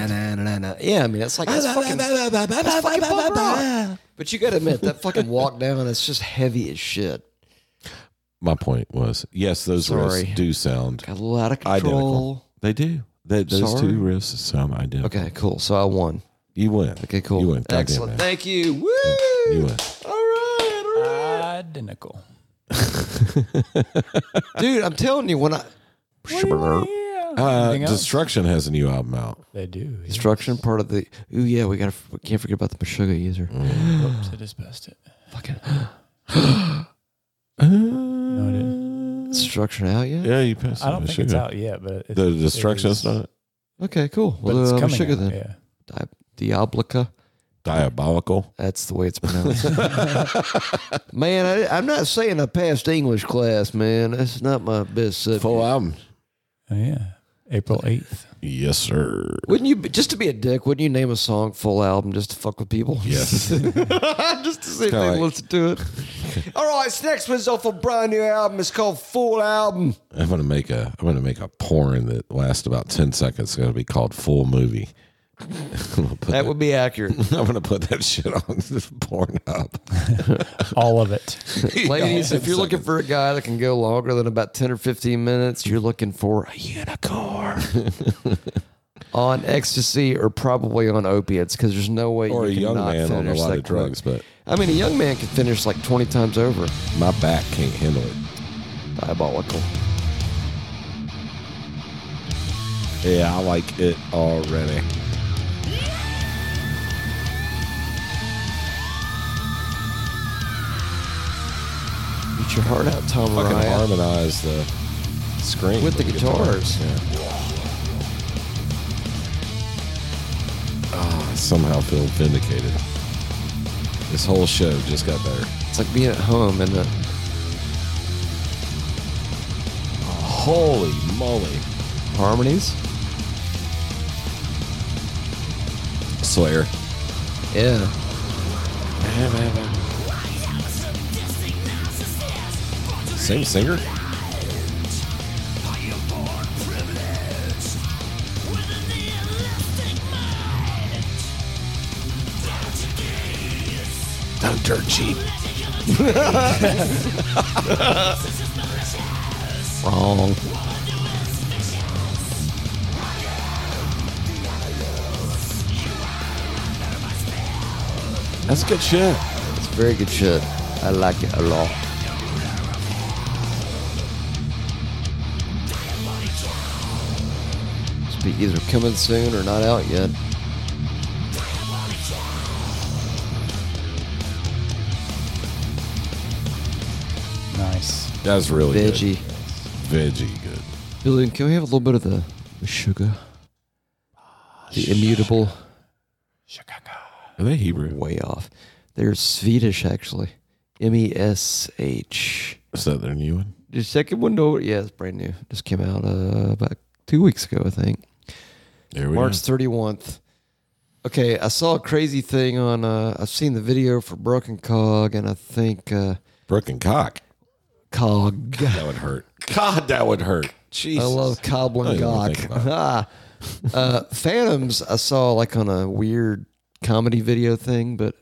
Speaker 2: yeah, I mean it's like that's fucking, that's fucking punk rock. But you got to admit that fucking walk down, it's just heavy as shit.
Speaker 1: my point was yes, those
Speaker 2: Sorry.
Speaker 1: riffs do sound
Speaker 2: Got a little out of control.
Speaker 1: identical. They do. They, those
Speaker 2: Sorry.
Speaker 1: two riffs sound identical.
Speaker 2: Okay, cool. So I won.
Speaker 1: You went.
Speaker 2: Okay, cool.
Speaker 1: You went. Goddamn,
Speaker 2: Excellent.
Speaker 1: man.
Speaker 2: Thank you. Woo!
Speaker 1: You went.
Speaker 2: All right, all right.
Speaker 3: Identical.
Speaker 2: dude. I'm telling you, when I
Speaker 1: Uh,
Speaker 3: Anything else?
Speaker 1: Destruction has a new album out.
Speaker 3: They do. yeah.
Speaker 2: destruction part of the ooh yeah, we gotta we can't forget about the Meshuggah user.
Speaker 1: Mm.
Speaker 3: Oops, I just passed it.
Speaker 2: Fucking
Speaker 3: No, I
Speaker 2: Mm.
Speaker 3: didn't.
Speaker 2: destruction out yet?
Speaker 1: Yeah, you passed.
Speaker 3: I don't
Speaker 1: it,
Speaker 3: think it's
Speaker 1: sugar.
Speaker 3: out yet, but it's,
Speaker 1: The
Speaker 3: it
Speaker 1: Destruction's
Speaker 3: is-
Speaker 1: not
Speaker 2: Okay, cool.
Speaker 3: But
Speaker 2: Well,
Speaker 3: it's
Speaker 2: uh,
Speaker 3: coming.
Speaker 2: Meshuggah
Speaker 3: out,
Speaker 2: then.
Speaker 3: Yeah.
Speaker 2: Di- Diablica.
Speaker 1: diabolical.
Speaker 2: That's the way it's
Speaker 1: (laughs)
Speaker 2: pronounced. man, I, I'm not saying I passed English class, man. That's not my best subject.
Speaker 1: Full album.
Speaker 3: Oh, yeah. April eighth.
Speaker 1: Yes, sir.
Speaker 2: Wouldn't you, be- just to be a dick, wouldn't you name a song full album just to fuck with people?
Speaker 1: Yes.
Speaker 2: (laughs) just to see if
Speaker 1: Kinda
Speaker 2: they
Speaker 1: like-
Speaker 2: listen to
Speaker 1: (laughs)
Speaker 2: it. All right, this next one's off a brand new album. It's called Full Album.
Speaker 1: (laughs) I'm gonna make a. I'm gonna make a porn that lasts about ten seconds. It's gonna be called Full Movie. (laughs) I'm gonna put
Speaker 2: That would be accurate.
Speaker 1: (laughs) I'm gonna put that shit on (laughs) this porn up.
Speaker 3: All of it.
Speaker 2: Ladies, if you're looking for a guy that can go longer than about 10 or 15 minutes, you're looking for a
Speaker 1: (laughs)
Speaker 2: unicorn on ecstasy or probably on opiates because there's no way
Speaker 1: or a
Speaker 2: you can
Speaker 1: young
Speaker 2: not
Speaker 1: man on a
Speaker 2: finish
Speaker 1: lot
Speaker 2: that
Speaker 1: of drugs,
Speaker 2: quick.
Speaker 1: but
Speaker 2: I mean, a young man can finish like 20 times over.
Speaker 1: my back can't handle it.
Speaker 2: Diabolical.
Speaker 1: Yeah, I like it already.
Speaker 2: Get your heart out, Tom
Speaker 1: Fucking
Speaker 2: Ryan.
Speaker 1: harmonize the screen
Speaker 2: With the guitars.
Speaker 1: Yeah. Ah, I somehow feel vindicated. This whole show just got better.
Speaker 2: It's like being at home and the
Speaker 1: Holy moly,
Speaker 2: harmonies.
Speaker 1: Slayer!
Speaker 2: Yeah.
Speaker 1: Same singer. Don't dirt cheap.
Speaker 2: Wrong.
Speaker 1: That's good shit.
Speaker 2: It's very good shit. I like it a lot. It's be either coming soon or not out yet.
Speaker 3: Nice.
Speaker 1: That's really
Speaker 2: Veggie.
Speaker 1: good. Veggie good.
Speaker 2: Billy, can we have a little bit of the sugar? The immutable.
Speaker 1: Are they Hebrew?
Speaker 2: Way off. They're Swedish, actually. M E S H.
Speaker 1: Is that their new one?
Speaker 2: Dude, the second one over. Yeah, it's brand new. Just came out uh, about two weeks ago, I think.
Speaker 1: There we
Speaker 2: March
Speaker 1: go.
Speaker 2: thirty one. Okay, I saw a crazy thing on. Uh, I've seen the video for Broken Cog, and I think uh,
Speaker 1: Brook and cock.
Speaker 2: Cog.
Speaker 1: That would hurt. God, that would hurt. Jesus.
Speaker 2: I love Coblin
Speaker 1: I don't even think
Speaker 2: Gawk.
Speaker 1: about it.
Speaker 2: (laughs) Ah. uh, Phantoms, I saw like on a weird comedy video thing, but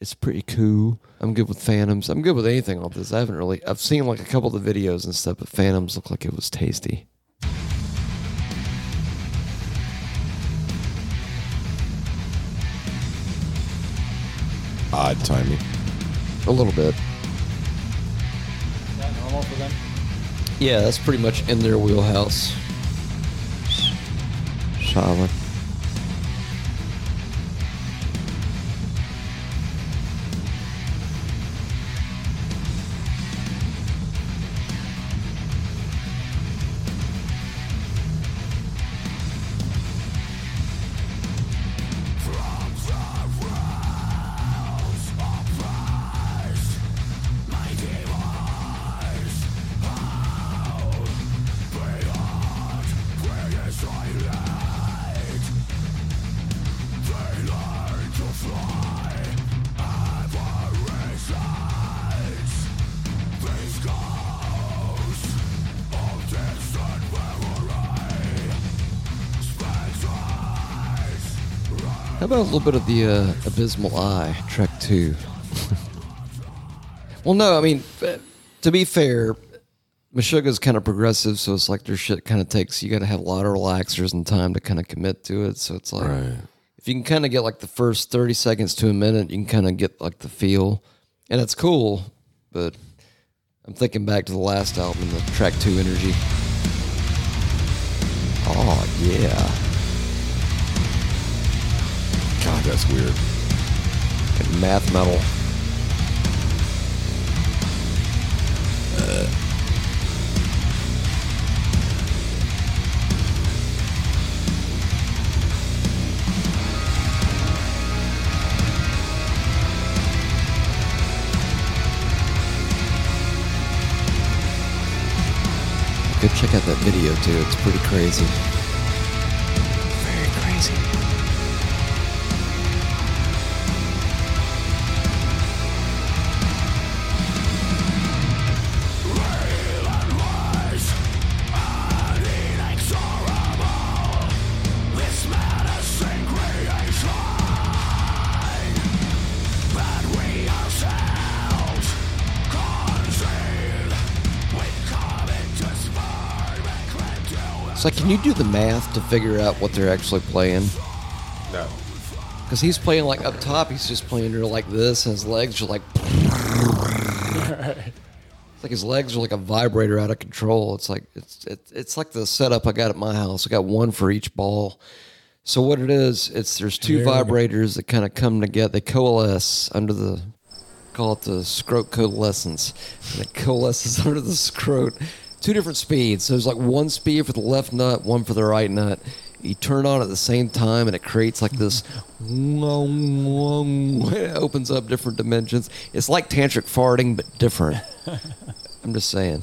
Speaker 2: it's pretty cool. I'm good with Phantoms. I'm good with anything off this. I haven't really. I've seen like a couple of the videos and stuff, but Phantoms looked like it was tasty.
Speaker 1: Odd timing.
Speaker 2: A little bit.
Speaker 3: Is that normal for them?
Speaker 2: Yeah, that's pretty much in their wheelhouse. Solid. How about a little bit of the uh, Abysmal Eye, track two? (laughs) well, no, I mean, uh, to be fair, Meshuggah's kind of progressive, so it's like their shit kind of takes, you got to have a lot of relaxers and time to kind of commit to it. So it's like, if you can kind of get like the first 30 seconds to a minute, you can kind of get like the feel. And it's cool, but I'm thinking back to the last album, the track two energy. Oh, yeah.
Speaker 1: God, that's weird.
Speaker 2: and math metal. Go check out that video too. It's pretty crazy. Very crazy. It's like, can you do the math to figure out what they're actually playing?
Speaker 1: No.
Speaker 2: Because he's playing like up top, he's just playing her like this, and his legs are like. It's like his legs are like a vibrator out of control. It's like it's it's it's like the setup I got at my house. I got one for each ball. So what it is, it's there's two vibrators that kind of come together. They coalesce under the call it the scrote coalescence. And it coalesces (laughs) under the scrote. Two different speeds. So there's like one speed for the left nut, one for the right nut. You turn on at the same time, and it creates like this. (laughs) It opens up different dimensions. It's like tantric farting, but different. (laughs) I'm just saying.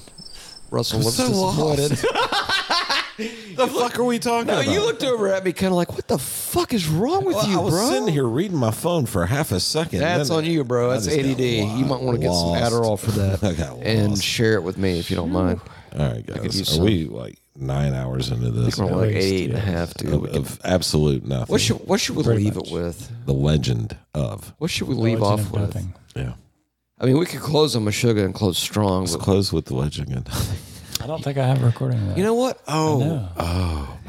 Speaker 2: Russell looks disappointed.
Speaker 1: (laughs) The fuck are we talking
Speaker 2: No,
Speaker 1: about?
Speaker 2: you looked over at me, kind of like, "What the fuck is wrong with
Speaker 1: Well,
Speaker 2: you,
Speaker 1: I was
Speaker 2: bro?"
Speaker 1: sitting here reading my phone for half a second.
Speaker 2: That's
Speaker 1: then
Speaker 2: on you, bro.
Speaker 1: I
Speaker 2: That's
Speaker 1: just got
Speaker 2: ADD. You might want to get some
Speaker 1: lost.
Speaker 2: Adderall for that,
Speaker 1: (laughs) I got
Speaker 2: and
Speaker 1: lost.
Speaker 2: share it with me if you don't mind.
Speaker 1: All right,
Speaker 2: could use
Speaker 1: guys. Are
Speaker 2: some.
Speaker 1: we like nine hours into this?
Speaker 2: We're
Speaker 1: now?
Speaker 2: like
Speaker 3: least,
Speaker 2: eight and a
Speaker 3: yeah.
Speaker 2: half, dude.
Speaker 1: Of,
Speaker 2: We can-
Speaker 1: of absolute nothing.
Speaker 2: what should what should we
Speaker 3: Pretty
Speaker 2: leave
Speaker 3: much.
Speaker 2: it with?
Speaker 1: the legend of?
Speaker 2: What should we leave off
Speaker 3: Origin of
Speaker 2: with?
Speaker 3: nothing.
Speaker 1: Yeah.
Speaker 2: I mean, we could close on Meshuggah and close strong.
Speaker 1: Let's
Speaker 2: but-
Speaker 1: close with the legend of nothing.
Speaker 3: I don't think I have a recording of that.
Speaker 2: you know what? Oh,
Speaker 3: No.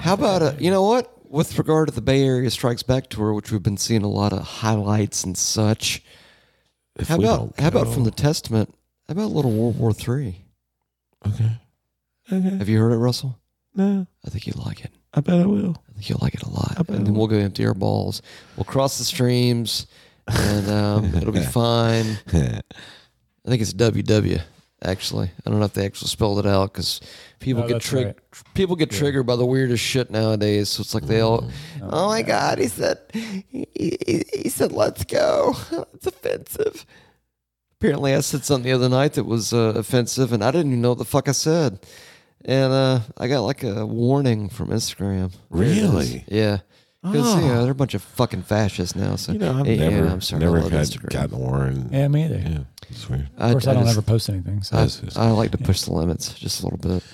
Speaker 2: How about a, you know what? With regard to the Bay Area Strikes Back tour, which we've been seeing a lot of highlights and such.
Speaker 1: If
Speaker 2: How
Speaker 1: we
Speaker 2: about
Speaker 1: don't
Speaker 2: how about
Speaker 1: go-
Speaker 2: from the Testament? How about a little World War Three?
Speaker 1: Okay. Okay.
Speaker 2: Have you heard it, Russell?
Speaker 1: No,
Speaker 2: I think you'd like it.
Speaker 1: I bet I will.
Speaker 2: (laughs) I think you'll like it a lot.
Speaker 1: I bet
Speaker 2: And
Speaker 1: I
Speaker 2: then
Speaker 1: will.
Speaker 2: we'll go empty our balls. We'll cross the streams, and um, it'll be fine. I think it's WW. Actually, I don't know if they actually spelled it out because people
Speaker 3: No,
Speaker 2: get
Speaker 3: that's
Speaker 2: trig-
Speaker 3: right.
Speaker 2: people get triggered by the weirdest shit nowadays. So it's like they all,
Speaker 3: Mm-hmm.
Speaker 2: oh my god, (laughs) he said, he, he, he said, let's go. it's offensive. Apparently, I said something the other night that was uh, offensive, and I didn't even know what the fuck I said. And uh, I got like a warning from Instagram. There it is.
Speaker 1: Really?
Speaker 2: Yeah. Because you know, they're a bunch of fucking fascists now. So
Speaker 1: You know, I've
Speaker 2: yeah,
Speaker 1: never,
Speaker 2: I'm starting
Speaker 1: never
Speaker 2: to love
Speaker 1: had
Speaker 2: Instagram.
Speaker 1: gotten worn.
Speaker 3: Yeah, me either.
Speaker 1: Yeah, it's weird.
Speaker 2: I,
Speaker 3: Of course, I, don't
Speaker 2: just-
Speaker 3: ever post anything. So
Speaker 2: I,
Speaker 1: Yes, yes.
Speaker 2: I like to push the limits just a little bit.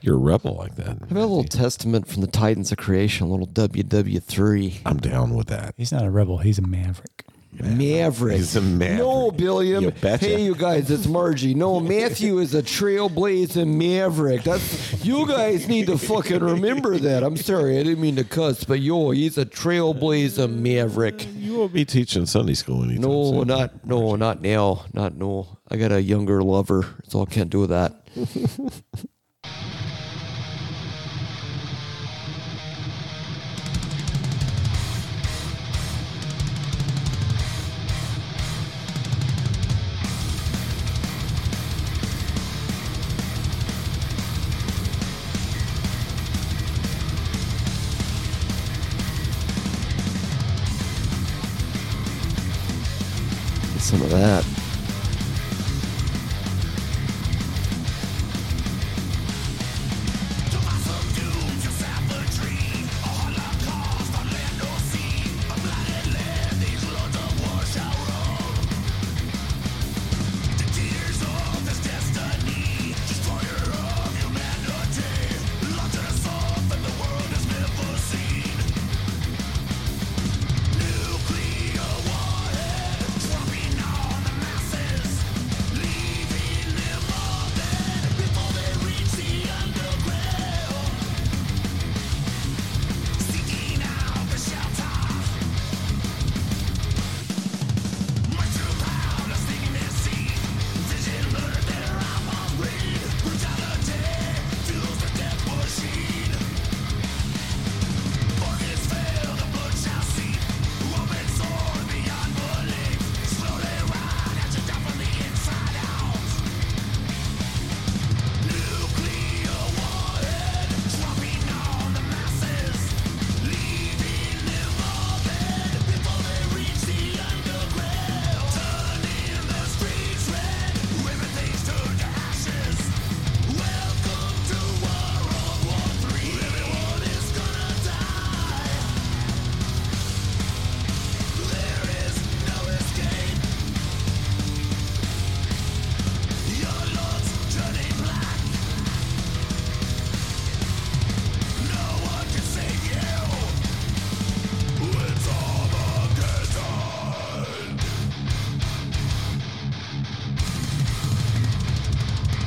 Speaker 1: You're a rebel like that.
Speaker 2: How about a little testament from the Titans of creation, a little WW3?
Speaker 1: I'm down with that.
Speaker 3: he's not a rebel. He's a maverick.
Speaker 2: Maverick.
Speaker 1: He's a maverick.
Speaker 2: No, Billiam.
Speaker 1: You betcha.
Speaker 2: Hey, you guys, it's Margie. (laughs) No, Matthew is a trailblazing maverick. That's you guys need to fucking remember that. I'm sorry, I didn't mean to cuss, but yo, he's a trailblazing maverick.
Speaker 1: You won't be teaching Sunday school anytime
Speaker 2: No,
Speaker 1: soon.
Speaker 2: not no, not now, not no. I got a younger lover, so I can't do that. Get some of that.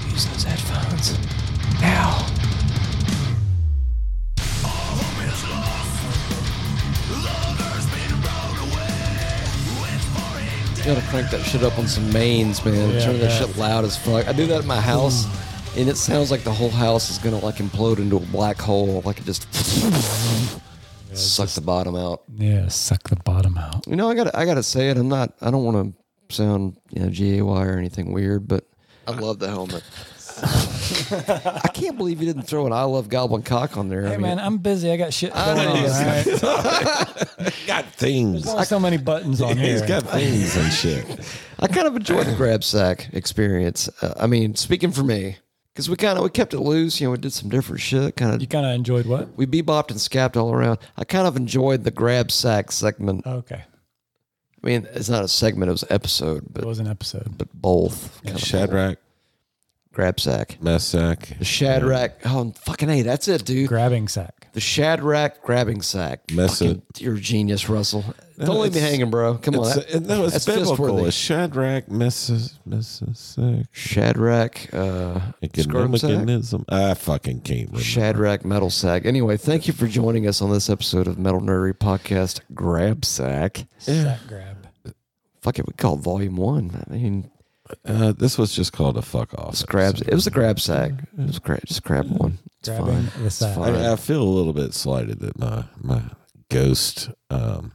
Speaker 2: Use those headphones now. Gotta crank that shit up on some mains, man.
Speaker 3: Yeah,
Speaker 2: Turn that
Speaker 3: yeah. Hmm.
Speaker 2: shit loud as fuck. I do that in my house, and it sounds like the whole house is gonna like implode into a black hole. Like it just suck the bottom out.
Speaker 3: Yeah, suck the bottom out.
Speaker 2: You know, I got I got to say it. I'm not. I don't want to sound you know gay or anything weird, but
Speaker 6: I love the helmet.
Speaker 2: (laughs) I can't believe you didn't throw an "I love goblin cock" on there. I
Speaker 3: Hey
Speaker 2: mean,
Speaker 3: man, I'm busy. I got shit
Speaker 2: I
Speaker 3: going
Speaker 2: know
Speaker 3: on.
Speaker 2: you-
Speaker 3: all right?
Speaker 1: got things.
Speaker 3: There's only so many
Speaker 2: (laughs)
Speaker 3: buttons on here.
Speaker 1: He's got things and shit.
Speaker 2: I kind of enjoyed the grab sack experience. Uh, I mean, speaking for me, because we kind of we kept it loose. You know, we did some different shit. Kind
Speaker 3: you
Speaker 2: of
Speaker 3: kind of enjoyed what?
Speaker 2: we bebopped and scapped all around. I kind of enjoyed the grab sack segment.
Speaker 3: Okay,
Speaker 2: I mean, it's not a segment; it was an episode,
Speaker 3: it
Speaker 2: but
Speaker 3: was an episode.
Speaker 2: but both kind of
Speaker 1: Shadrach,
Speaker 2: grab sack.
Speaker 1: Messack,
Speaker 2: The Shadrach. Oh, fucking hey, that's it, dude.
Speaker 3: Grabbing sack.
Speaker 2: The Shadrach grabbing sack.
Speaker 1: Mess
Speaker 2: Fucking- You're a genius, Russell. Don't leave me
Speaker 1: it's-
Speaker 2: hanging, bro. Come on.
Speaker 1: It's, uh, it- no, it's
Speaker 2: that's
Speaker 1: biblical.
Speaker 2: fist-worthy.
Speaker 1: It's Shadrach, Messas, Messack,
Speaker 2: Shadrach, uh, scrotum sack.
Speaker 1: Economicanism. I fucking can't remember.
Speaker 2: Shadrach metal sack. Anyway, thank you for joining us on this episode of Metal Nerdery Podcast Grab Sack.
Speaker 3: Sack grab.
Speaker 2: Fuck it, we call it Volume One. I mean,
Speaker 1: Uh, this was just called a fuck off.
Speaker 2: it's grabs. It was a grab sack. It was gra- just grab one. It's
Speaker 3: Grabbing
Speaker 2: fine.
Speaker 3: the sack.
Speaker 2: fine.
Speaker 1: I, I feel a little bit slighted that my my ghost um,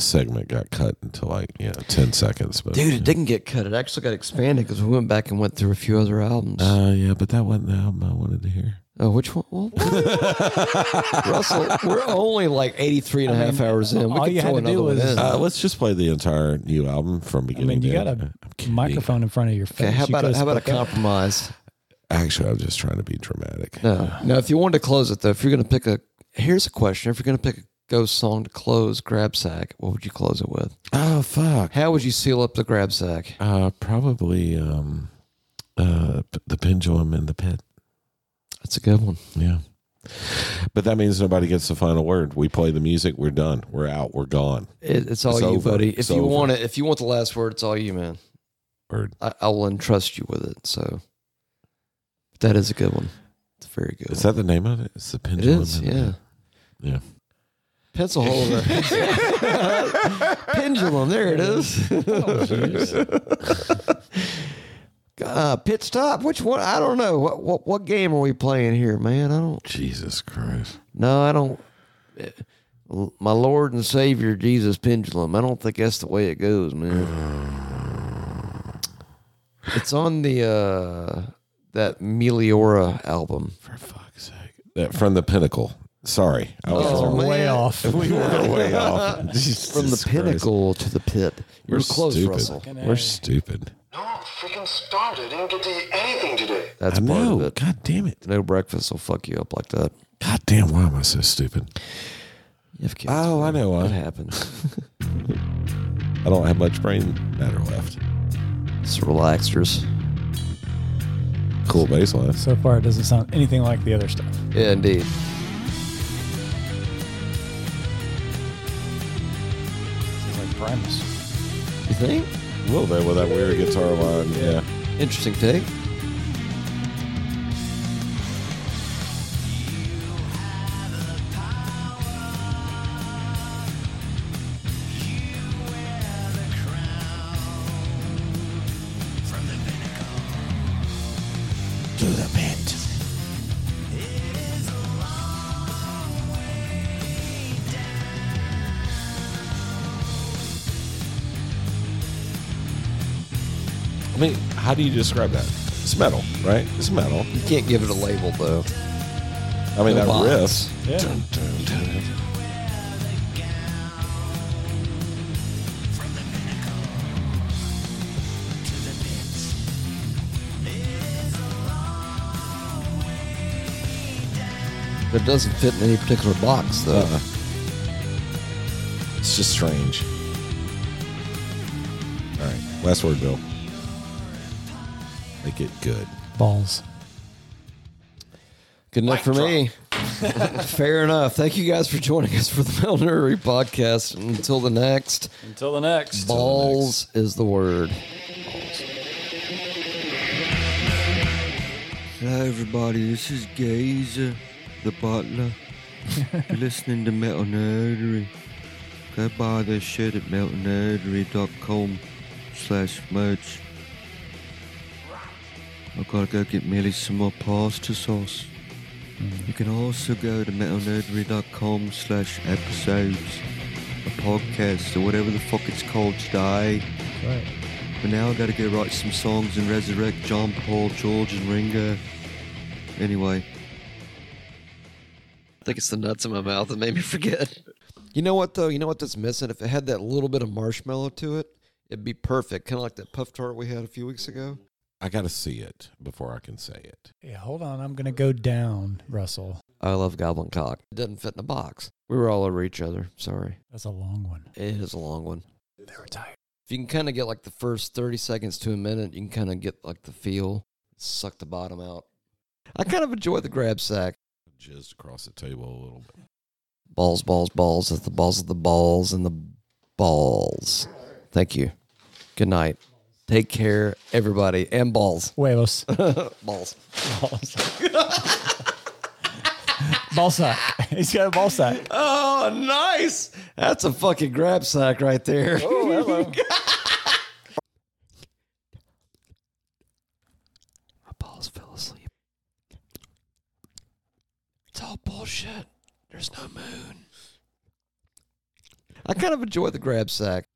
Speaker 1: segment got cut into like you know ten seconds, but
Speaker 2: Dude, it didn't get cut. It actually got expanded because we went back and went through a few other albums.
Speaker 1: Uh, yeah, but that wasn't the album I wanted to hear.
Speaker 2: Oh, which one? (laughs) Well, Russell, we're only like 83 and a half hours in. We
Speaker 3: all
Speaker 2: can
Speaker 3: you
Speaker 2: throw
Speaker 3: had to do
Speaker 2: another one
Speaker 3: was- uh,
Speaker 2: in.
Speaker 1: Uh, let's just play the entire new album from beginning
Speaker 3: you
Speaker 1: to end.
Speaker 3: gotta-
Speaker 1: I'm
Speaker 3: microphone in front of your face.
Speaker 2: Okay, how
Speaker 3: You
Speaker 2: about
Speaker 3: could've
Speaker 2: how about a
Speaker 3: spoke up.
Speaker 2: compromise?
Speaker 1: Actually, I'm just trying to be dramatic.
Speaker 2: No, no. If you wanted to close it though, if you're going to pick a, here's a question: If you're going to pick a ghost song to close Grab Sack, what would you close it with?
Speaker 1: Oh fuck.
Speaker 2: How would you seal up the Grab Sack?
Speaker 1: Uh, probably um, uh, p- the pendulum in the pit.
Speaker 2: That's a good one.
Speaker 1: Yeah. But that means nobody gets the final word. We play the music. We're done. We're out. We're gone.
Speaker 2: It, it's all
Speaker 1: It's
Speaker 2: you,
Speaker 1: over.
Speaker 2: buddy. If
Speaker 1: It's
Speaker 2: you
Speaker 1: over.
Speaker 2: want it, if you want the last word, it's all you, man.
Speaker 1: Word.
Speaker 2: I, I will entrust you with it. So that is a good one. It's a very good.
Speaker 1: Is
Speaker 2: one.
Speaker 1: that the name of it? It's the
Speaker 2: It
Speaker 1: pendulum.
Speaker 2: is,
Speaker 1: in the
Speaker 2: yeah.
Speaker 1: Yeah.
Speaker 2: Pencil
Speaker 1: (laughs)
Speaker 2: holder. (laughs) Pendulum. There it
Speaker 1: (laughs)
Speaker 2: is. (laughs)
Speaker 1: Oh,
Speaker 2: uh, pit stop. Which one? I don't know. What, what what game are we playing here, man? I don't.
Speaker 1: Jesus Christ.
Speaker 2: No, I don't. My Lord and Savior Jesus Pendulum. I don't think that's the way it goes, man. It's on the uh that Meliora album.
Speaker 1: For fuck's sake. That, from the pinnacle. Sorry. I was
Speaker 2: Oh,
Speaker 1: wrong.
Speaker 2: man.
Speaker 3: way off.
Speaker 1: (laughs) We were way off. Jesus
Speaker 2: (laughs) From the
Speaker 1: Christ.
Speaker 2: pinnacle to the pit.
Speaker 1: We're
Speaker 2: You're close,
Speaker 1: stupid.
Speaker 2: Russell.
Speaker 1: We're stupid.
Speaker 4: No, I'm freaking starved. I didn't get to eat anything today.
Speaker 2: That's
Speaker 1: I
Speaker 2: part of
Speaker 1: know.
Speaker 2: it.
Speaker 1: God damn it.
Speaker 2: No breakfast will fuck you up like that.
Speaker 1: God damn. Why am I so stupid?
Speaker 2: You have kids.
Speaker 1: Oh, I know.
Speaker 2: That
Speaker 1: I,
Speaker 2: happens.
Speaker 1: I don't have much brain matter left.
Speaker 2: It's relaxers.
Speaker 1: Cool baseline.
Speaker 3: So far, it doesn't sound anything like the other stuff.
Speaker 2: Yeah, indeed.
Speaker 3: It's like Primus.
Speaker 2: You think?
Speaker 1: A little bit with that weird guitar line. Yeah.
Speaker 2: Interesting take.
Speaker 1: To the pit. I mean, how do you describe that? It's metal, right? It's metal.
Speaker 2: You can't give it a label though.
Speaker 1: I mean,
Speaker 2: No
Speaker 1: that
Speaker 2: box.
Speaker 1: riff.
Speaker 3: Yeah.
Speaker 1: Dun, dun, dun.
Speaker 2: But it doesn't fit in any particular box though.
Speaker 1: Uh-uh. It's just strange. All right, last word, Bill. Make it good.
Speaker 3: Balls.
Speaker 2: Good enough for me. (laughs) Fair enough. Thank you guys for joining us for the (laughs) Malnoury podcast. Until the next,
Speaker 3: Until the next.
Speaker 2: balls is the word.
Speaker 6: Hello, everybody. This is Gazer, the butler. You're listening to Metal Nerdery. Go buy their shit at metalnerdery.com slash merch. I've got to go get Millie some more pasta sauce. You can also go to metalnerdery.com slash episodes, a podcast, or whatever the fuck it's called today.
Speaker 3: Right.
Speaker 6: But now I gotta go write some songs and resurrect John Paul, George, and Ringo. Anyway.
Speaker 2: I think it's the nuts in my mouth that made me forget. You know what though? You know what that's missing? If it had that little bit of marshmallow to it, it'd be perfect. Kind of like that puff tart we had a few weeks ago.
Speaker 1: I got to see it before I can say it.
Speaker 3: Yeah, hold on. I'm gonna go down, Russell.
Speaker 2: I love goblin cock. It doesn't fit in a box. We were all over each other. Sorry.
Speaker 3: That's a long one.
Speaker 2: It is a long one.
Speaker 3: They were tired.
Speaker 2: If you can kind of get like the first 30 seconds to a minute, you can kind of get like the feel, suck the bottom out. I kind of enjoy the grab sack.
Speaker 1: Jizzed across the table a little bit.
Speaker 2: Balls, balls, balls. That's the balls of the balls and the balls. Thank you. Good night. Take care, everybody. And balls.
Speaker 3: Huevos.
Speaker 2: balls.
Speaker 3: Balls. ball sack. (laughs) He's got a ball sack.
Speaker 2: (laughs) Oh, nice. That's a fucking grab sack right there. (laughs) My balls fell asleep. It's all bullshit. There's no moon. I kind of enjoy the grab sack.